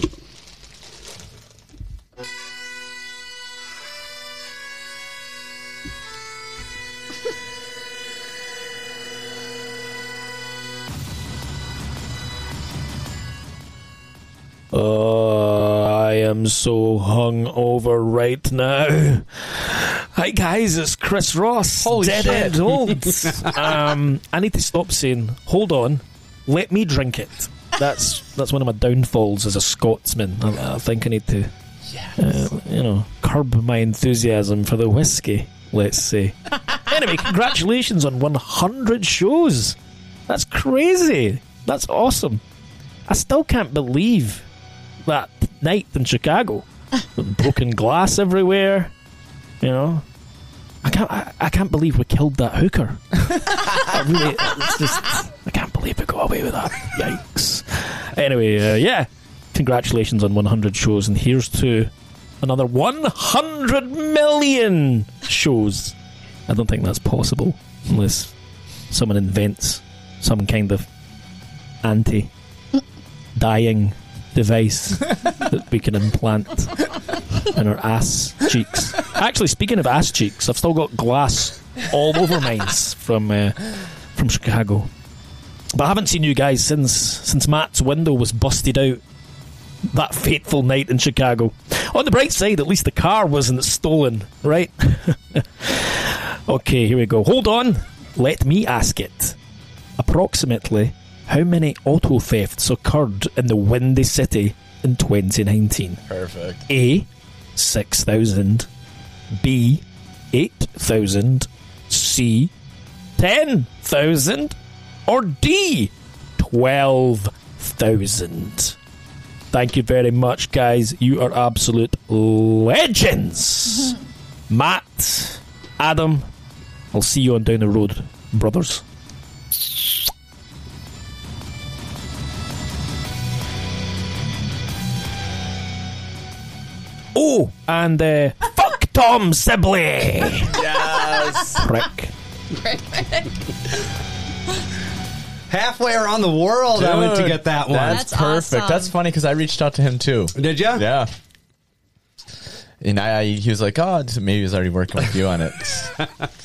[SPEAKER 14] Oh, I am so hung over right now. Hi guys, it's Chris Ross.
[SPEAKER 2] Holy
[SPEAKER 14] dead
[SPEAKER 2] shit.
[SPEAKER 14] end old. um, I need to stop saying, "Hold on, let me drink it." That's that's one of my downfalls as a Scotsman. I, I think I need to, uh, you know, curb my enthusiasm for the whiskey. Let's say. anyway, congratulations on 100 shows. That's crazy. That's awesome. I still can't believe that night in Chicago with broken glass everywhere. You know, I can't. I, I can't believe we killed that hooker. I really, it's just, I can't believe we got away with that. Yikes. Anyway, uh, yeah. Congratulations on 100 shows, and here's to another 100 million shows. I don't think that's possible unless someone invents some kind of anti dying device that we can implant in our ass cheeks. Actually, speaking of ass cheeks, I've still got glass all over mine from uh, from Chicago, but I haven't seen you guys since since Matt's window was busted out that fateful night in Chicago. On the bright side, at least the car wasn't stolen, right? okay, here we go. Hold on. Let me ask it. Approximately how many auto thefts occurred in the Windy City in 2019?
[SPEAKER 2] Perfect.
[SPEAKER 14] A. 6,000. B. 8,000. C. 10,000. Or D. 12,000. Thank you very much, guys. You are absolute legends. Matt, Adam, I'll see you on down the road, brothers. Oh, and uh, fuck Tom Sibley.
[SPEAKER 2] Yes.
[SPEAKER 14] Prick.
[SPEAKER 1] Halfway around the world, I went to get that one.
[SPEAKER 2] That's, perfect. That's funny because I reached out to him too.
[SPEAKER 1] Did you?
[SPEAKER 2] Yeah. And I, I, he was like, "Oh, maybe he's already working with you on it."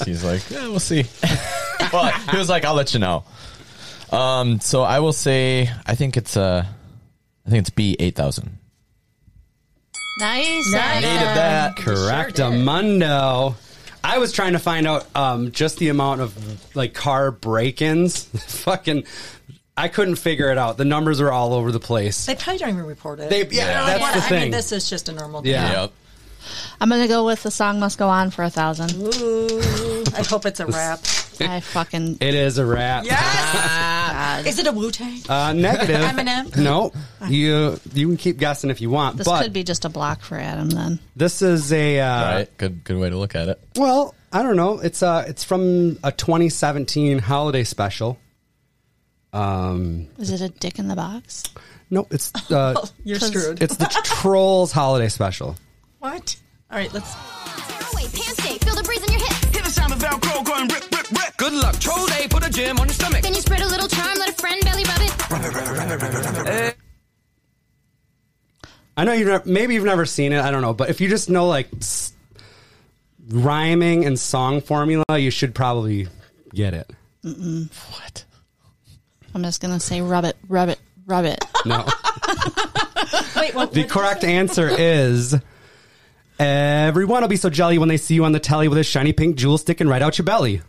[SPEAKER 2] He's like, "Yeah, we'll see." well, he was like, "I'll let you know." Um, so I will say, I think it's uh, I think it's B eight thousand.
[SPEAKER 15] Nice.
[SPEAKER 1] that. Correct. Amundo. I was trying to find out um, just the amount of like car break-ins. Fucking, I couldn't figure it out. The numbers are all over the place.
[SPEAKER 4] They probably don't even report it.
[SPEAKER 1] They- yeah, Yeah. that's the
[SPEAKER 4] I mean,
[SPEAKER 1] thing.
[SPEAKER 4] this is just a normal day.
[SPEAKER 1] Yeah.
[SPEAKER 15] I'm gonna go with the song must go on for a thousand.
[SPEAKER 4] Ooh, I hope it's a wrap.
[SPEAKER 15] I fucking
[SPEAKER 1] It is a wrap.
[SPEAKER 4] Is it a Wu Tang?
[SPEAKER 1] Uh, Ah. negative.
[SPEAKER 4] Eminem?
[SPEAKER 1] No. You you can keep guessing if you want,
[SPEAKER 15] this
[SPEAKER 1] but
[SPEAKER 15] could be just a block for Adam then.
[SPEAKER 1] this is a uh,
[SPEAKER 2] right. Good. Good way to look at it.
[SPEAKER 1] Well, I don't know. It's uh it's from a 2017 holiday special. Um,
[SPEAKER 15] Is it a dick in the box?
[SPEAKER 1] no, it's uh,
[SPEAKER 15] You're screwed.
[SPEAKER 1] It's the Trolls holiday special.
[SPEAKER 4] What? All right, let's.
[SPEAKER 16] Pants day, feel the breeze in your hips. Hit the sound of Velcro going rip, rip, rip. Good luck, troll day, put a gem on your stomach. Then you spread a little charm, let a friend belly rub it.
[SPEAKER 1] I know you've never, maybe you've never seen it. I don't know, but if you just know like s- rhyming and song formula, you should probably get it.
[SPEAKER 15] Mm-mm. What? I'm just gonna say rub it, rub it, rub it.
[SPEAKER 1] No.
[SPEAKER 4] Wait, what?
[SPEAKER 1] The correct answer is everyone will be so jelly when they see you on the telly with a shiny pink jewel sticking right out your belly.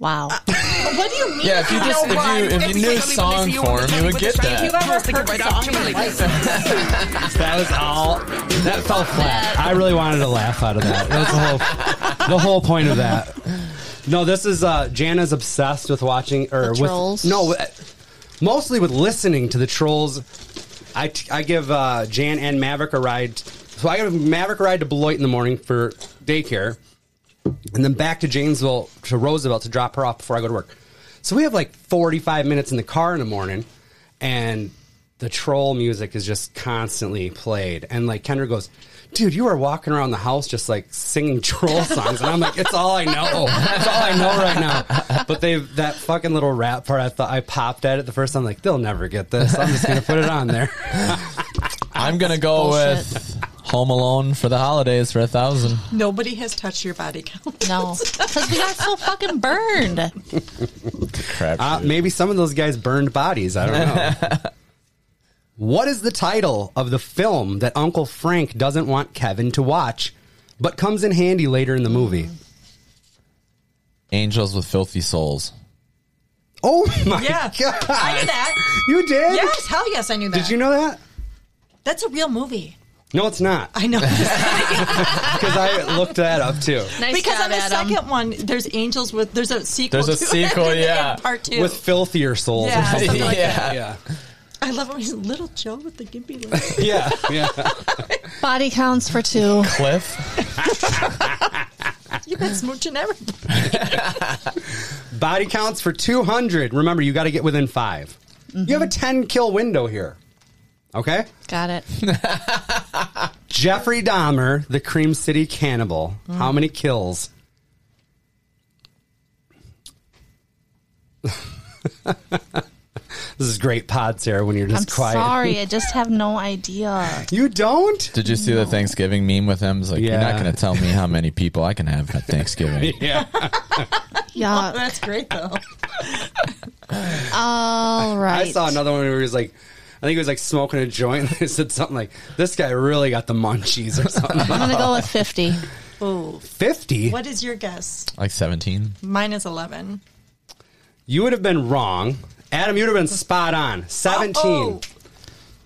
[SPEAKER 15] Wow.
[SPEAKER 4] what do you mean?
[SPEAKER 2] Yeah, if you just
[SPEAKER 4] No rhyme.
[SPEAKER 2] if you if you knew song form, you would get
[SPEAKER 4] If you've
[SPEAKER 2] that.
[SPEAKER 4] ever heard the song in your life,
[SPEAKER 1] That was all. That fell flat. I really wanted to laugh out of that. That was the whole, the whole point of that. No, this is uh, Jana's obsessed with watching or
[SPEAKER 15] The
[SPEAKER 1] with
[SPEAKER 15] trolls?
[SPEAKER 1] no, uh, mostly with listening to the trolls. I, t- I give uh, Jan and Maverick a ride. So I give Maverick a ride to Beloit in the morning for daycare, and then back to Janesville to Roosevelt to drop her off before I go to work. So we have like forty five minutes in the car in the morning, and the troll music is just constantly played. And like Kendra goes, "Dude, you are walking around the house just like singing troll songs," and I'm like, "It's all I know. It's all I know right now." But they have that fucking little rap part. I thought I popped at it the first time. Like they'll never get this. I'm just gonna put it on there.
[SPEAKER 2] I'm gonna go
[SPEAKER 1] Bullshit.
[SPEAKER 2] with Home Alone for the holidays for a thousand.
[SPEAKER 4] nobody has touched your body count.
[SPEAKER 15] No, because we got so fucking burned.
[SPEAKER 1] Uh, maybe some of those guys burned bodies. I don't know. what is the title of the film that Uncle Frank doesn't want Kevin to watch, but comes in handy later in the movie?
[SPEAKER 2] Angels with filthy souls.
[SPEAKER 1] Oh my
[SPEAKER 4] Yeah.
[SPEAKER 1] god!
[SPEAKER 4] I knew that.
[SPEAKER 1] You did?
[SPEAKER 4] Yes, hell yes, I knew that.
[SPEAKER 1] Did you know that?
[SPEAKER 4] That's a real movie.
[SPEAKER 1] No, it's not.
[SPEAKER 4] I know.
[SPEAKER 1] because I looked that up too.
[SPEAKER 4] because
[SPEAKER 15] job,
[SPEAKER 4] on the
[SPEAKER 15] Adam.
[SPEAKER 4] second one, there's angels with. There's a sequel.
[SPEAKER 2] There's a
[SPEAKER 4] to it.
[SPEAKER 2] sequel, yeah.
[SPEAKER 4] Part two.
[SPEAKER 1] With filthier souls.
[SPEAKER 4] Yeah,
[SPEAKER 1] or something like
[SPEAKER 2] Yeah.
[SPEAKER 1] that. yeah.
[SPEAKER 4] I love him. He's little Joe with the gimpy legs.
[SPEAKER 1] Yeah, yeah.
[SPEAKER 15] Body counts for two.
[SPEAKER 2] Cliff.
[SPEAKER 4] You've been smooching everything.
[SPEAKER 1] Body counts for 200. Remember, you got to get within 5
[SPEAKER 15] Mm-hmm.
[SPEAKER 1] You have a 10 kill window here. Okay?
[SPEAKER 15] Got it.
[SPEAKER 1] Jeffrey Dahmer, the Cream City cannibal. How many kills? this is great pod, Sarah, when you're
[SPEAKER 15] I'm
[SPEAKER 1] just quiet.
[SPEAKER 15] sorry, I just have no idea.
[SPEAKER 1] You don't?
[SPEAKER 2] Did you see the Thanksgiving meme with him? It's like you're
[SPEAKER 1] Yeah.
[SPEAKER 2] not gonna tell me how many people I can have at Thanksgiving.
[SPEAKER 1] yeah.
[SPEAKER 15] Yeah,
[SPEAKER 4] that's great though.
[SPEAKER 15] All right.
[SPEAKER 1] I saw another one where he was like, I think he was like smoking a joint. And they said something like, "This guy really got the munchies" or something.
[SPEAKER 15] I'm gonna go with fifty.
[SPEAKER 4] Oh.
[SPEAKER 1] 50?
[SPEAKER 4] What is your guess?
[SPEAKER 2] Like seventeen.
[SPEAKER 4] Mine is 11.
[SPEAKER 1] You would have been wrong, Adam. You would have been spot on. Seventeen.
[SPEAKER 4] Uh-oh.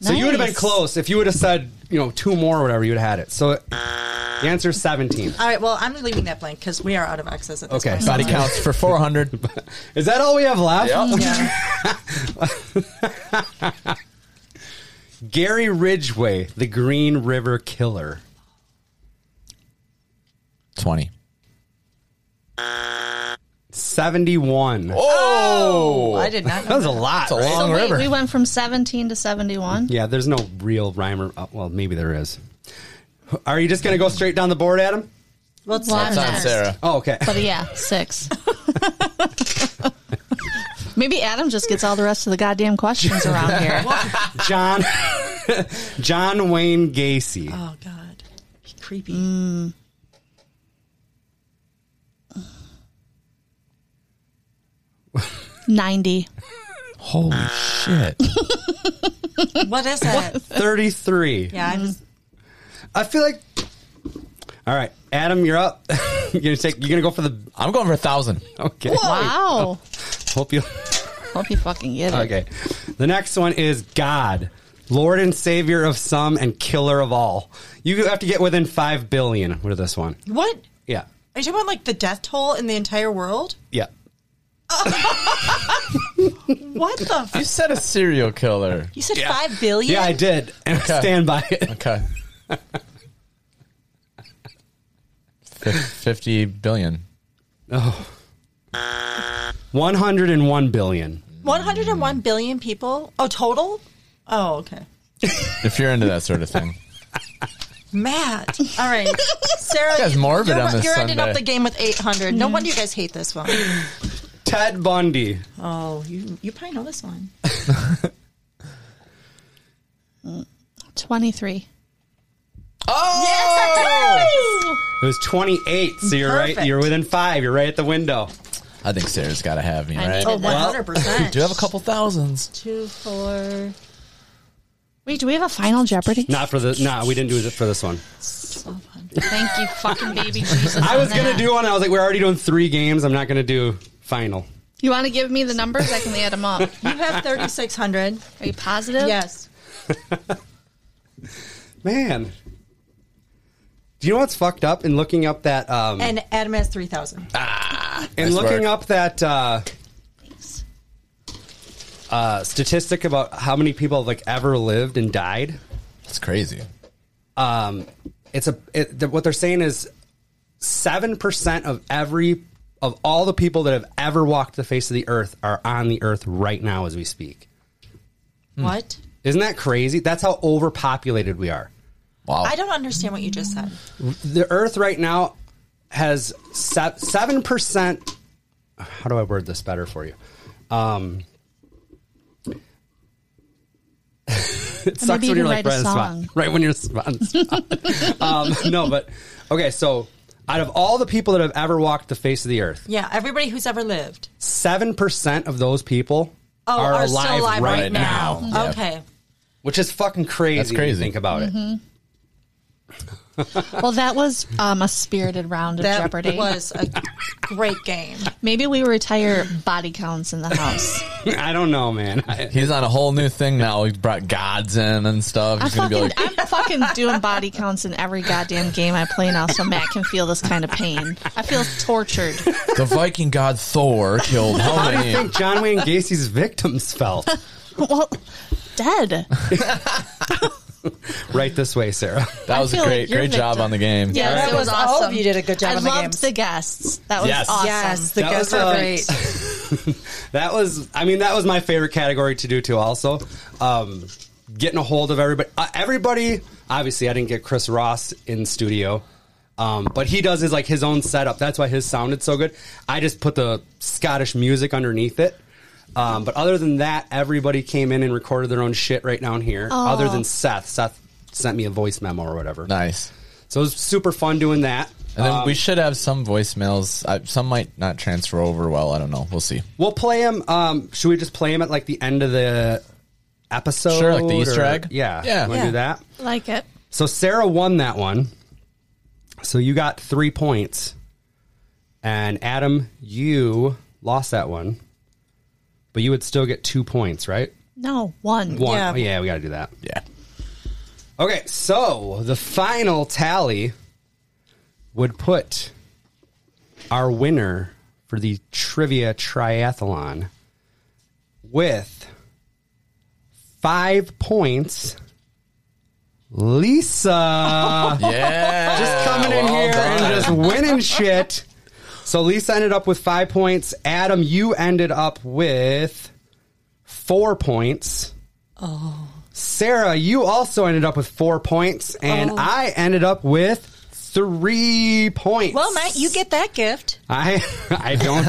[SPEAKER 1] So you would have been
[SPEAKER 4] Nice.
[SPEAKER 1] close if you would have said, you know, two more or whatever. You'd have had it. So the answer is seventeen.
[SPEAKER 4] All right, well, I'm leaving that blank because we are out of access at this
[SPEAKER 1] Okay.
[SPEAKER 4] point.
[SPEAKER 1] Body
[SPEAKER 2] counts for four hundred.
[SPEAKER 1] Is that all we have left?
[SPEAKER 4] Yeah.
[SPEAKER 1] Gary Ridgway, the Green River Killer.
[SPEAKER 2] Twenty.
[SPEAKER 1] Seventy-one.
[SPEAKER 2] Oh,
[SPEAKER 15] I did not know
[SPEAKER 1] That was a
[SPEAKER 15] that.
[SPEAKER 1] lot.
[SPEAKER 15] So wait, we went from seventeen to seventy-one.
[SPEAKER 1] Yeah, there's no real rhyme or uh, well, maybe there is. Are you just going to go straight down the board, Adam?
[SPEAKER 3] What's Well, I'm next.
[SPEAKER 1] Oh, okay.
[SPEAKER 3] But yeah, six. Maybe Adam just gets all the rest of the goddamn questions around here.
[SPEAKER 1] John John Wayne Gacy.
[SPEAKER 4] Oh God, creepy.
[SPEAKER 3] Hmm. Ninety.
[SPEAKER 2] Holy shit.
[SPEAKER 4] what is it?
[SPEAKER 1] 33.
[SPEAKER 4] Yeah, I was
[SPEAKER 1] I feel like All right, Adam, you're up. you're going to take you're going to go for the
[SPEAKER 2] I'm going for a 1000.
[SPEAKER 1] Okay.
[SPEAKER 3] Wow.
[SPEAKER 1] Hope you
[SPEAKER 3] Hope you fucking get it.
[SPEAKER 1] Okay. The next one is God, Lord and Savior of some and killer of all. You have to get within 5 billion with this one.
[SPEAKER 4] What?
[SPEAKER 1] Yeah.
[SPEAKER 17] Are you talking about like the death toll in the entire world?
[SPEAKER 1] Yeah.
[SPEAKER 17] What the?
[SPEAKER 2] You said a serial killer.
[SPEAKER 17] You said Yeah. five billion?
[SPEAKER 1] Yeah, I did. And I stand by it.
[SPEAKER 2] Okay. Fif- 50 billion.
[SPEAKER 1] Oh. 101 billion.
[SPEAKER 17] 101 billion people? Oh, total? Oh, okay.
[SPEAKER 2] If you're into that sort of thing.
[SPEAKER 17] Matt. All right. Sarah,
[SPEAKER 2] This guy's morbid
[SPEAKER 17] you're,
[SPEAKER 2] on this
[SPEAKER 17] you're ending up
[SPEAKER 2] Sunday.
[SPEAKER 17] the game with 800. No wonder you guys hate this one.
[SPEAKER 1] Ted Bundy.
[SPEAKER 17] Oh, you, you probably know this one.
[SPEAKER 3] Twenty-three.
[SPEAKER 1] It was 28, so you're right.
[SPEAKER 3] Perfect.
[SPEAKER 1] You're within 5. You're right at the window.
[SPEAKER 2] I think Sarah's got to have me,
[SPEAKER 3] I right? needed that. 100%.
[SPEAKER 2] do have a couple thousands.
[SPEAKER 3] Two, four. Wait, do we have a final Jeopardy?
[SPEAKER 1] Not for the no, we didn't do it for this one.
[SPEAKER 3] Thank you, fucking baby Jesus.
[SPEAKER 1] I was
[SPEAKER 3] on
[SPEAKER 1] gonna
[SPEAKER 3] that.
[SPEAKER 1] do one. I was like, we're already doing three games. I'm not gonna do final.
[SPEAKER 3] You want to give me the numbers? I can add them up.
[SPEAKER 17] You have 3,600.
[SPEAKER 3] Are you positive?
[SPEAKER 17] Yes.
[SPEAKER 1] Man, do you know what's fucked up in looking up that um Ah.
[SPEAKER 17] And Adam has 3,000.
[SPEAKER 1] in
[SPEAKER 17] nice
[SPEAKER 1] looking
[SPEAKER 17] work.
[SPEAKER 1] up that uh, uh statistic about how many people have like ever lived and died?
[SPEAKER 2] That's crazy.
[SPEAKER 1] Um, it's a it, the, what they're saying is seven percent of every of all the people that have ever walked the face of the earth are on the earth right now as we speak.
[SPEAKER 17] What?
[SPEAKER 1] Isn't that crazy? That's how overpopulated we are. Wow.
[SPEAKER 17] I don't understand what you just said.
[SPEAKER 1] the Earth right now has seven percent. How do I word this better for you? Um, it sucks
[SPEAKER 11] you
[SPEAKER 1] when you're
[SPEAKER 11] can write
[SPEAKER 1] like
[SPEAKER 11] a
[SPEAKER 1] right on the
[SPEAKER 11] song.
[SPEAKER 1] spot. Right when you're on the spot. um, no, but okay. So, out of all the people that have ever walked the face of the Earth,
[SPEAKER 17] Yeah, everybody who's ever lived.
[SPEAKER 1] seven percent of those people
[SPEAKER 17] Oh,
[SPEAKER 1] are,
[SPEAKER 17] are,
[SPEAKER 1] alive,
[SPEAKER 17] still alive
[SPEAKER 1] right,
[SPEAKER 17] right,
[SPEAKER 1] now.
[SPEAKER 17] Okay.
[SPEAKER 1] Which is fucking crazy.
[SPEAKER 2] That's
[SPEAKER 1] when you
[SPEAKER 2] crazy.
[SPEAKER 1] think about it.
[SPEAKER 3] Mhm. well, that was um, a spirited round of
[SPEAKER 17] That
[SPEAKER 3] Jeopardy.
[SPEAKER 17] was a great game.
[SPEAKER 3] Maybe we retire body counts in the house.
[SPEAKER 1] I don't know, man.
[SPEAKER 2] He's on a whole new thing now. He's brought gods in and stuff.
[SPEAKER 3] I
[SPEAKER 2] He's going to
[SPEAKER 3] fucking,
[SPEAKER 2] be like,
[SPEAKER 3] I'm fucking doing body counts in every goddamn game I play now, so Matt can feel this kind of pain. I feel tortured.
[SPEAKER 2] the Viking god Thor killed how
[SPEAKER 1] How do you
[SPEAKER 2] many?
[SPEAKER 1] think John Wayne Gacy's victims felt?
[SPEAKER 3] Well, dead.
[SPEAKER 1] right this way, Sarah.
[SPEAKER 2] That was a
[SPEAKER 3] feel like
[SPEAKER 2] great,
[SPEAKER 3] you're
[SPEAKER 2] great job
[SPEAKER 3] victim.
[SPEAKER 2] on the game.
[SPEAKER 3] Yes,
[SPEAKER 17] All right.
[SPEAKER 3] it was
[SPEAKER 17] All of
[SPEAKER 3] awesome.
[SPEAKER 17] you did a good job
[SPEAKER 3] I
[SPEAKER 17] on the
[SPEAKER 3] loved
[SPEAKER 17] games.
[SPEAKER 3] the guests. That was
[SPEAKER 1] Yes.
[SPEAKER 3] awesome.
[SPEAKER 17] Yes, the That guests was, were uh, great.
[SPEAKER 1] That was, I mean, that was my favorite category to do too. Also, um, getting a hold of everybody. Uh, everybody. Obviously, I didn't get Chris Ross in studio, um, but he does his like his own setup. That's why his sounded so good. I just put the Scottish music underneath it. Um, but other than that, everybody came in and recorded their own shit right down here.
[SPEAKER 2] Oh.
[SPEAKER 1] Other than Seth, Seth sent me a voice memo or whatever.
[SPEAKER 2] Nice.
[SPEAKER 1] So it was super fun doing that.
[SPEAKER 2] And then
[SPEAKER 1] Um,
[SPEAKER 2] we should have some voicemails. I, some might not transfer over well. I don't know. We'll see.
[SPEAKER 1] We'll play him. Um, should we just play him at like the end of the episode?
[SPEAKER 2] Sure, like the Easter
[SPEAKER 1] or-
[SPEAKER 2] egg?
[SPEAKER 1] Yeah,
[SPEAKER 2] Yeah.
[SPEAKER 1] Want to
[SPEAKER 2] Yeah.
[SPEAKER 1] do that?
[SPEAKER 3] Like it.
[SPEAKER 1] So Sarah won that one. So you got three points, and Adam, you lost that one, but you would still get two points, right?
[SPEAKER 3] No, one.
[SPEAKER 1] One. Oh, yeah we got to do that. Yeah. Okay, so the final tally would put our winner for the trivia triathlon with five points. Lisa,
[SPEAKER 2] Yeah.
[SPEAKER 1] just coming in
[SPEAKER 2] well
[SPEAKER 1] here
[SPEAKER 2] done.
[SPEAKER 1] and just winning shit. So Lisa ended up with five points. Adam, you ended up with four points.
[SPEAKER 17] Oh.
[SPEAKER 1] Sarah, you also ended up with four points, and
[SPEAKER 4] Oh.
[SPEAKER 1] I ended up with three points.
[SPEAKER 4] Well, Matt, you get that gift.
[SPEAKER 1] I I don't.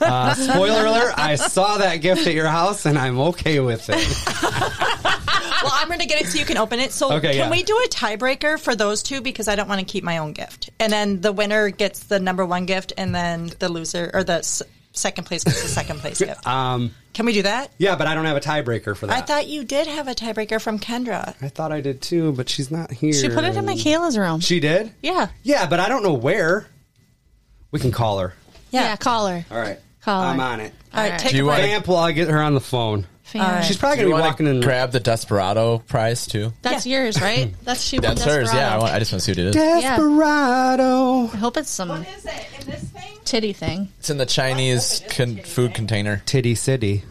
[SPEAKER 1] Uh, spoiler alert! I saw that gift at your house, and I'm okay with it.
[SPEAKER 4] Well, I'm going to get it so you can open it. So,
[SPEAKER 1] Okay,
[SPEAKER 4] can
[SPEAKER 1] yeah.
[SPEAKER 4] we do a tiebreaker for those two because I don't want to keep my own gift, and then the winner gets the number one gift, and then the loser or the s- second place gets the second place gift.
[SPEAKER 1] Um,
[SPEAKER 4] Can we do that?
[SPEAKER 1] yeah, but I don't have a tiebreaker for
[SPEAKER 4] I
[SPEAKER 1] that.
[SPEAKER 4] thought you did have a tiebreaker from Kendra.
[SPEAKER 1] I thought I did too, but she's not here.
[SPEAKER 4] She put it in
[SPEAKER 3] Michaela's room.
[SPEAKER 1] She did?
[SPEAKER 3] Yeah.
[SPEAKER 1] Yeah, but I don't know where. We can call her.
[SPEAKER 3] Yeah, call her.
[SPEAKER 1] All right.
[SPEAKER 3] Call her.
[SPEAKER 1] I'm on it.
[SPEAKER 3] All right, take
[SPEAKER 2] Do you a wanna- break.
[SPEAKER 1] Vamp while I get her on the phone.
[SPEAKER 3] All right.
[SPEAKER 1] She's probably
[SPEAKER 2] Do you
[SPEAKER 1] going to be
[SPEAKER 2] wanna
[SPEAKER 1] walking in.
[SPEAKER 2] Grab the Desperado prize too.
[SPEAKER 3] That's yours, right? That's she.
[SPEAKER 2] That's hers. Yeah, I, want, I just want to see what it is.
[SPEAKER 1] Desperado.
[SPEAKER 3] I hope it's some. What is it? In this thing? Titty thing.
[SPEAKER 2] It's in the Chinese con- food container.
[SPEAKER 1] Titty City.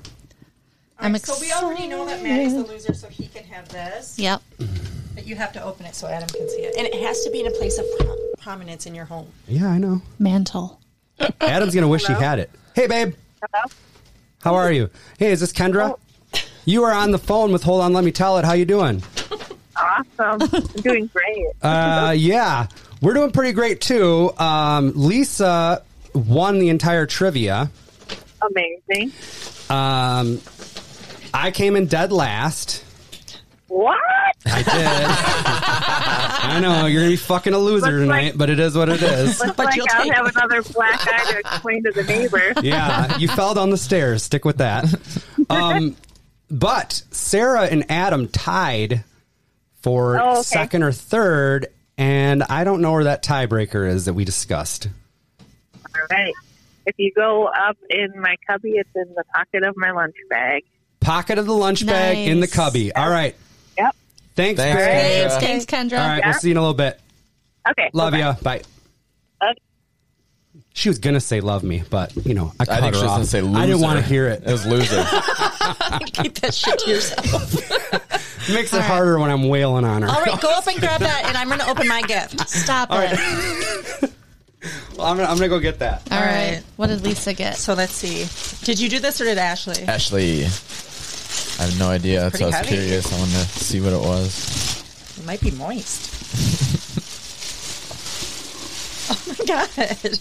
[SPEAKER 3] I'm excited.
[SPEAKER 4] we already know that Matt is the loser, so he can have this.
[SPEAKER 3] Yep.
[SPEAKER 4] But you have to open it so Adam can see it, and it has to be in a place of prom- prominence in your home.
[SPEAKER 1] Yeah, I know.
[SPEAKER 3] Mantle.
[SPEAKER 1] Adam's going to wish he had it. Hey, babe.
[SPEAKER 6] Hello? Oh.
[SPEAKER 1] How are you? Hey, is this Kendra? You are on the phone with Hold On, Let Me Tell It. How you doing?
[SPEAKER 6] Awesome. I'm doing great.
[SPEAKER 1] Uh, yeah, we're doing pretty great too. Um, Lisa won the entire trivia.
[SPEAKER 6] Amazing.
[SPEAKER 1] Um, I came in dead last.
[SPEAKER 6] What?
[SPEAKER 1] I did. I know you're gonna be fucking a loser tonight, but it is what it is.
[SPEAKER 6] Looks like I'll have another black eye to explain to the neighbor.
[SPEAKER 1] yeah, you fell down the stairs. Stick with that. Um, but Sarah and Adam tied for
[SPEAKER 6] Oh, okay.
[SPEAKER 1] second or third, and I don't know where that tiebreaker is that we discussed.
[SPEAKER 6] All right. If you go up in my cubby, it's in the pocket of my lunch bag.
[SPEAKER 1] Pocket of the lunch bag in the
[SPEAKER 6] Nice.
[SPEAKER 1] cubby. All right.
[SPEAKER 6] Yep.
[SPEAKER 1] Thanks,
[SPEAKER 6] Thanks,
[SPEAKER 1] babe.
[SPEAKER 6] Kendra. Thanks,
[SPEAKER 3] thanks, Kendra.
[SPEAKER 1] All right,
[SPEAKER 6] Yeah.
[SPEAKER 1] we'll see you in a little bit.
[SPEAKER 6] Okay.
[SPEAKER 1] Love
[SPEAKER 6] bye-bye.
[SPEAKER 1] ya. Bye.
[SPEAKER 6] Okay.
[SPEAKER 1] She was gonna say love me, but you know, I cut
[SPEAKER 2] I think
[SPEAKER 1] her
[SPEAKER 2] she was
[SPEAKER 1] off.
[SPEAKER 2] gonna say loser.
[SPEAKER 1] I didn't want to hear it.
[SPEAKER 2] It was loser.
[SPEAKER 4] Keep that shit to yourself.
[SPEAKER 1] Makes it harder when I'm wailing on her.
[SPEAKER 4] All right, go up and grab that, and I'm going to open my gift.
[SPEAKER 3] Stop
[SPEAKER 1] All
[SPEAKER 3] it.
[SPEAKER 1] right. Well, I'm gonna, I'm gonna go get that.
[SPEAKER 3] All right. What did Lisa get?
[SPEAKER 4] So let's see. Did you do this or did Ashley?
[SPEAKER 2] Ashley. I have no idea. That's why I was
[SPEAKER 4] Pretty heavy.
[SPEAKER 2] curious. I want to see what it was.
[SPEAKER 4] It might be moist. oh my god!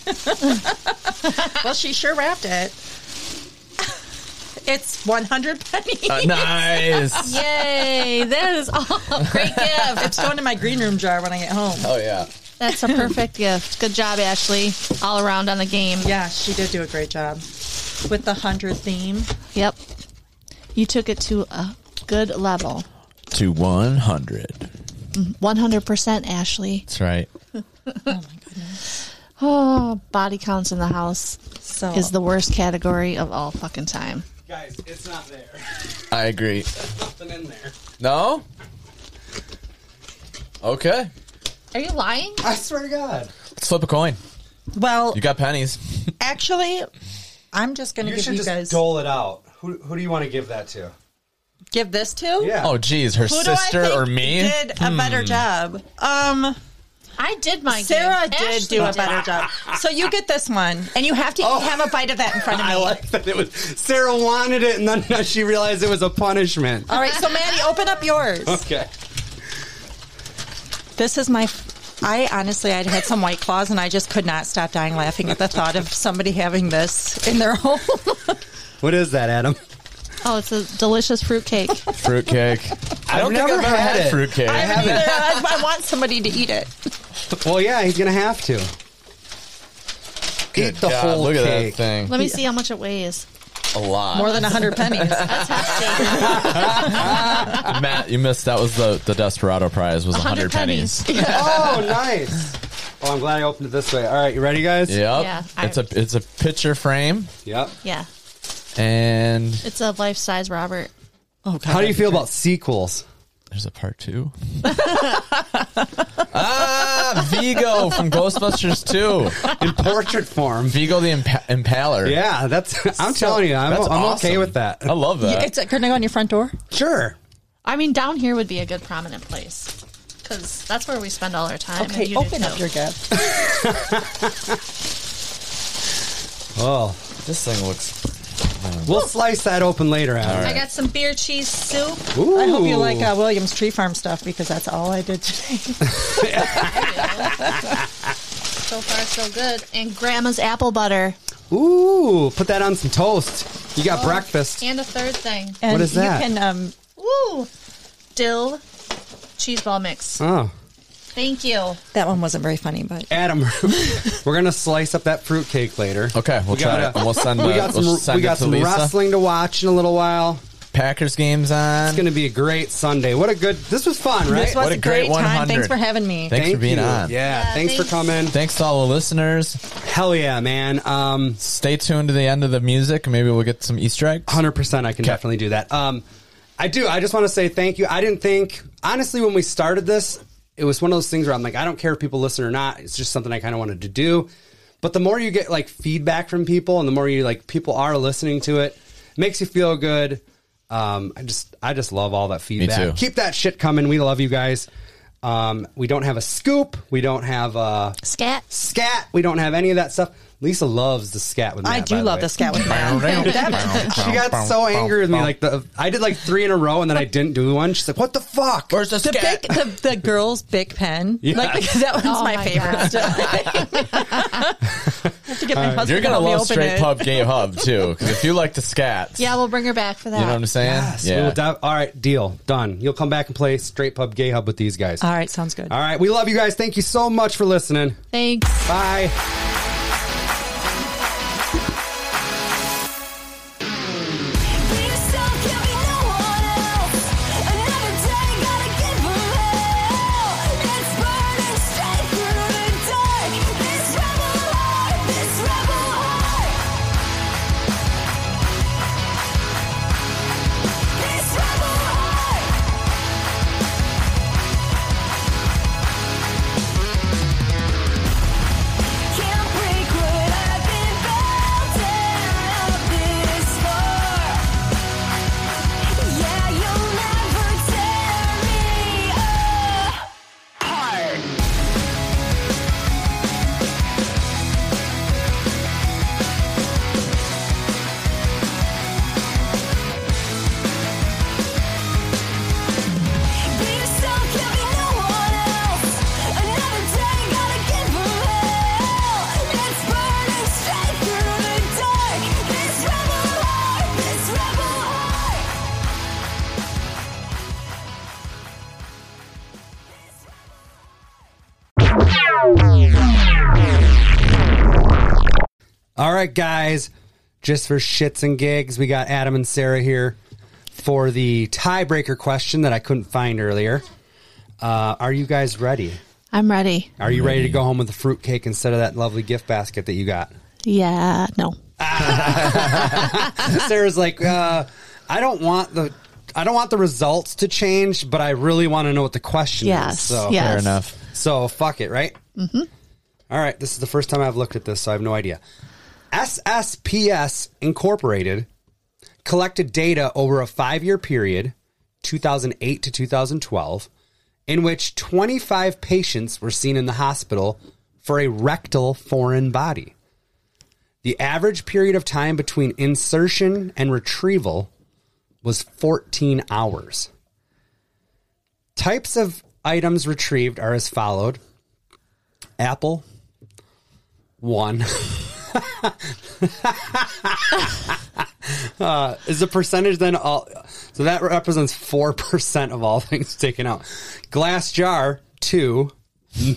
[SPEAKER 4] well, she sure wrapped it. It's 100 pennies.
[SPEAKER 2] Uh, nice.
[SPEAKER 3] Yay! That is all. Great gift.
[SPEAKER 4] It's going in my green room jar when I get home.
[SPEAKER 2] Oh yeah.
[SPEAKER 3] That's a perfect gift. Good job, Ashley. All around on the game.
[SPEAKER 4] Yeah, she did do a great job with the hundred theme.
[SPEAKER 3] Yep. You took it to a good level.
[SPEAKER 2] To 100.
[SPEAKER 3] Mm, 100% Ashley.
[SPEAKER 2] That's right.
[SPEAKER 3] Oh, body counts in the house
[SPEAKER 4] so.
[SPEAKER 3] is the worst category of all fucking time.
[SPEAKER 1] Guys, it's not there.
[SPEAKER 2] I agree.
[SPEAKER 1] Nothing in there.
[SPEAKER 2] No? Okay.
[SPEAKER 3] Are you lying?
[SPEAKER 1] I swear to God.
[SPEAKER 2] Let's flip a coin.
[SPEAKER 4] Well,
[SPEAKER 2] You got pennies.
[SPEAKER 4] actually, I'm just going to
[SPEAKER 1] you
[SPEAKER 4] give
[SPEAKER 1] should
[SPEAKER 4] you
[SPEAKER 1] just
[SPEAKER 4] guys
[SPEAKER 1] dole it out. Who, who do you want to give that to?
[SPEAKER 4] give this to.
[SPEAKER 1] Yeah.
[SPEAKER 2] Oh, geez. Her
[SPEAKER 4] Who do I
[SPEAKER 2] sister
[SPEAKER 4] think
[SPEAKER 2] or me?
[SPEAKER 4] Did a better
[SPEAKER 2] Hmm.
[SPEAKER 4] job. Um,
[SPEAKER 3] I did my
[SPEAKER 4] Sarah
[SPEAKER 3] gift.
[SPEAKER 4] did
[SPEAKER 3] Ashley
[SPEAKER 4] do a
[SPEAKER 3] did.
[SPEAKER 4] better job. So you get this one, and you have to have a bite of that in front of me.
[SPEAKER 1] Oh. I like that it was Sarah wanted it, and then she realized it was a punishment.
[SPEAKER 4] All right, so Maddie, open up yours.
[SPEAKER 1] Okay.
[SPEAKER 4] This is my. I honestly, I'd had some white claws, and I just could not stop dying laughing at the thought of somebody having this in their home.
[SPEAKER 1] What is that, Adam?
[SPEAKER 3] Oh, it's a delicious fruit cake.
[SPEAKER 2] Fruitcake. I
[SPEAKER 1] don't think I've ever had it.
[SPEAKER 2] fruitcake.
[SPEAKER 1] I haven't.
[SPEAKER 4] I, I want somebody to eat it.
[SPEAKER 1] Well, yeah, he's gonna have to eat the
[SPEAKER 2] God,
[SPEAKER 1] whole
[SPEAKER 2] look at that
[SPEAKER 1] cake.
[SPEAKER 2] thing.
[SPEAKER 3] Let me see how much it weighs.
[SPEAKER 2] A lot.
[SPEAKER 4] More than hundred pennies.
[SPEAKER 2] Matt, you missed. That was the, the Desperado prize was 100 pennies.
[SPEAKER 1] oh, nice. Oh, I'm glad I opened it this way. All right, you ready, guys?
[SPEAKER 2] Yep.
[SPEAKER 3] Yeah, I-
[SPEAKER 2] it's a it's a picture frame
[SPEAKER 1] Yep.
[SPEAKER 3] Yeah.
[SPEAKER 2] and
[SPEAKER 3] It's a life size Robert.
[SPEAKER 4] Oh,
[SPEAKER 1] How do you feel about sequels?
[SPEAKER 2] There's a part two. ah, Vigo from Ghostbusters 2.
[SPEAKER 1] In portrait form.
[SPEAKER 2] Vigo the imp- Impaler.
[SPEAKER 1] Yeah, that's. I'm telling you, I'm,
[SPEAKER 2] That's
[SPEAKER 1] I'm okay
[SPEAKER 2] awesome.
[SPEAKER 1] with that.
[SPEAKER 2] I love that.
[SPEAKER 4] It's going to go on your front door.
[SPEAKER 1] Sure.
[SPEAKER 3] I mean, down here would be a good prominent place because that's where we spend all our time. and
[SPEAKER 4] Okay,
[SPEAKER 3] you do
[SPEAKER 4] open
[SPEAKER 3] too.
[SPEAKER 4] up your gift.
[SPEAKER 1] Oh,
[SPEAKER 2] This thing looks.
[SPEAKER 1] We'll slice that open later. Adam.
[SPEAKER 17] I got some beer cheese soup.
[SPEAKER 1] Ooh.
[SPEAKER 4] I hope you like uh, Williams Tree Farm stuff because that's all I did today.
[SPEAKER 3] So far, so good. And grandma's apple butter.
[SPEAKER 1] Ooh, put that on some toast. You got
[SPEAKER 3] Oh,
[SPEAKER 1] breakfast.
[SPEAKER 3] And a third thing.
[SPEAKER 1] What is that?
[SPEAKER 4] You can um,
[SPEAKER 3] Woo! Dill cheese ball mix.
[SPEAKER 1] Oh,
[SPEAKER 3] Thank you.
[SPEAKER 4] That one wasn't very funny, but
[SPEAKER 1] Adam, we're gonna slice up that fruitcake later.
[SPEAKER 2] Okay, we'll try it, and we'll send
[SPEAKER 1] We
[SPEAKER 2] the-
[SPEAKER 1] got some.
[SPEAKER 2] we'll send
[SPEAKER 1] we
[SPEAKER 2] it
[SPEAKER 1] got
[SPEAKER 2] to
[SPEAKER 1] some
[SPEAKER 2] Lisa.
[SPEAKER 1] wrestling to watch in a little while.
[SPEAKER 2] Packers games on.
[SPEAKER 1] It's gonna be a great Sunday. What a good. This was fun, right?
[SPEAKER 4] This was a great, time. Thanks for having me.
[SPEAKER 2] Thanks for being
[SPEAKER 1] you.
[SPEAKER 2] on.
[SPEAKER 1] Yeah, thanks, for coming.
[SPEAKER 2] Thanks to all the listeners.
[SPEAKER 1] Hell yeah, man. Um,
[SPEAKER 2] Stay tuned to the end of the music. Maybe we'll get some Easter eggs.
[SPEAKER 1] 100%. I can definitely do that. Um, I do. I just want to say thank you. I didn't think, honestly, when we started this, it was one of those things where I'm like, I don't care if people listen or not. It's just something I kind of wanted to do. But the more you get like feedback from people, and the more you like people are listening to it, it makes you feel good. Um, I just, I just love all that feedback.
[SPEAKER 2] too.
[SPEAKER 1] Keep that shit coming. We love you guys. Um, we don't have a scoop. We don't have a
[SPEAKER 3] scat.
[SPEAKER 1] Scat. We don't have any of that stuff. Lisa loves the scat with.
[SPEAKER 4] I
[SPEAKER 1] Matt,
[SPEAKER 4] do
[SPEAKER 1] by the
[SPEAKER 4] love
[SPEAKER 1] way.
[SPEAKER 4] the scat with Matt. That-
[SPEAKER 1] she got so angry with me. Like the, I did like three in a row, and then I didn't do one. She's like, "What the fuck?" Where's
[SPEAKER 4] the, big, the, the girl's big pen.
[SPEAKER 1] Yeah.
[SPEAKER 4] Like, because that one's
[SPEAKER 3] Oh
[SPEAKER 4] my,
[SPEAKER 3] my
[SPEAKER 4] favorite.
[SPEAKER 3] God.
[SPEAKER 4] Still. I have to get my
[SPEAKER 1] uh,
[SPEAKER 4] husband
[SPEAKER 2] You're
[SPEAKER 4] to
[SPEAKER 2] gonna
[SPEAKER 4] help me
[SPEAKER 2] love
[SPEAKER 4] open
[SPEAKER 2] Straight
[SPEAKER 4] it.
[SPEAKER 2] Pub Gay Hub too, because if you like the scat,
[SPEAKER 3] Yeah, we'll bring her back for
[SPEAKER 2] you
[SPEAKER 3] that.
[SPEAKER 2] know what I'm saying?
[SPEAKER 1] Yeah. We will dive- all right, deal done. You'll come back and play straight pub gay hub with these guys.
[SPEAKER 4] All right, sounds good.
[SPEAKER 1] All right, we love you guys. Thank you so much for listening.
[SPEAKER 3] Thanks.
[SPEAKER 1] Bye.
[SPEAKER 11] Can't break what I've been belting out this far. Yeah, you'll never tear me apart. Be yourself, can't be no one else. Another day, gotta give 'em hell. It's burning straight through the dark. This rebel heart, this rebel heart.
[SPEAKER 1] All right, guys. Just for shits and gigs, we got Adam and Sarah here for the tiebreaker question that I couldn't find earlier. Uh, are you guys ready?
[SPEAKER 3] I'm ready.
[SPEAKER 1] Are you ready to go home with a fruitcake instead of that lovely gift basket that you got?
[SPEAKER 3] Yeah. No.
[SPEAKER 1] Sarah's like, uh, I don't want the I don't want the results to change, but I really want to know what the question
[SPEAKER 3] Yes,
[SPEAKER 1] is. So
[SPEAKER 3] yes. Fair enough.
[SPEAKER 1] So fuck it, right?
[SPEAKER 3] Mm-hmm.
[SPEAKER 1] All right. This is the first time I've looked at this, so I have no idea. SSPS Incorporated collected data over a five year period, 2008 to 2012, in which 25 patients were seen in the hospital for a rectal foreign body. The average period of time between insertion and retrieval was 14 hours. Types of items retrieved are as followed Apple, one. uh, is the percentage then all? So that represents 4% of all things taken out. Glass jar, two.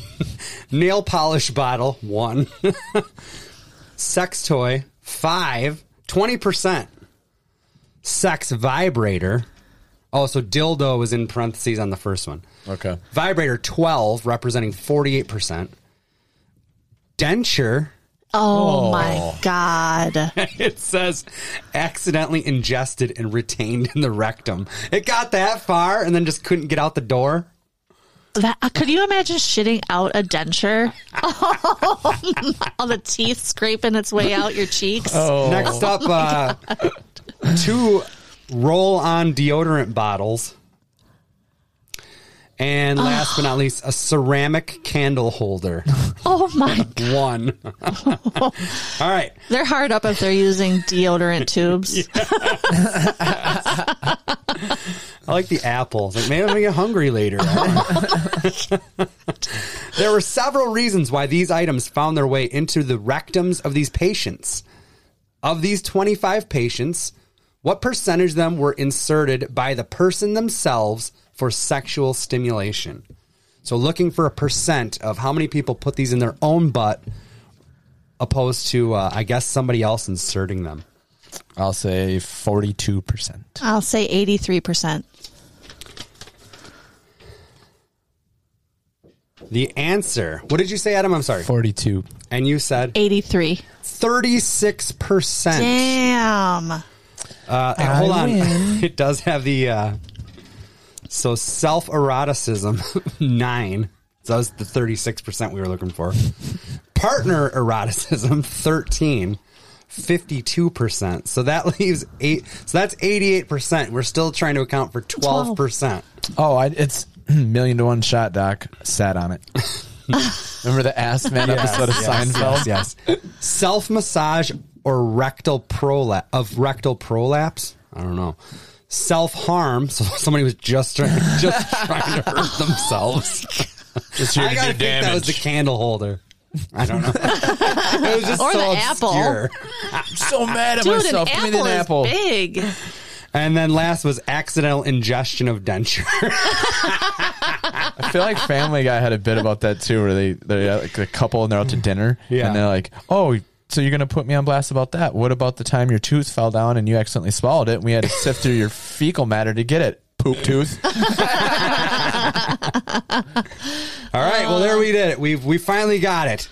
[SPEAKER 1] Nail polish bottle, one. Sex toy, five. 20%. Sex vibrator. Oh, so dildo was in parentheses on the first one.
[SPEAKER 2] Okay.
[SPEAKER 1] Vibrator 12, representing 48%. Denture.
[SPEAKER 3] Oh, my God.
[SPEAKER 1] it says accidentally ingested and retained in the rectum. It got that far and then just couldn't get out the door.
[SPEAKER 3] That, uh, could you imagine shitting out a denture? All the teeth scraping its way out your cheeks.
[SPEAKER 1] Oh. Next up, uh, two roll on deodorant bottles And last but not least, a ceramic candle holder.
[SPEAKER 3] Oh my!
[SPEAKER 1] One. All right.
[SPEAKER 3] They're hard up if they're using deodorant tubes.
[SPEAKER 1] I like the apples. Like maybe I'm gonna get hungry later. there were several reasons why these items found their way into the rectums of these patients. Of these 25 patients, what percentage of them were inserted by the person themselves for sexual stimulation? So looking for a percent of how many people put these in their own butt opposed to uh, I guess somebody else inserting them.
[SPEAKER 2] I'll say 42%.
[SPEAKER 3] I'll say 83%.
[SPEAKER 1] The answer. What did you say, Adam? I'm sorry.
[SPEAKER 2] 42.
[SPEAKER 1] And you said
[SPEAKER 3] 83.
[SPEAKER 1] 36%.
[SPEAKER 3] Damn.
[SPEAKER 1] Uh, and
[SPEAKER 3] I
[SPEAKER 1] hold on.
[SPEAKER 3] win.
[SPEAKER 1] It does have the uh, so self eroticism nine. So that was the thirty six percent we were looking for. Partner eroticism 13 52 percent. So that leaves eight. So that's eighty eight percent. We're still trying to account for twelve percent.
[SPEAKER 2] Oh, I, it's million to one shot, Doc. Sat on it. Remember the Ass Man episode of Seinfeld?
[SPEAKER 1] Yes. Self massage or rectal prolapse of rectal prolapse. I don't know. Self harm. So somebody was just trying, just trying to hurt themselves.
[SPEAKER 2] Just here to
[SPEAKER 1] I gotta
[SPEAKER 2] do
[SPEAKER 1] think that was
[SPEAKER 2] damage.
[SPEAKER 1] the candle holder. I don't know. it was just
[SPEAKER 5] Or
[SPEAKER 1] so
[SPEAKER 5] the apple.
[SPEAKER 1] obscure.
[SPEAKER 2] so mad
[SPEAKER 5] at Dude, an myself. Give me the apple is apple. big.
[SPEAKER 1] And then last was accidental ingestion of denture.
[SPEAKER 2] I feel like Family Guy had a bit about that too, where they they are like a couple and they're out to dinner,
[SPEAKER 1] Yeah.
[SPEAKER 2] and they're like, "Oh, so you're gonna put me on blast about that? What about the time your tooth fell down and you accidentally swallowed it, and we had to sift through your fecal matter to get it, poop tooth?"
[SPEAKER 1] All right. Well, there we did it. We've we finally got it.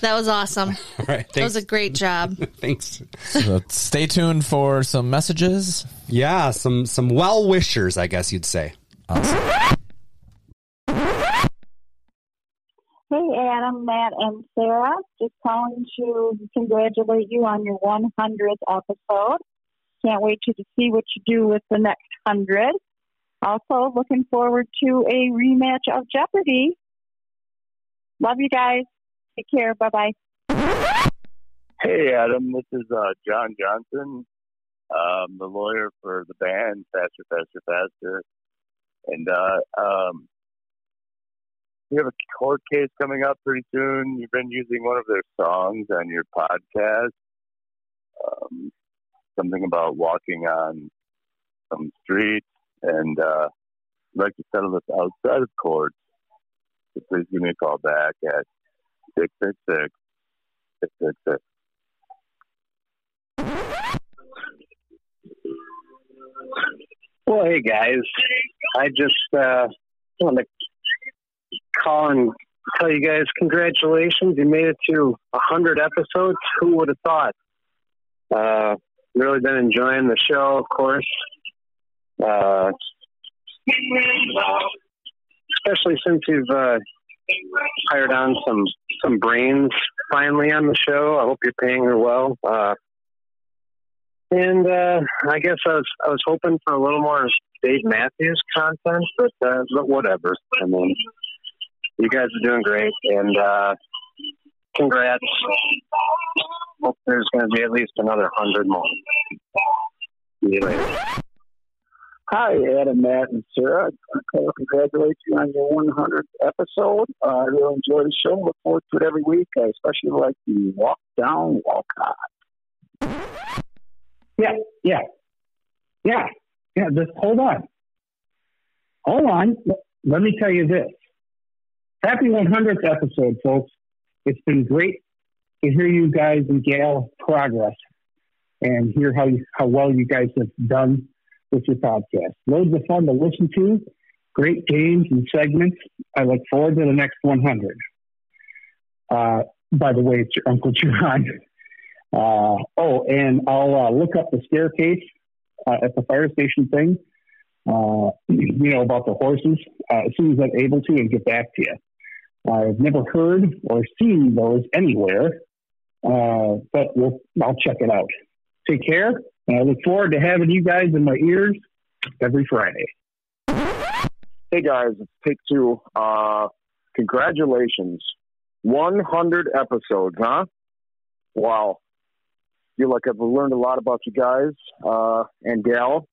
[SPEAKER 18] That was awesome.
[SPEAKER 1] All right.
[SPEAKER 18] That was
[SPEAKER 1] Thanks.
[SPEAKER 18] a great job.
[SPEAKER 1] Thanks.
[SPEAKER 2] So stay tuned for some messages.
[SPEAKER 1] Yeah, some some well wishers, I guess you'd say.
[SPEAKER 6] Hey, Adam, Matt, and Sarah. Just calling to congratulate you on your 100th episode. Can't wait to see what you do with the next 100. Also, looking forward to a rematch of Jeopardy. Love you guys. Take care. Bye bye.
[SPEAKER 19] Hey, Adam, this is uh, John Johnson, um, the lawyer for the band Faster, Faster, Faster. And uh, um, we have a court case coming up pretty soon. You've been using one of their songs on your podcast, um, something about walking on some street, and uh, I'd like to settle this outside of court. So please give me a call back at 666 666.
[SPEAKER 17] Well, hey guys, I just uh, want to call and tell you guys congratulations. You made it to 100 episodes. Who would have thought? Uh, really been enjoying the show, of course. Uh, especially since you've uh, hired on some some brains finally on the show. I hope you're paying her well. Uh, and uh, I guess I was I was hoping for a little more Dave Matthews content, but uh, but whatever. I mean, you guys are doing great, and uh, congrats. Hope there's going to be at least another hundred more. See you later.
[SPEAKER 20] Hi, Adam, Matt, and Sarah. I want to congratulate you on your 100th episode. Uh, I really enjoy the show. Look forward to it every week.
[SPEAKER 21] uh,
[SPEAKER 20] I especially like the walk down Walcott.
[SPEAKER 21] Yeah, yeah, yeah, yeah. Just hold on. Hold on. L- Let me tell you this. Happy 100th episode, folks. It's been great to hear you guys and Gail progress and hear how, you, how well you guys have done with your podcast. Loads of fun to listen to, great games and segments. I look forward to the next 100. Uh, by the way, it's your Uncle John. Uh, oh, and I'll uh, look up the staircase uh, at the fire station thing, uh, you know, about the horses uh, as soon as I'm able to and get back to you. I've never heard or seen those anywhere, uh, but we'll, I'll check it out. Take care, and I look forward to having you guys in my ears every Friday.
[SPEAKER 22] Hey guys, it's take two. Uh, congratulations. 100 episodes, huh? Wow. feel like I've learned a lot about you guys uh, and gal.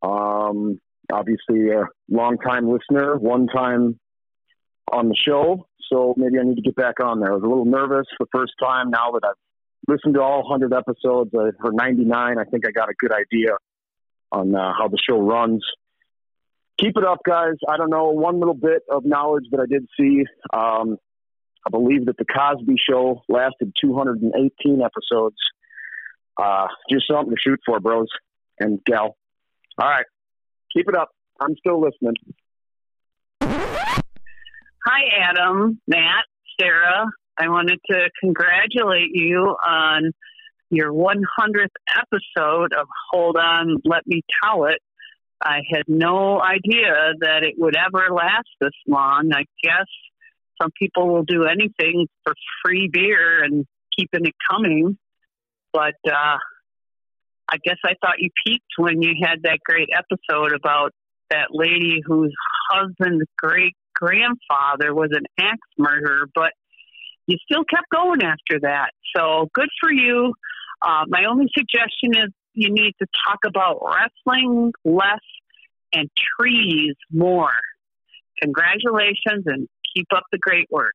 [SPEAKER 22] Um, obviously, a long-time listener, one time on the show. So maybe I need to get back on there. I was a little nervous the first time. Now that I've listened to all 100 episodes, uh, or 99, I think I got a good idea on uh, how the show runs. Keep it up, guys. I don't know. One little bit of knowledge that I did see. Um, I believe that the Cosby Show lasted 218 episodes. Uh, just something to shoot for, bros and gal. All right, keep it up. I'm still listening.
[SPEAKER 6] Hi, Adam, Matt, Sarah. I wanted to congratulate you on your 100th episode of Hold On, Let Me Tell It. I had no idea that it would ever last this long. I guess some people will do anything for free beer and keeping it coming. But uh, I guess I thought you peaked when you had that great episode about that lady whose husband's great grandfather was an axe murderer, but you still kept going after that. So good for you. Uh, my only suggestion is you need to talk about wrestling less and trees more. Congratulations and keep up the great work.